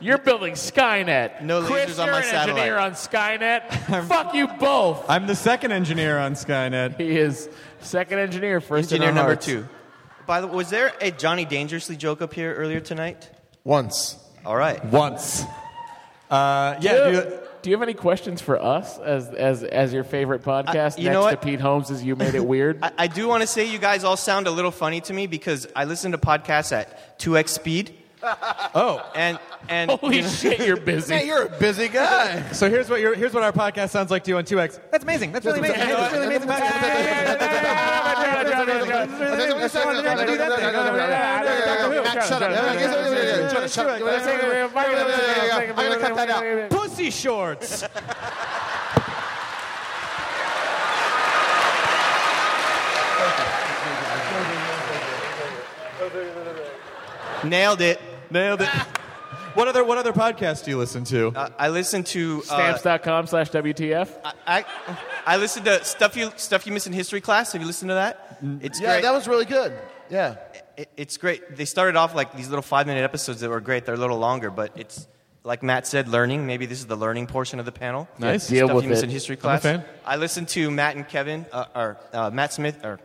Speaker 7: You're building Skynet. No Chris,
Speaker 10: lasers on
Speaker 7: you're
Speaker 10: my
Speaker 7: an
Speaker 10: satellite.
Speaker 7: engineer
Speaker 2: (laughs)
Speaker 7: on Skynet. fuck you both.
Speaker 2: I'm the second engineer on Skynet.
Speaker 7: He is second engineer, first
Speaker 10: Engineer number two. By the way, was there a Johnny Dangerously joke up here earlier tonight?
Speaker 9: Once.
Speaker 10: All right.
Speaker 2: Once. Uh,
Speaker 10: yeah,
Speaker 7: Do
Speaker 10: do
Speaker 7: you, do you have any questions for us as as as your favorite podcast
Speaker 10: you
Speaker 7: next
Speaker 10: know
Speaker 7: to
Speaker 10: what?
Speaker 7: Pete Holmes? Is you made it weird.
Speaker 10: (laughs) I, I
Speaker 7: (laughs)
Speaker 10: do want to say you guys all sound a little funny to me because I listen to podcasts at 2x speed.
Speaker 2: Oh,
Speaker 10: and and
Speaker 2: Yeah, you're a busy guy. so here's what your here's what our podcast sounds like to you on 2x. That's amazing. That's really amazing. That's really amazing.
Speaker 16: I'm gonna cut that out.
Speaker 2: Pussy shorts.
Speaker 10: (laughs) Nailed it.
Speaker 2: Nailed it. What other what other podcast do you listen to?
Speaker 10: Uh, I listen (laughs) to uh,
Speaker 7: Stamps.com slash WTF.
Speaker 10: I, I listened to stuff you stuff you miss in history class. Have you listened to that? It's
Speaker 16: Mm, Yeah,
Speaker 10: great.
Speaker 16: that was really good. Yeah.
Speaker 10: It, it's great. They started off like these little five minute episodes that were great. They're a little longer, but it's like Matt said, learning. Maybe this is the learning portion of the panel.
Speaker 7: Nice.
Speaker 10: Stuff
Speaker 7: Deal with
Speaker 10: you miss
Speaker 7: it.
Speaker 10: in history
Speaker 7: I'm a
Speaker 10: class.
Speaker 7: fan.
Speaker 10: I listened to Matt and Kevin, uh, or uh, Matt Smith, or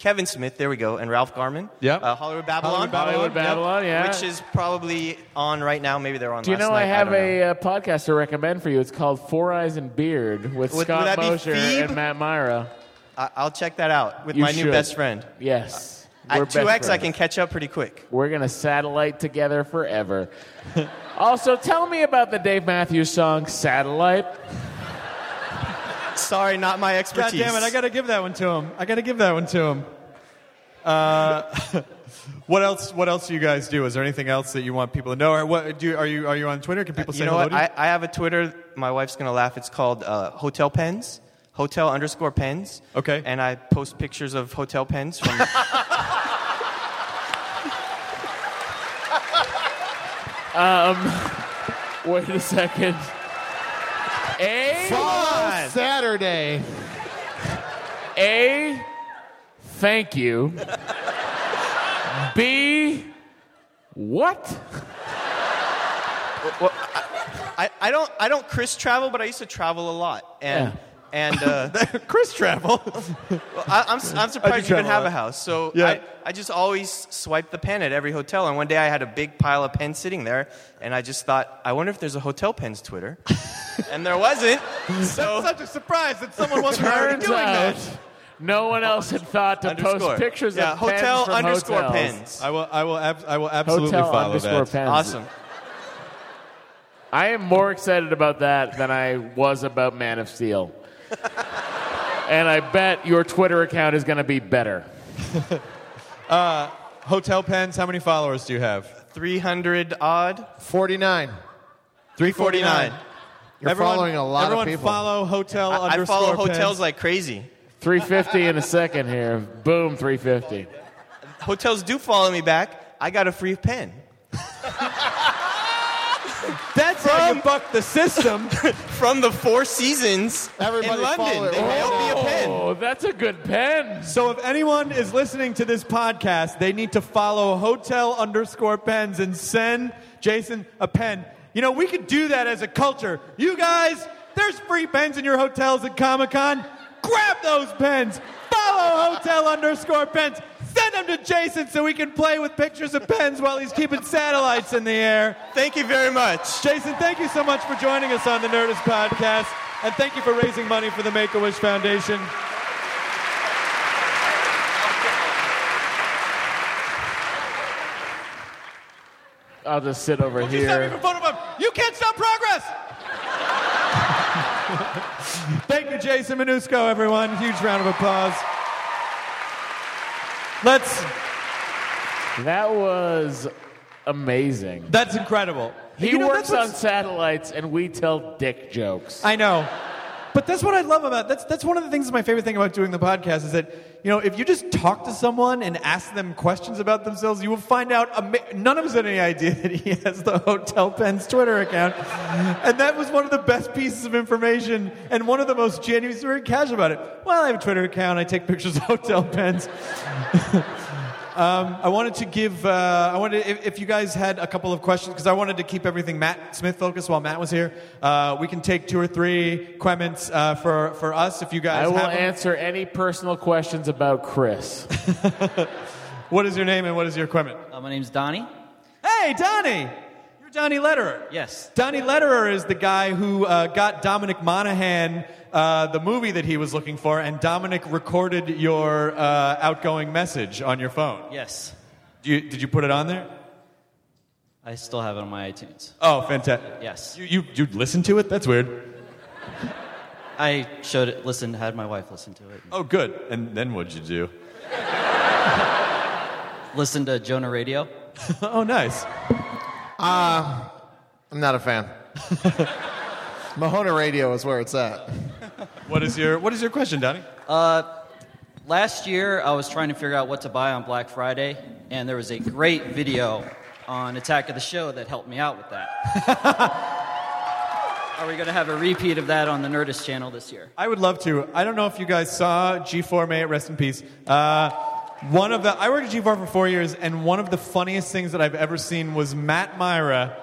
Speaker 10: Kevin Smith. There we go, and Ralph Garman.
Speaker 7: Yep.
Speaker 10: Uh, Hollywood Babylon.
Speaker 7: Hollywood Babylon, Hollywood Babylon, yeah.
Speaker 10: Which is probably on right now. Maybe they're on.
Speaker 7: Do you
Speaker 10: last
Speaker 7: know
Speaker 10: night.
Speaker 7: I have
Speaker 10: don't know.
Speaker 7: a uh, podcast to recommend for you? It's called Four Eyes and Beard with
Speaker 10: Would- would
Speaker 7: Scott
Speaker 10: that be
Speaker 7: Mosher
Speaker 10: Phoebe?
Speaker 7: and Matt Myra.
Speaker 10: I- I'll check that out with
Speaker 7: You
Speaker 10: my
Speaker 7: should.
Speaker 10: new best friend. Uh,
Speaker 7: Yes. We're
Speaker 10: At
Speaker 7: best
Speaker 10: 2X, I
Speaker 7: friends.
Speaker 10: can catch up pretty quick.
Speaker 7: We're gonna satellite together forever. (laughs) also, tell me about the Dave Matthews song "Satellite."
Speaker 10: Sorry, not my
Speaker 2: God
Speaker 10: expertise.
Speaker 2: damn it! I gotta give that one to him. I gotta give that one to him. Uh, (laughs) what else? What else do you guys do? Is there anything else that you want people to know? Or what do? you- Are you are you on Twitter? Can people say
Speaker 10: you know
Speaker 2: hello
Speaker 10: what?
Speaker 2: to you?
Speaker 10: I, I have a Twitter. My wife's gonna laugh. It's called uh, Hotel Pens. Hotel underscore pens. Okay. And I post pictures of hotel pens from. (laughs)
Speaker 7: Um, (laughs) wait a second. A
Speaker 16: Follow Saturday.
Speaker 7: A. Thank you. B. What?
Speaker 10: well, I, I don't I don't Chris travel, but I used to travel a lot. And and uh,
Speaker 2: (laughs) Chris travel.
Speaker 10: Well, I, I'm, s- I'm
Speaker 2: I do
Speaker 10: surprised you even
Speaker 2: travel a
Speaker 10: have
Speaker 2: lot.
Speaker 10: a house. So
Speaker 2: Yeah.
Speaker 10: I, I just always swipe the pen at every hotel. And one day I had a big pile of pens sitting there, and I just thought, I wonder if there's a hotel pens
Speaker 2: (laughs)
Speaker 10: Twitter. and there wasn't. So
Speaker 2: such a surprise that someone wasn't
Speaker 7: Turns out, no one else had thought to
Speaker 10: Oh, Underscore.
Speaker 7: post pictures
Speaker 10: Yeah,
Speaker 7: of
Speaker 10: hotel
Speaker 7: pens from
Speaker 10: underscore
Speaker 7: hotels.
Speaker 10: pens.
Speaker 2: I will. I will. Ab- I will absolutely
Speaker 7: Hotel
Speaker 2: follow
Speaker 7: underscore
Speaker 2: that.
Speaker 7: pens. Awesome. I am more excited about that than I was about Man of
Speaker 10: (laughs)
Speaker 7: Steel. and I bet your Twitter account is going to be better.
Speaker 2: Uh, hotel pens. How many followers do you have?
Speaker 10: Three hundred odd.
Speaker 2: Forty nine. Three forty nine.
Speaker 16: You're following a lot of
Speaker 2: everyone
Speaker 16: people.
Speaker 2: follow hotel
Speaker 10: I, I
Speaker 2: underscore
Speaker 10: follow
Speaker 2: pens.
Speaker 10: hotels like crazy.
Speaker 7: 350 in a second here. Boom, 350.
Speaker 10: Hotels do follow me back. I got a free pen.
Speaker 2: (laughs) That's how you buck the system.
Speaker 10: (laughs) From the Four Seasons in London. They mailed me a pen.
Speaker 7: Oh, that's a good pen.
Speaker 2: So if anyone is listening to this podcast, they need to follow hotel underscore pens and send Jason a pen. You know, we could do that as a culture. You guys, there's free pens in your hotels at Comic Con. Grab those pens. Follow hotel underscore pens. Send them to Jason so we can play with pictures of pens while he's keeping satellites in the air.
Speaker 10: Thank you very much.
Speaker 2: Jason, thank you so much for joining us on the Nerdist podcast. And thank you for raising money for the Make a Wish Foundation.
Speaker 7: I'll just sit over
Speaker 2: Don't you stop me
Speaker 7: here.
Speaker 2: from photobomb- You can't stop progress. (laughs) Thank you, Jason Minusco, everyone. Huge round of applause. Let's.
Speaker 7: That was amazing.
Speaker 2: That's incredible.
Speaker 7: He
Speaker 2: You know,
Speaker 7: works
Speaker 2: that's
Speaker 7: on
Speaker 2: what's-
Speaker 7: satellites, and we tell dick jokes.
Speaker 2: I know. But that's what I love about that's that's one of the things my favorite thing about doing the podcast is that you know if you just talk to someone and ask them questions about themselves you will find out ama- none of us had any idea that he has the Hotel Pens Twitter account and that was one of the best pieces of information and one of the most genuine he was very casual about it well I have a Twitter account I take pictures of Hotel (laughs) Pens um, I wanted to give. Uh, I wanted if, if you guys had a couple of questions because I wanted to keep everything Matt Smith focused while Matt was here. Uh, we can take two or three comments uh, for for us if you guys.
Speaker 7: I will
Speaker 2: have 'em.
Speaker 7: answer any personal questions about Chris.
Speaker 2: What is your name and what is your equipment?
Speaker 26: Uh, my name's Donnie.
Speaker 2: Hey, Donnie. You're Donnie Letterer.
Speaker 26: Yes.
Speaker 2: Donnie Letterer is the guy who uh, got Dominic Monaghan uh, the movie that he was looking for, and Dominic recorded your uh, outgoing message on your phone.
Speaker 26: Yes.
Speaker 2: Do you, did you put it on there?
Speaker 26: I still have it on my iTunes.
Speaker 2: Oh, fantastic.
Speaker 26: Yes.
Speaker 2: You, you, you listened to it? That's weird.
Speaker 26: I showed it, listened, had my wife listen to it.
Speaker 2: Oh, good. And then what'd you do?
Speaker 26: Listen to Jonah Radio.
Speaker 2: (laughs) oh, nice.
Speaker 16: Uh, I'm not a
Speaker 9: (laughs)
Speaker 16: fan. Mahona Radio is where it's at.
Speaker 2: What is your What is your question, Donnie?
Speaker 26: Uh, last year, I was trying to figure out what to buy on Black Friday, and there was a great video on Attack of the Show that helped me out with that. (laughs) Are we going to have a repeat of that on the Nerdist channel this year?
Speaker 2: I would love to. I don't know if you guys saw G4, may it rest in peace. Uh, one of the I worked at G4 for four years, and one of the funniest things that I've ever seen was Matt Myra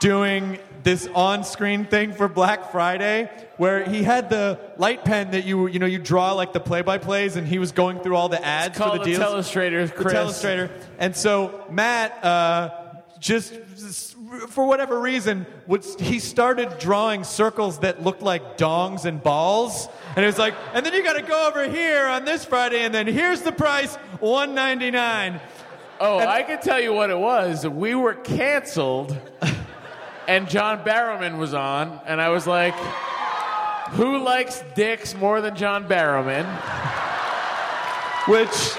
Speaker 2: doing this on-screen thing for Black Friday, where he had the light pen that you you know you draw like the play-by-plays, and he was going through all the ads
Speaker 7: called
Speaker 2: for the
Speaker 7: the
Speaker 2: deals.
Speaker 7: Telestrator, Chris.
Speaker 2: The telestrator, and so Matt uh, just. just For whatever reason, would, he started drawing circles that looked like dongs and balls, and it was like, and then you got to go over here on this Friday, and then here's the price, one ninety nine.
Speaker 7: Oh, I can tell you what it was. We were canceled, and John Barrowman was on, and I was like, "Who likes dicks more than John Barrowman?" Which,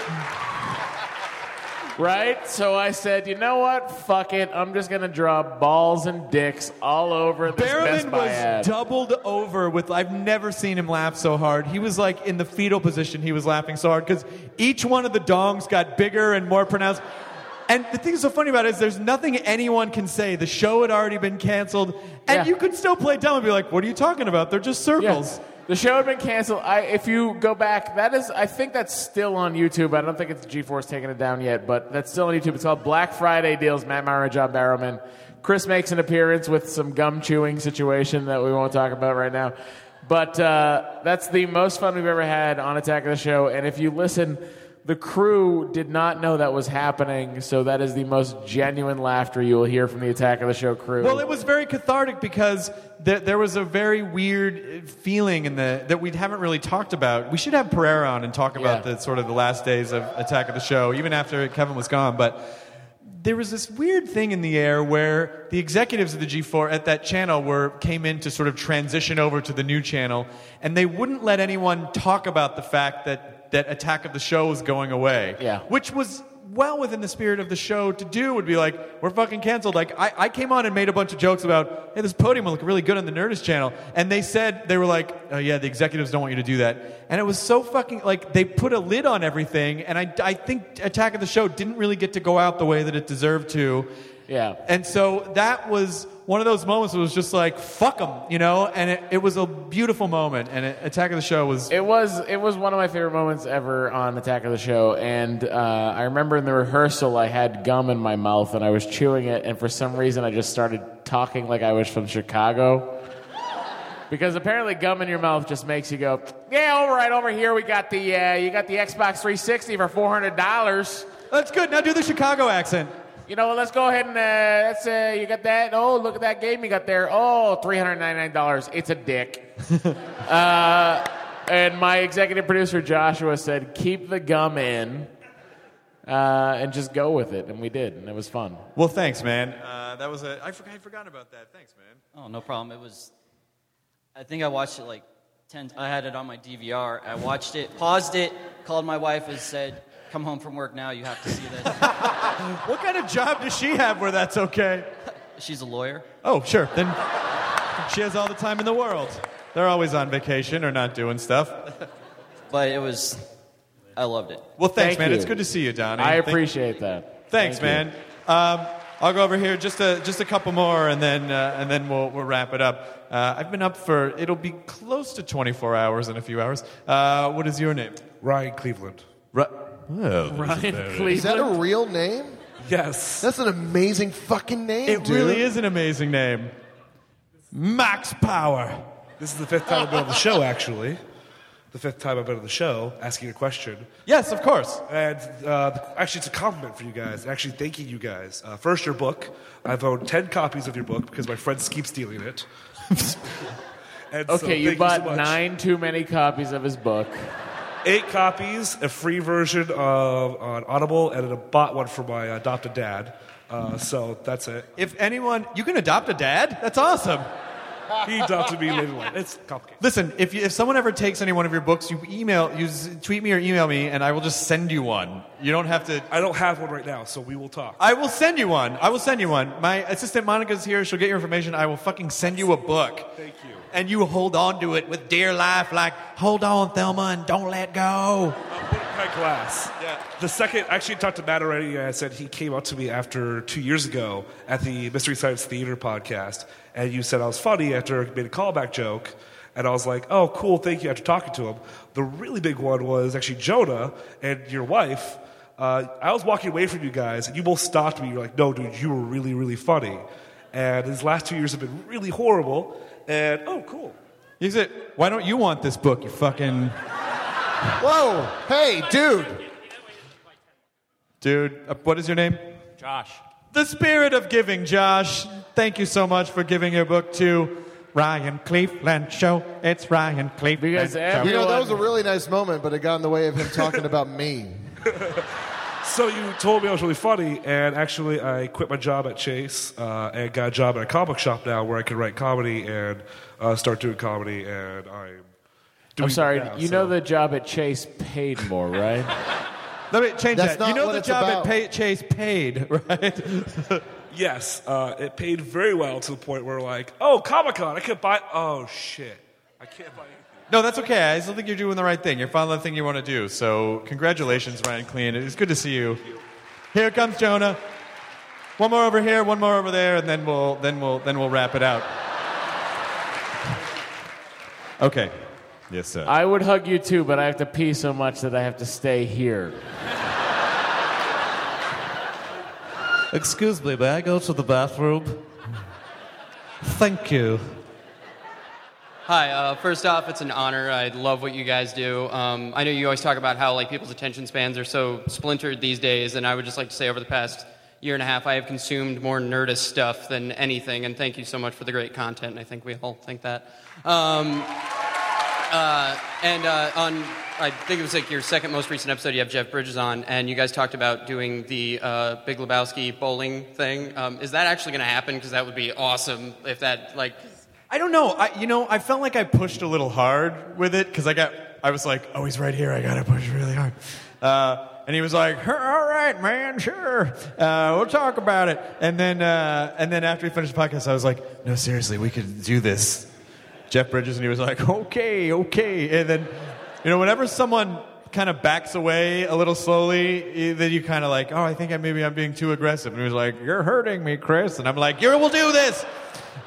Speaker 7: right? So I said, "You know what? Fuck it. I'm just gonna draw balls and dicks all over this Best
Speaker 2: Barrowman
Speaker 7: Buy
Speaker 2: was
Speaker 7: ad."
Speaker 2: doubled over with. I've never seen him laugh so hard. He was like in the fetal position. He was laughing so hard because each one of the dongs got bigger and more pronounced. And the thing that's so funny about it is there's nothing anyone can say. The show had already been canceled, and you could still play dumb and be like, "What are you talking about? They're just circles."
Speaker 7: The show had been canceled. I, if you go back, that is, I think that's still on YouTube. I don't think it's GeForce taking it down yet, but that's still on YouTube. It's called Black Friday Deals. Matt Myra, John Barrowman. Chris makes an appearance with some gum chewing situation that we won't talk about right now. But uh, that's the most fun we've ever had on Attack of the Show. And if you listen, the crew did not know that was happening, so that is the most genuine laughter you will hear from the Attack of the Show crew.
Speaker 2: Well, it was very cathartic because there, there was a very weird uh, feeling in the that we haven't really talked about. We should have Pereira on and talk about the sort of the last days of Attack of the Show, even after Kevin was gone. But there was this weird thing in the air where the executives of the G4 at that channel were came in to sort of transition over to the new channel, and they wouldn't let anyone talk about the fact that that Attack of the Show was going away. Yeah, which was well within the spirit of the show to do would be like we're fucking canceled like I, I came on and made a bunch of jokes about hey this podium will look really good on the nerdist channel and they said they were like oh yeah the executives don't want you to do that and it was so fucking like they put a lid on everything and i, I think attack of the show didn't really get to go out the way that it deserved to
Speaker 7: yeah
Speaker 2: and so that was one of those moments that was just like fuck them you know and it, it was a beautiful moment and it, attack of the show was
Speaker 7: It was it was one of my favorite moments ever on Attack of the Show, and uh, I remember in the rehearsal I had gum in my mouth and I was chewing it, and for some reason I just started talking like I was from Chicago, because apparently gum in your mouth just makes you go. Yeah, all right. Over here we got the uh, you got the Xbox 360 for four hundred dollars.
Speaker 2: That's good. Now do the Chicago accent. (laughs)
Speaker 7: You know what? Let's go ahead and uh, that's uh, you got that. Oh, look at that game you got there. Oh, three hundred ninety nine dollars. It's
Speaker 13: (laughs)
Speaker 7: a dick. uh, and my executive producer Joshua said, "Keep the gum in, uh, and just go with it." And we did, and it was fun.
Speaker 2: well thanks man uh, that was a I forgot, I forgot about that thanks man
Speaker 26: Oh, no problem. It was, I think I watched it like 10, I had it on my DVR. I watched it, paused it, called my wife and said, come home from work now. You have to see this. (laughs)
Speaker 2: what kind of job does she have where that's okay
Speaker 26: She's a lawyer.
Speaker 2: Oh, sure. Then she has all the time in the world. They're always on vacation or not doing stuff.
Speaker 26: But it was, I loved it.
Speaker 2: Well, thanks, man. It's good to see you, Donnie.
Speaker 26: I
Speaker 2: Thank-
Speaker 26: appreciate
Speaker 7: that.
Speaker 2: Thanks,
Speaker 26: Thank
Speaker 2: man. Um, I'll go over here just a just a couple more, and then uh, and then we'll we'll wrap it up. Uh, I've been up for it'll be close to 24 hours in a few hours. Uh, what is your name?
Speaker 11: Ryan Cleveland.
Speaker 2: Ru- oh,
Speaker 16: Is that a real name?
Speaker 11: Yes.
Speaker 16: That's an amazing fucking name.
Speaker 2: It
Speaker 16: dude.
Speaker 2: really is an amazing name. Max Power.
Speaker 11: This is the fifth time I've been on the show, actually. The fifth time I've been on the show, asking a question.
Speaker 2: Yes, of course.
Speaker 11: And uh, the- actually, it's a compliment for you guys. and Actually, thanking you guys. Uh, first, your book. I've owned ten copies of your book because my friends keep stealing it. And so,
Speaker 7: Okay, you
Speaker 11: thank so
Speaker 7: bought
Speaker 11: much.
Speaker 7: nine too many copies of his book.
Speaker 11: eight copies, a free version of on Audible, and then I bought one for my adopted dad. Uh, so that's it.
Speaker 2: If anyone, you can adopt a dad. That's awesome.
Speaker 11: He adopted me later on. It's complicated.
Speaker 2: Listen, if you, if someone ever takes any one of your books, you email, you s- tweet me or email me, and I will just send you one. You don't have to.
Speaker 11: I don't have one right now, so we will talk.
Speaker 2: I will send you one. I will send you one. My assistant Monica's here. She'll get your information. I will fucking send you a book. Thank you. And you hold on to it with dear life, like hold on, Thelma, and don't let go.
Speaker 11: My class. Yeah. The second, I actually talked to Matt already. and I said he came up to me after two years ago at the Mystery Science Theater podcast, and you said I was funny after I made a callback joke. And I was like, oh, cool, thank you, after talking to him. The really big one was actually Jonah and your wife. Uh, I was walking away from you guys, and you both stopped me. You're like, no, dude, you were really, really funny. And his last two years have been really horrible. And, oh, cool.
Speaker 2: You said, why don't you want this book? You fucking
Speaker 9: Whoa! Hey, dude!
Speaker 2: dude. Uh, What is your name?
Speaker 12: Josh.
Speaker 2: The spirit of giving, Josh. Thank you so much for giving your book to Ryan Cleveland Show. It's Ryan Cleveland. Show.
Speaker 9: you know, that was a really nice moment, but it got in the way of him talking about me.
Speaker 11: So you told me I was really funny, and actually, I quit my job at Chase uh, and got a job at a comic book shop now where I can write comedy and uh, start doing comedy. And I'm doing
Speaker 7: I'm sorry.
Speaker 11: that now,
Speaker 7: you
Speaker 11: so-
Speaker 7: know the job at Chase paid
Speaker 11: (laughs)
Speaker 7: more, right?
Speaker 2: Let me change
Speaker 7: That's
Speaker 2: that. You
Speaker 7: not
Speaker 2: know
Speaker 7: what
Speaker 2: the
Speaker 7: it's
Speaker 2: job at
Speaker 7: about.
Speaker 2: pay- Chase
Speaker 11: (laughs)
Speaker 2: paid, right?
Speaker 11: yes, uh, it paid very well to the point where like, oh, Comic Con, I could buy. Oh shit, I can't buy. Anything.
Speaker 2: no, that's okay. I still think you're doing the right thing. You're following the thing you want to do. So, congratulations, Ryan Clean. It's good to see you. Here comes Jonah. One more over here, one more over there, and then we'll then we'll then we'll wrap it out. Okay. Yes, sir.
Speaker 7: I would hug you too, but I have to pee so much that I have to stay here.
Speaker 13: Excuse me, may I go to the bathroom? Thank you.
Speaker 12: Hi. Uh, first off, it's an honor. I love what you guys do. Um, I know you always talk about how like people's attention spans are so splintered these days, and I would just like to say, over the past year and a half, I have consumed more Nerdist stuff than anything. And thank you so much for the great content. and I think we all think that. Um, uh, and uh, on, I think it was like your second most recent episode, you have Jeff Bridges on, and you guys talked about doing the uh, Big Lebowski bowling thing. Um, is that actually going to happen? Because that would be awesome if that like
Speaker 2: I don't know. I, you know, I felt like I pushed a little hard with it because I got, I was like, oh, he's right here. I gotta push really hard. Uh, and he was like, all right, man, sure, uh, we'll talk about it. And then, uh, and then after he finished the podcast, I was like, no, seriously, we could do this. Jeff Bridges, and he was like, (laughs) okay, okay. And then, you know, whenever someone kind of backs away a little slowly, eh, then you kind of like, oh, I think I maybe I'm being too aggressive. And he was like, you're hurting me, Chris. And I'm like, you will do this.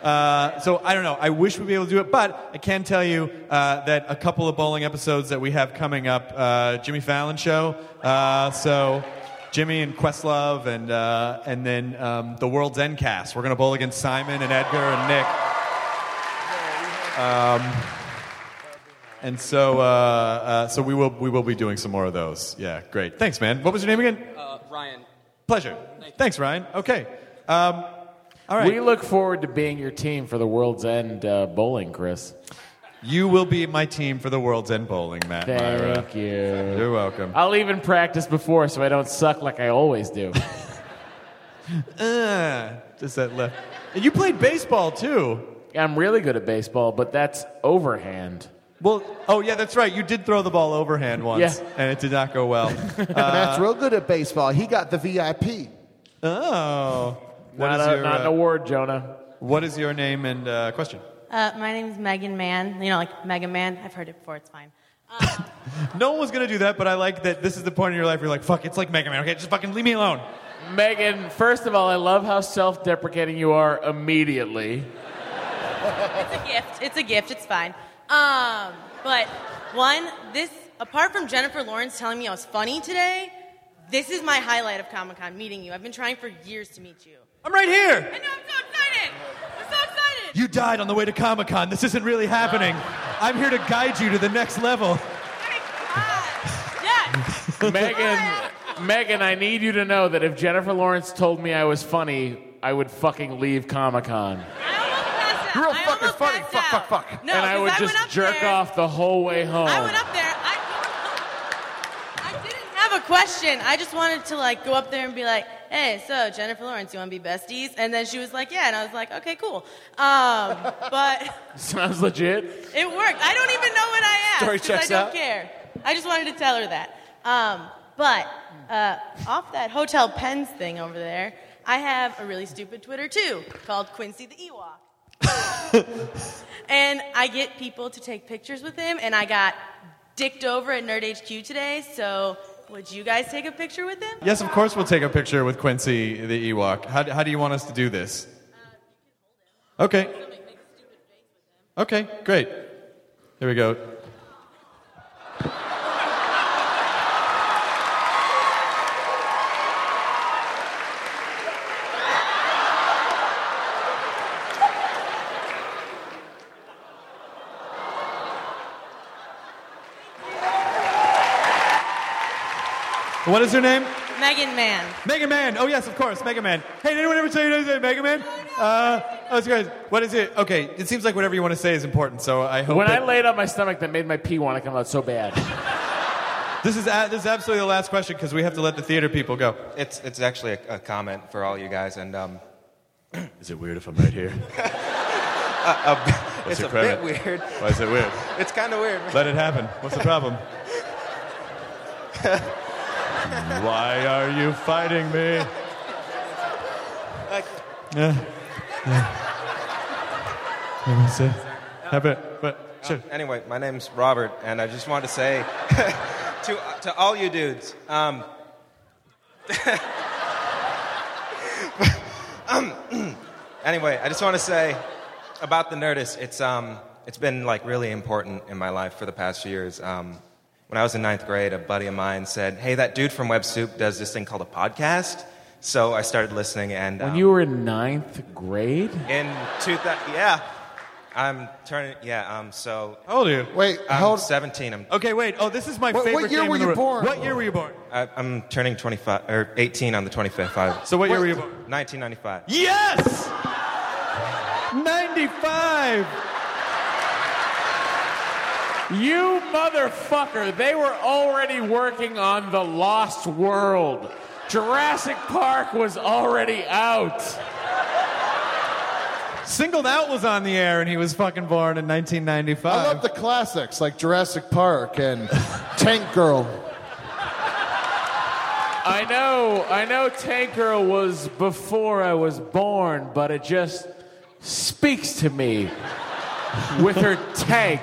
Speaker 2: Uh, so I don't know. I wish we'd be able to do it, but I can tell you uh, that a couple of bowling episodes that we have coming up, uh, Jimmy Fallon show. Uh, so Jimmy and Questlove, and uh, and then um, the World's End cast. We're gonna bowl against Simon and Edgar and Nick. Um, and so, uh, uh, so we will we will be doing some more of those. Yeah, great. Thanks, man. What was your name again?
Speaker 12: uh, Ryan.
Speaker 2: Pleasure. Thanks, Ryan. Okay. Um, all right.
Speaker 7: We look forward to being your team for the World's End uh, bowling, Chris.
Speaker 2: You will be my team for the World's End bowling, Matt.
Speaker 7: Thank
Speaker 2: Myra.
Speaker 7: you.
Speaker 2: You're welcome.
Speaker 7: I'll even practice before so I don't suck like I always
Speaker 15: (laughs)
Speaker 7: do.
Speaker 2: uh, just that left. And you played baseball too.
Speaker 7: I'm really good at baseball, but that's overhand.
Speaker 2: Well, oh yeah, that's right. You did throw the ball overhand once,
Speaker 7: Yeah.
Speaker 2: and it did not go
Speaker 7: (laughs)
Speaker 2: well. Uh,
Speaker 8: Matt's real good at baseball. He got the VIP.
Speaker 2: Oh, What
Speaker 7: Not
Speaker 2: is
Speaker 7: a- not an award, Jonah.
Speaker 2: uh, What is your name and uh, question?
Speaker 15: Uh, my name's Megan Mann. You know, like Mega Man. I've heard it before. It's fine.
Speaker 2: No one was gonna do that, but I like that. This is the point in your life where you're like, "Fuck, it's like Mega Man." Okay, just fucking leave me alone.
Speaker 7: Megan, first of all, I love how self deprecating you are
Speaker 15: (laughs)
Speaker 7: immediately.
Speaker 15: It's a gift. It's a gift. It's fine. Um, but one, this apart from Jennifer Lawrence telling me I was funny today, this is my highlight of Comic Con meeting you. I've been trying for years to meet you.
Speaker 2: I'm right here.
Speaker 15: I know. I'm so excited. I'm so excited.
Speaker 2: You died on the way to Comic Con. This isn't really happening.
Speaker 7: Ah.
Speaker 2: I'm here to guide you to the next level.
Speaker 7: Megan, Megan, I need you to know that if Jennifer Lawrence told me I was funny, I would fucking leave Comic Con.
Speaker 15: You're real fucking funny. Fuck, fuck, fuck. No,
Speaker 7: and I
Speaker 15: 'cause
Speaker 7: would
Speaker 15: I
Speaker 7: just
Speaker 15: went up
Speaker 7: jerk
Speaker 15: there.
Speaker 7: off the whole way home.
Speaker 15: I went up there. I, I didn't have a question. I just wanted to like go up there and be like, hey, so Jennifer Lawrence, you want to be besties? And then she was like, yeah. And I was like, okay, cool. Um, but
Speaker 7: (laughs) Sounds legit.
Speaker 15: it worked. I don't even know what I asked.
Speaker 7: Story
Speaker 15: 'cause
Speaker 7: checks
Speaker 15: I don't
Speaker 7: out.
Speaker 15: care. I just wanted to tell her that. Um, but uh, off that Hotel Pens thing over there, I have a really stupid Twitter too called Quincy the Ewok. and I get people to take pictures with him, and I got dicked over at Nerd HQ today, so would you guys take a picture with him?
Speaker 2: Yes, of course we'll take a picture with Quincy the Ewok. How, do- how do you want us to do this? Okay. Okay, great. Here we go. What is her name?
Speaker 15: Megan Mann.
Speaker 2: Mega Man. Oh yes, of course, Mega Man. Hey, did anyone ever tell you to say Mega Man? Uh, oh, it's great. What is it? Okay, it seems like whatever you want to say is important. So I hope.
Speaker 7: When I
Speaker 2: that-
Speaker 7: laid on my stomach, that made my pee want to come out so bad.
Speaker 2: this is a- this is absolutely the last question because we have to let the theater people go.
Speaker 14: It's it's actually a, a comment for all you guys, and um,
Speaker 27: Is it weird if I'm right
Speaker 14: (laughs)
Speaker 27: here?
Speaker 14: uh,
Speaker 27: What's
Speaker 14: (laughs) it's
Speaker 27: your
Speaker 14: a
Speaker 27: credit?
Speaker 14: bit weird.
Speaker 27: Why is it weird?
Speaker 14: (laughs) It's kind of weird.
Speaker 2: Let it happen. What's
Speaker 14: (laughs)
Speaker 2: the problem?
Speaker 27: Why are you fighting me?
Speaker 2: Yeah. uh. yeah. How about- but
Speaker 14: sure. Uh, Anyway, my name's Robert, and I just want to say (laughs) to uh, to all you dudes. Um, (laughs) um, (clears throat) anyway, I just want to say about the Nerdist. It's um, it's been like really important in my life for the past few years. Um, when I was in ninth grade, a buddy of mine said, "Hey, that dude from Web Soup does this thing called a podcast." So I started listening, and
Speaker 7: When
Speaker 14: um,
Speaker 7: you were in ninth grade?
Speaker 14: in two thousand, yeah. I'm turning, yeah. Um, so
Speaker 2: how old are you?
Speaker 14: Wait, I'm how old? 17. I'm,
Speaker 2: Okay, wait. Oh, this is my
Speaker 14: What- what
Speaker 2: favorite.
Speaker 14: year
Speaker 2: game
Speaker 14: were
Speaker 2: in the
Speaker 14: you
Speaker 2: room.
Speaker 14: born?
Speaker 2: What year were you born?
Speaker 14: I, Uh, I'm turning 25 or 18 on the 25th. I,
Speaker 2: so what year were you born?
Speaker 14: 1995.
Speaker 2: Yes. Ninety-five.
Speaker 7: You motherfucker, they were already working on The Lost World. Jurassic Park was already out.
Speaker 2: Singled Out was on the air, and he was fucking born in 1995.
Speaker 9: I love the classics like Jurassic Park and Tank Girl.
Speaker 7: I know, I know Tank Girl was before I was born, but it just speaks to me with her tank.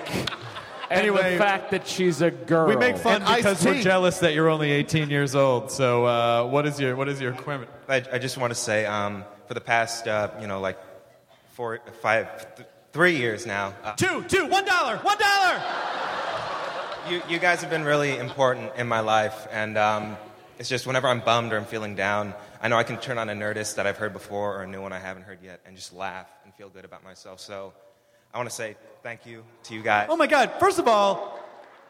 Speaker 7: And
Speaker 2: Anyway,
Speaker 7: the fact that she's a girl.
Speaker 2: We make fun because we're jealous that you're only 18 years old. So uh, what is your what is your equipment?
Speaker 14: I, I just want to say, um, for the past, uh, you know, like four, five, th- three years now, uh,
Speaker 2: Two, two, one dollar, one dollar.
Speaker 14: you, you guys have been really important in my life, and um, it's just whenever I'm bummed or I'm feeling down, I know I can turn on a Nerdist that I've heard before or a new one I haven't heard yet, and just laugh and feel good about myself. So, I want to say thank you to you guys.
Speaker 2: Oh my God! First of all,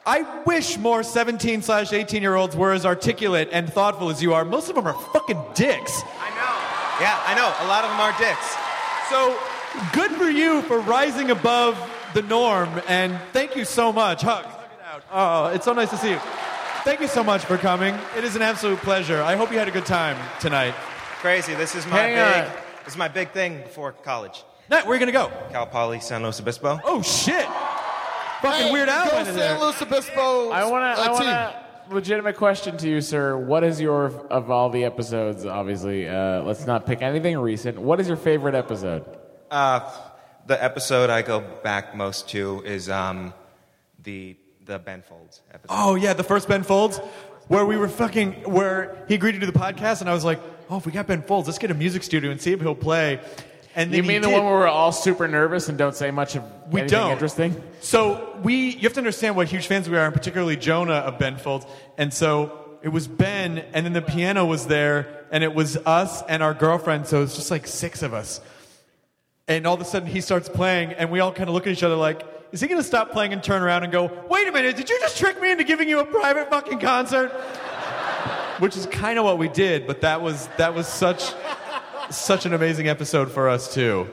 Speaker 2: I wish more 17 slash 18 year olds were as articulate and thoughtful as you are. Most of them are fucking dicks.
Speaker 14: Yeah, I know. A lot of them are dicks.
Speaker 2: So good for you for rising above the norm, and thank you so much. Hug. Hug it out. Oh, it's so nice to see you. Thank you so much for coming. It is an absolute pleasure. I hope you had a good time tonight.
Speaker 14: Crazy. This is my
Speaker 2: Hang
Speaker 14: big. This is my big thing before college.
Speaker 2: No, where are you gonna go?
Speaker 14: Cal Poly, San Luis Obispo.
Speaker 2: Oh shit!
Speaker 9: Hey, go
Speaker 7: went in there.
Speaker 9: San Luis Obispo.
Speaker 7: I want to. I
Speaker 9: uh,
Speaker 7: want
Speaker 9: team.
Speaker 7: to. Legitimate question to you, sir. What is your of all the episodes? Obviously, uh, let's not pick anything recent. What is your favorite episode?
Speaker 14: Uh, the episode I go back most to is um, the the Ben Folds episode.
Speaker 2: Oh yeah, the first Ben Folds, where we were fucking, where he agreed to do the podcast, and I was like, oh, if we got Ben Folds, let's get a music studio and see if he'll play. And
Speaker 7: you
Speaker 2: then he
Speaker 7: mean the
Speaker 2: did.
Speaker 7: one where we're all super nervous and don't say much of
Speaker 2: we
Speaker 7: anything
Speaker 2: don't
Speaker 7: interesting?
Speaker 2: So we, you have to understand what huge fans we are, and particularly Jonah of Ben Folds. And so it was Ben, and then the piano was there, and it was us and our girlfriend. So it's just like six of us. And all of a sudden he starts playing, and we all kind of look at each other like, is he going to stop playing and turn around and go, wait a minute, did you just trick me into giving you a private fucking concert? (laughs) Which is kind of what we did, but that was that was such such an amazing episode for us too.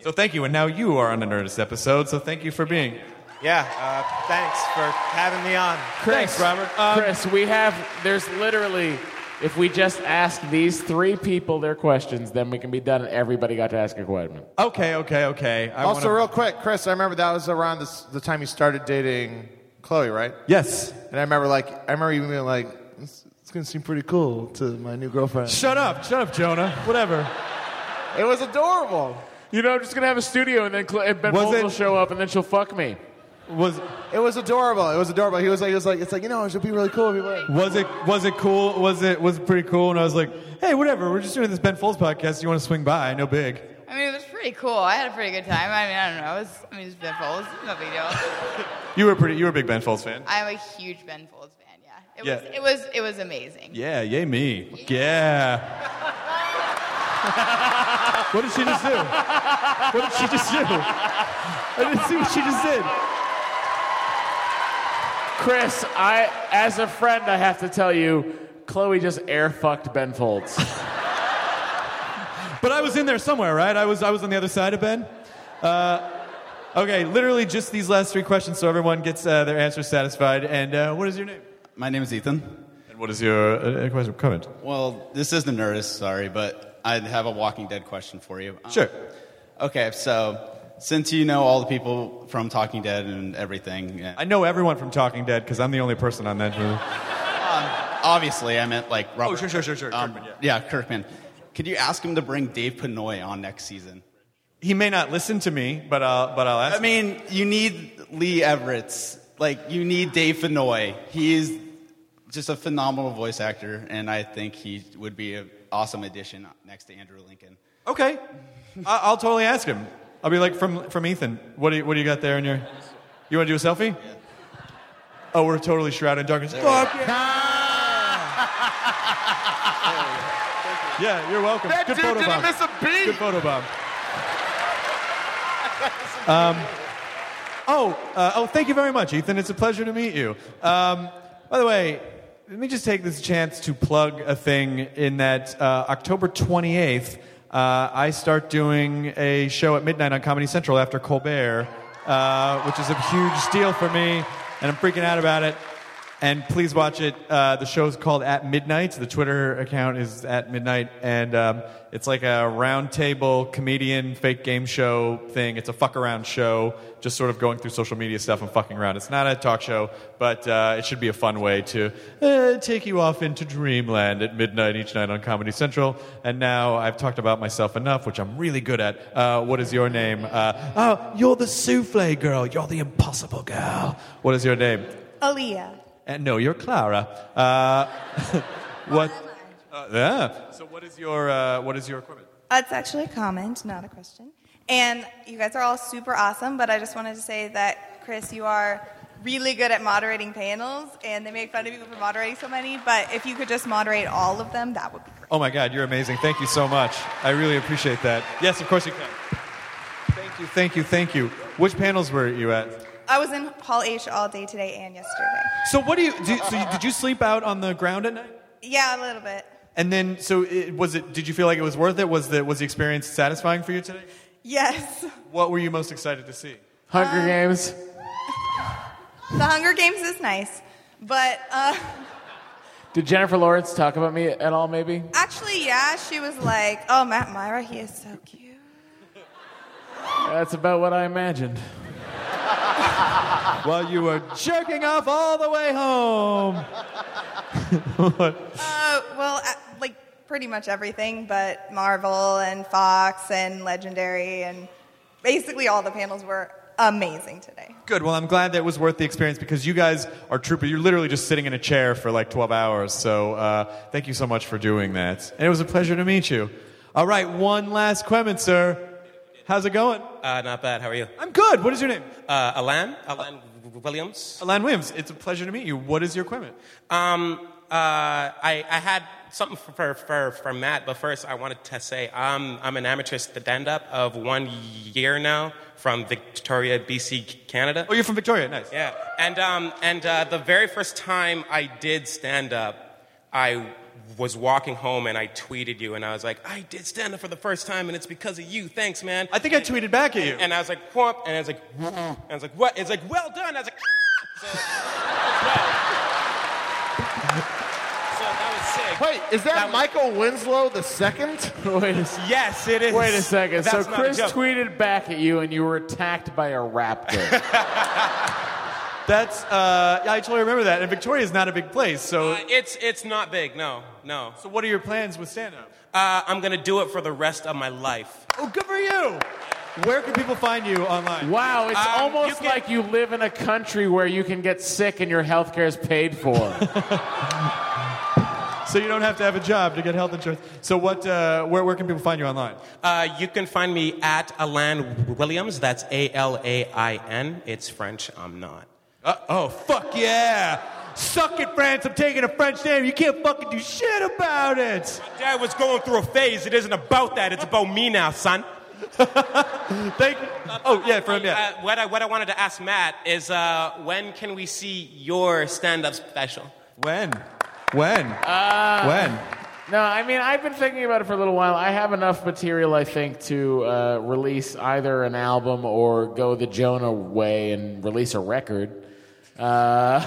Speaker 2: So thank you, and now you are on a Nerdist episode. So thank you for being. here.
Speaker 14: Yeah. Uh, thanks for having me on.
Speaker 2: Um,
Speaker 7: Chris, Robert. Chris, we have. There's literally If we just ask these three people their questions, then we can be done and everybody got to ask a question.
Speaker 2: Okay, okay, okay. I
Speaker 9: also,
Speaker 2: wanna-
Speaker 9: real quick, Chris, I remember that was around this, the time you started dating Chloe, right?
Speaker 2: Yes.
Speaker 9: And I remember, like, I remember you being like, it's, it's gonna seem pretty cool to my new girlfriend.
Speaker 2: Shut up, shut up, Jonah. Whatever.
Speaker 9: It was adorable.
Speaker 7: You know, I'm just gonna have a studio, and then Cl- and Ben
Speaker 9: Was
Speaker 7: Folds
Speaker 9: it-
Speaker 7: will show up, and then she'll fuck me.
Speaker 2: Was
Speaker 9: it was adorable? It was adorable. He was like, he was like, it's like you know, it should be really cool. If you like.
Speaker 2: Was it was it cool? Was it was it pretty cool? And I was like, hey, whatever. We're just doing this Ben Folds podcast. You want to swing by? No big.
Speaker 17: I mean, it was pretty cool. I had a pretty good time. I mean, I don't know. It was, I mean, it's Ben Folds. No big deal.
Speaker 2: You were pretty. You were a big Ben Folds fan.
Speaker 17: I'm a huge Ben Folds fan. Yeah. It
Speaker 2: Yeah.
Speaker 17: was. It was. It was amazing.
Speaker 2: Yeah. Yay me. Yeah. (laughs) What did she just do? What did she just do? I didn't see what she just did.
Speaker 7: Chris, I, as a friend, I have to tell you, Chloe just air fucked Ben Folds.
Speaker 2: But I was in there somewhere, right? I was I was on the other side of Ben. Uh, okay, literally just these last three questions, so everyone gets uh, their answers satisfied. And uh, what is your name?
Speaker 18: My name is Ethan.
Speaker 2: And what is your uh, question comment?
Speaker 18: Well, this is the Nerdist, sorry, but I have a Walking Dead question for you. Um,
Speaker 2: Sure.
Speaker 18: Okay, so since you know all the people from Talking Dead and everything, and
Speaker 2: I know everyone from Talking Dead because I'm the only person on that movie.
Speaker 18: obviously I meant like Robert. Oh, sure,
Speaker 2: sure, sure, sure.
Speaker 18: Kirkman, yeah. Kirkman. Could you ask him to bring Dave Pinoy on next season?
Speaker 2: He may not listen to me, but I'll but I'll ask.
Speaker 18: I mean, you need Lee Everett's. Like, you need Dave Fenoy. He's just a phenomenal voice actor, and I think he would be an awesome addition next to Andrew Lincoln.
Speaker 2: Okay, I- I'll totally ask him. I'll be like from from Ethan. What do you, what do you got there in your? You want to do a selfie? Oh, we're totally shrouded in darkness. Fuck Ah. yeah! You're welcome.
Speaker 14: That
Speaker 2: Good
Speaker 14: dude
Speaker 2: photo
Speaker 14: didn't
Speaker 2: bomb.
Speaker 14: miss a beat.
Speaker 2: Good photo bomb. Um, oh, uh, oh, thank you very much, Ethan. It's a pleasure to meet you. Um, by the way, let me just take this chance to plug a thing in that uh, October 28th, uh, I start doing a show at midnight on Comedy Central after Colbert, uh, which is a huge deal for me, and I'm freaking out about it. And please watch it. Uh, the show's called At Midnight. The Twitter account is at Midnight, and um, it's like a roundtable comedian fake game show thing. It's a fuck around show, just sort of going through social media stuff and fucking around. It's not a talk show, but uh, it should be a fun way to uh, take you off into dreamland at midnight each night on Comedy Central. And now I've talked about myself enough, which I'm really good at. Uh, what is your name? Uh, oh, you're the souffle girl. You're the impossible girl. What is your name?
Speaker 19: Aaliyah.
Speaker 2: And no, you're Clara. Uh, (laughs) what? Uh, yeah. So what is your uh, what is your equipment?
Speaker 19: Uh, It's actually a comment, not a question. And you guys are all super awesome, but I just wanted to say that, Chris, you are really good at moderating panels, and they make fun of you for moderating so many, but if you could just moderate all of them, that would be
Speaker 2: Oh my God, you're amazing. Thank you so much. I really appreciate that. Yes, of course you can. Thank you, thank you, thank you. Which panels were you at?
Speaker 19: great. I was in Hall H all day today and yesterday.
Speaker 2: So what do you? Do, so you, did you sleep out on the ground at night?
Speaker 19: Yeah, a little bit.
Speaker 2: And then, so it, was it? Did you feel like it was worth it? Was the was the experience satisfying for you today?
Speaker 19: Yes. (laughs)
Speaker 2: What were you most excited to see?
Speaker 7: Hunger Games.
Speaker 19: The Hunger Games is nice, but uh, (laughs)
Speaker 7: Did Jennifer Lawrence talk about me at all? Maybe.
Speaker 19: actually, yeah, she was like, oh, Matt Myra, he is so cute.
Speaker 7: That's about what I imagined.
Speaker 2: While you were jerking off all the way (laughs) home.
Speaker 19: Uh, well, uh, like pretty much everything, but Marvel and Fox and Legendary and basically all the panels were amazing today.
Speaker 2: Good. Well, I'm glad that was worth the experience because you guys are trooper. You're literally just sitting in a chair for like 12 hours. So uh, thank you so much for doing that. And it was a pleasure to meet you. All right, one last question, sir. How's it going?
Speaker 28: Uh, not bad. How are you?
Speaker 2: I'm good. What is your name?
Speaker 28: Uh, Alan. Alan W- Williams.
Speaker 2: Alan Williams. It's a pleasure to meet you. What is your equipment?
Speaker 28: Um, uh, I, I had something for, for, for, for Matt, but first I wanted to say um, I'm an amateur stand up of one year now from Victoria, BC, Canada.
Speaker 2: Oh, you're from Victoria. Nice.
Speaker 28: Yeah. And, um, and uh, the very first time I did stand up, I was walking home and I tweeted you and I was like, I did stand up for the first time and it's because of you. Thanks, man.
Speaker 2: I think I tweeted back at you.
Speaker 28: And I was like, whoop. And I was like, and I was like, what? It's like, well done. I was like, ah! so, so that was sick.
Speaker 16: Wait, is that, Michael Winslow the second?
Speaker 7: Wait a second.
Speaker 28: Yes, it is.
Speaker 7: Wait a second. so
Speaker 28: That's not a
Speaker 7: Chris
Speaker 28: joke.
Speaker 7: tweeted back at you, and you were attacked by a raptor.
Speaker 2: (laughs) That's uh, yeah, I totally remember that. And Victoria's not a big place, so
Speaker 28: Uh, it's it's not big. No, no. So
Speaker 2: what are your plans with stand-up?
Speaker 28: Uh, I'm gonna do it for the rest of my life.
Speaker 2: oh, good for you. Where can people find you online? Um,
Speaker 7: Wow, it's almost like you live in a country where you can get sick and your health care is
Speaker 2: (laughs)
Speaker 7: paid for.
Speaker 2: So you don't have to have a job to get health insurance. So what? Uh, where where can people find you online?
Speaker 28: Uh, you can find me at Alan Williams. That's A L A I N. It's French. I'm not.
Speaker 2: Uh, oh, fuck yeah! Suck it, France. I'm taking a French name. You can't fucking do shit about it.
Speaker 28: Dad was going through a phase. It isn't about that. It's about me now, son.
Speaker 2: (laughs) Thank you. Oh yeah, from yeah.
Speaker 28: Uh, what I what I wanted to ask Matt is uh, when can we see your stand-up special?
Speaker 2: When? When?
Speaker 7: Uh,
Speaker 2: When?
Speaker 7: No, I mean I've been thinking about it for a little while. I have enough material, I think, to uh, release either an album or go the Jonah way and release a record. Uh,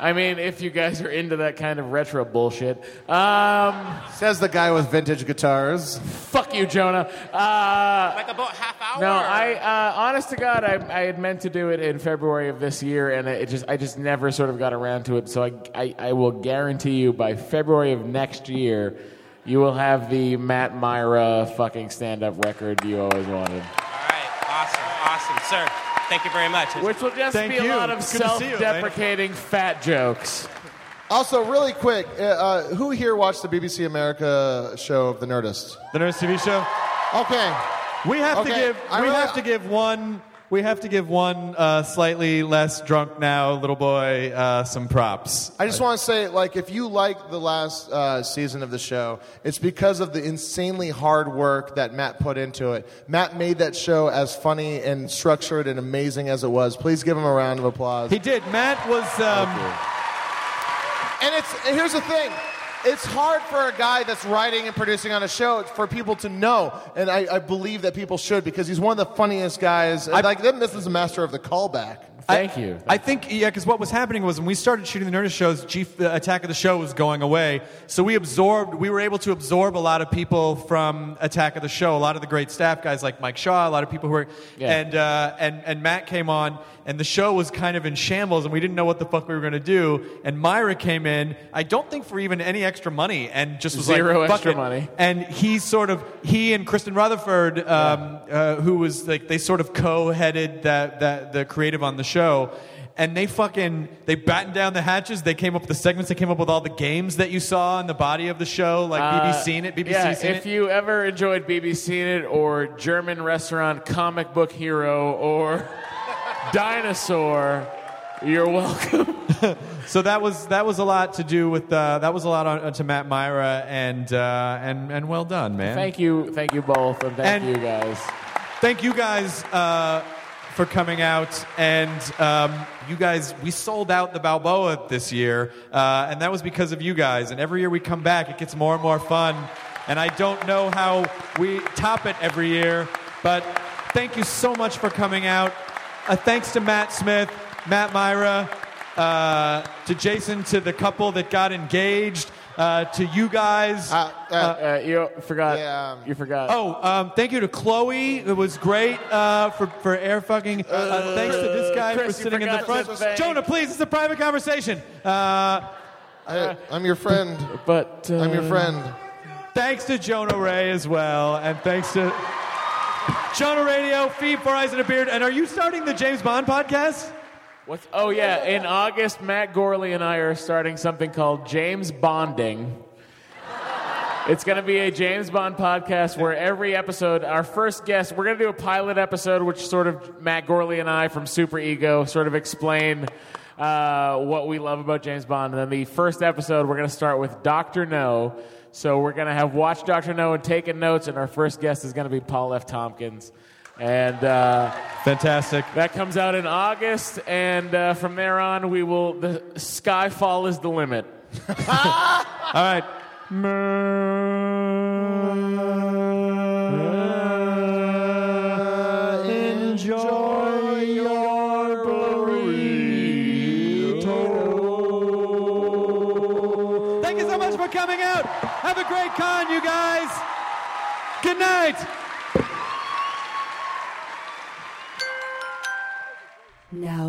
Speaker 7: I mean, if you guys are into that kind of retro bullshit, um,
Speaker 16: says the guy with vintage guitars.
Speaker 7: Fuck you, Jonah. Uh,
Speaker 28: like about half hour.
Speaker 7: No, I uh, honest to God, I, I had meant to do it in February of this year, and it just I just never sort of got around to it. So I, I I will guarantee you by February of next year, you will have the Matt Myra fucking stand up record you always wanted.
Speaker 28: All right, awesome, awesome, sir. Thank you very much.
Speaker 7: Which will just
Speaker 28: Thank
Speaker 7: be a
Speaker 28: you.
Speaker 7: lot of
Speaker 28: It's good to
Speaker 7: self
Speaker 28: see you, man.
Speaker 7: deprecating fat jokes.
Speaker 16: Also, really quick, uh, uh, who here watched the BBC America show of The Nerdist?
Speaker 2: The Nerdist TV show.
Speaker 16: Okay.
Speaker 2: We have to
Speaker 16: Okay,
Speaker 2: give.
Speaker 16: I
Speaker 2: we
Speaker 16: really-
Speaker 2: have to give one. We have to give one uh, slightly less drunk now little boy uh, some props.
Speaker 16: I just want to say, like, if you like the last uh, season of the show, it's because of the insanely hard work that Matt put into it. Matt made that show as funny and structured and amazing as it was. Please give him a round of applause. He
Speaker 2: did. Matt was. Um,
Speaker 16: and it's and here's the thing. It's hard for a guy that's writing and producing on a show for people to know, and I, I believe that people should because he's one of the funniest guys. And like, then this is a master of the callback.
Speaker 7: Thank you.
Speaker 2: I think yeah, because what was happening was when we started shooting the Nerdist shows, G- the Attack of the Show was going away. So we absorbed, we were able to absorb a lot of people from Attack of the Show, a lot of the great staff guys like Mike Shaw, a lot of people who were,
Speaker 7: Yeah.
Speaker 2: and uh, and and Matt came on, and the show was kind of in shambles, and we didn't know what the fuck we were going to do. And Myra came in, I don't think for even any extra money, and just was
Speaker 7: Zero
Speaker 2: like, fuck
Speaker 7: extra
Speaker 2: it.
Speaker 7: money.
Speaker 2: And he sort of he and Kristen Rutherford, um, uh, who was like they sort of co-headed that that the creative on the show, and they fucking they battened down the hatches. They came up with the segments. They came up with all the games that you saw in the body of the show, like
Speaker 7: Uh,
Speaker 2: BBC in it, BBC
Speaker 7: yeah,
Speaker 2: seen
Speaker 7: if
Speaker 2: it.
Speaker 7: you ever enjoyed BBC in it or German restaurant comic book hero or (laughs) dinosaur, you're welcome.
Speaker 2: (laughs)
Speaker 7: (laughs)
Speaker 2: so that was that was a lot to do with uh, that was a lot on, to Matt Myra and uh, and and well done, man.
Speaker 7: Thank you, thank you both, and thank
Speaker 2: And-
Speaker 7: you guys.
Speaker 2: Thank you guys uh, for coming out. And um, you guys, we sold out the Balboa this year. Uh, and that was because of you guys. And every year we come back, it gets more and more fun. And I don't know how we top it every year. But thank you so much for coming out. Uh, thanks to Matt Smith, Matt Myra, uh, to Jason, to the couple that got engaged, uh, to you guys.
Speaker 7: Uh, you forgot. you forgot.
Speaker 2: Oh, um, thank you to Chloe. It was great uh, for for air fucking. Uh, thanks to this guy
Speaker 7: Chris,
Speaker 2: for
Speaker 7: you
Speaker 2: sitting in the
Speaker 7: forgot
Speaker 2: front.
Speaker 7: to thank-
Speaker 2: Jonah, please, it's a private conversation. Uh,
Speaker 16: I, I'm your friend.
Speaker 7: But uh,
Speaker 16: I'm your friend.
Speaker 2: Thanks to Jonah Ray as well, and thanks to Jonah Radio, Feed for Eyes and a Beard. And are you starting the James Bond podcast?
Speaker 7: What's, oh yeah, in August, Matt Gorley and I are starting something called James Bonding. It's going to be a James Bond podcast where every episode, our first guest, we're going to do a pilot episode, which sort of Matt Gorley and I from Super Ego sort of explain uh, what we love about James Bond. And then the first episode, we're going to start with Dr. No. So we're going to have watched Dr. No and taken notes, and our first guest is going to be Paul F. Tompkins. And uh,
Speaker 2: fantastic.
Speaker 7: That comes out in August, and uh, from there on, we will. The skyfall is the limit.
Speaker 2: (laughs) All right. Uh, Enjoy your burrito. Thank you so much for
Speaker 29: coming out. Have a great con, you guys. Good night.
Speaker 21: Now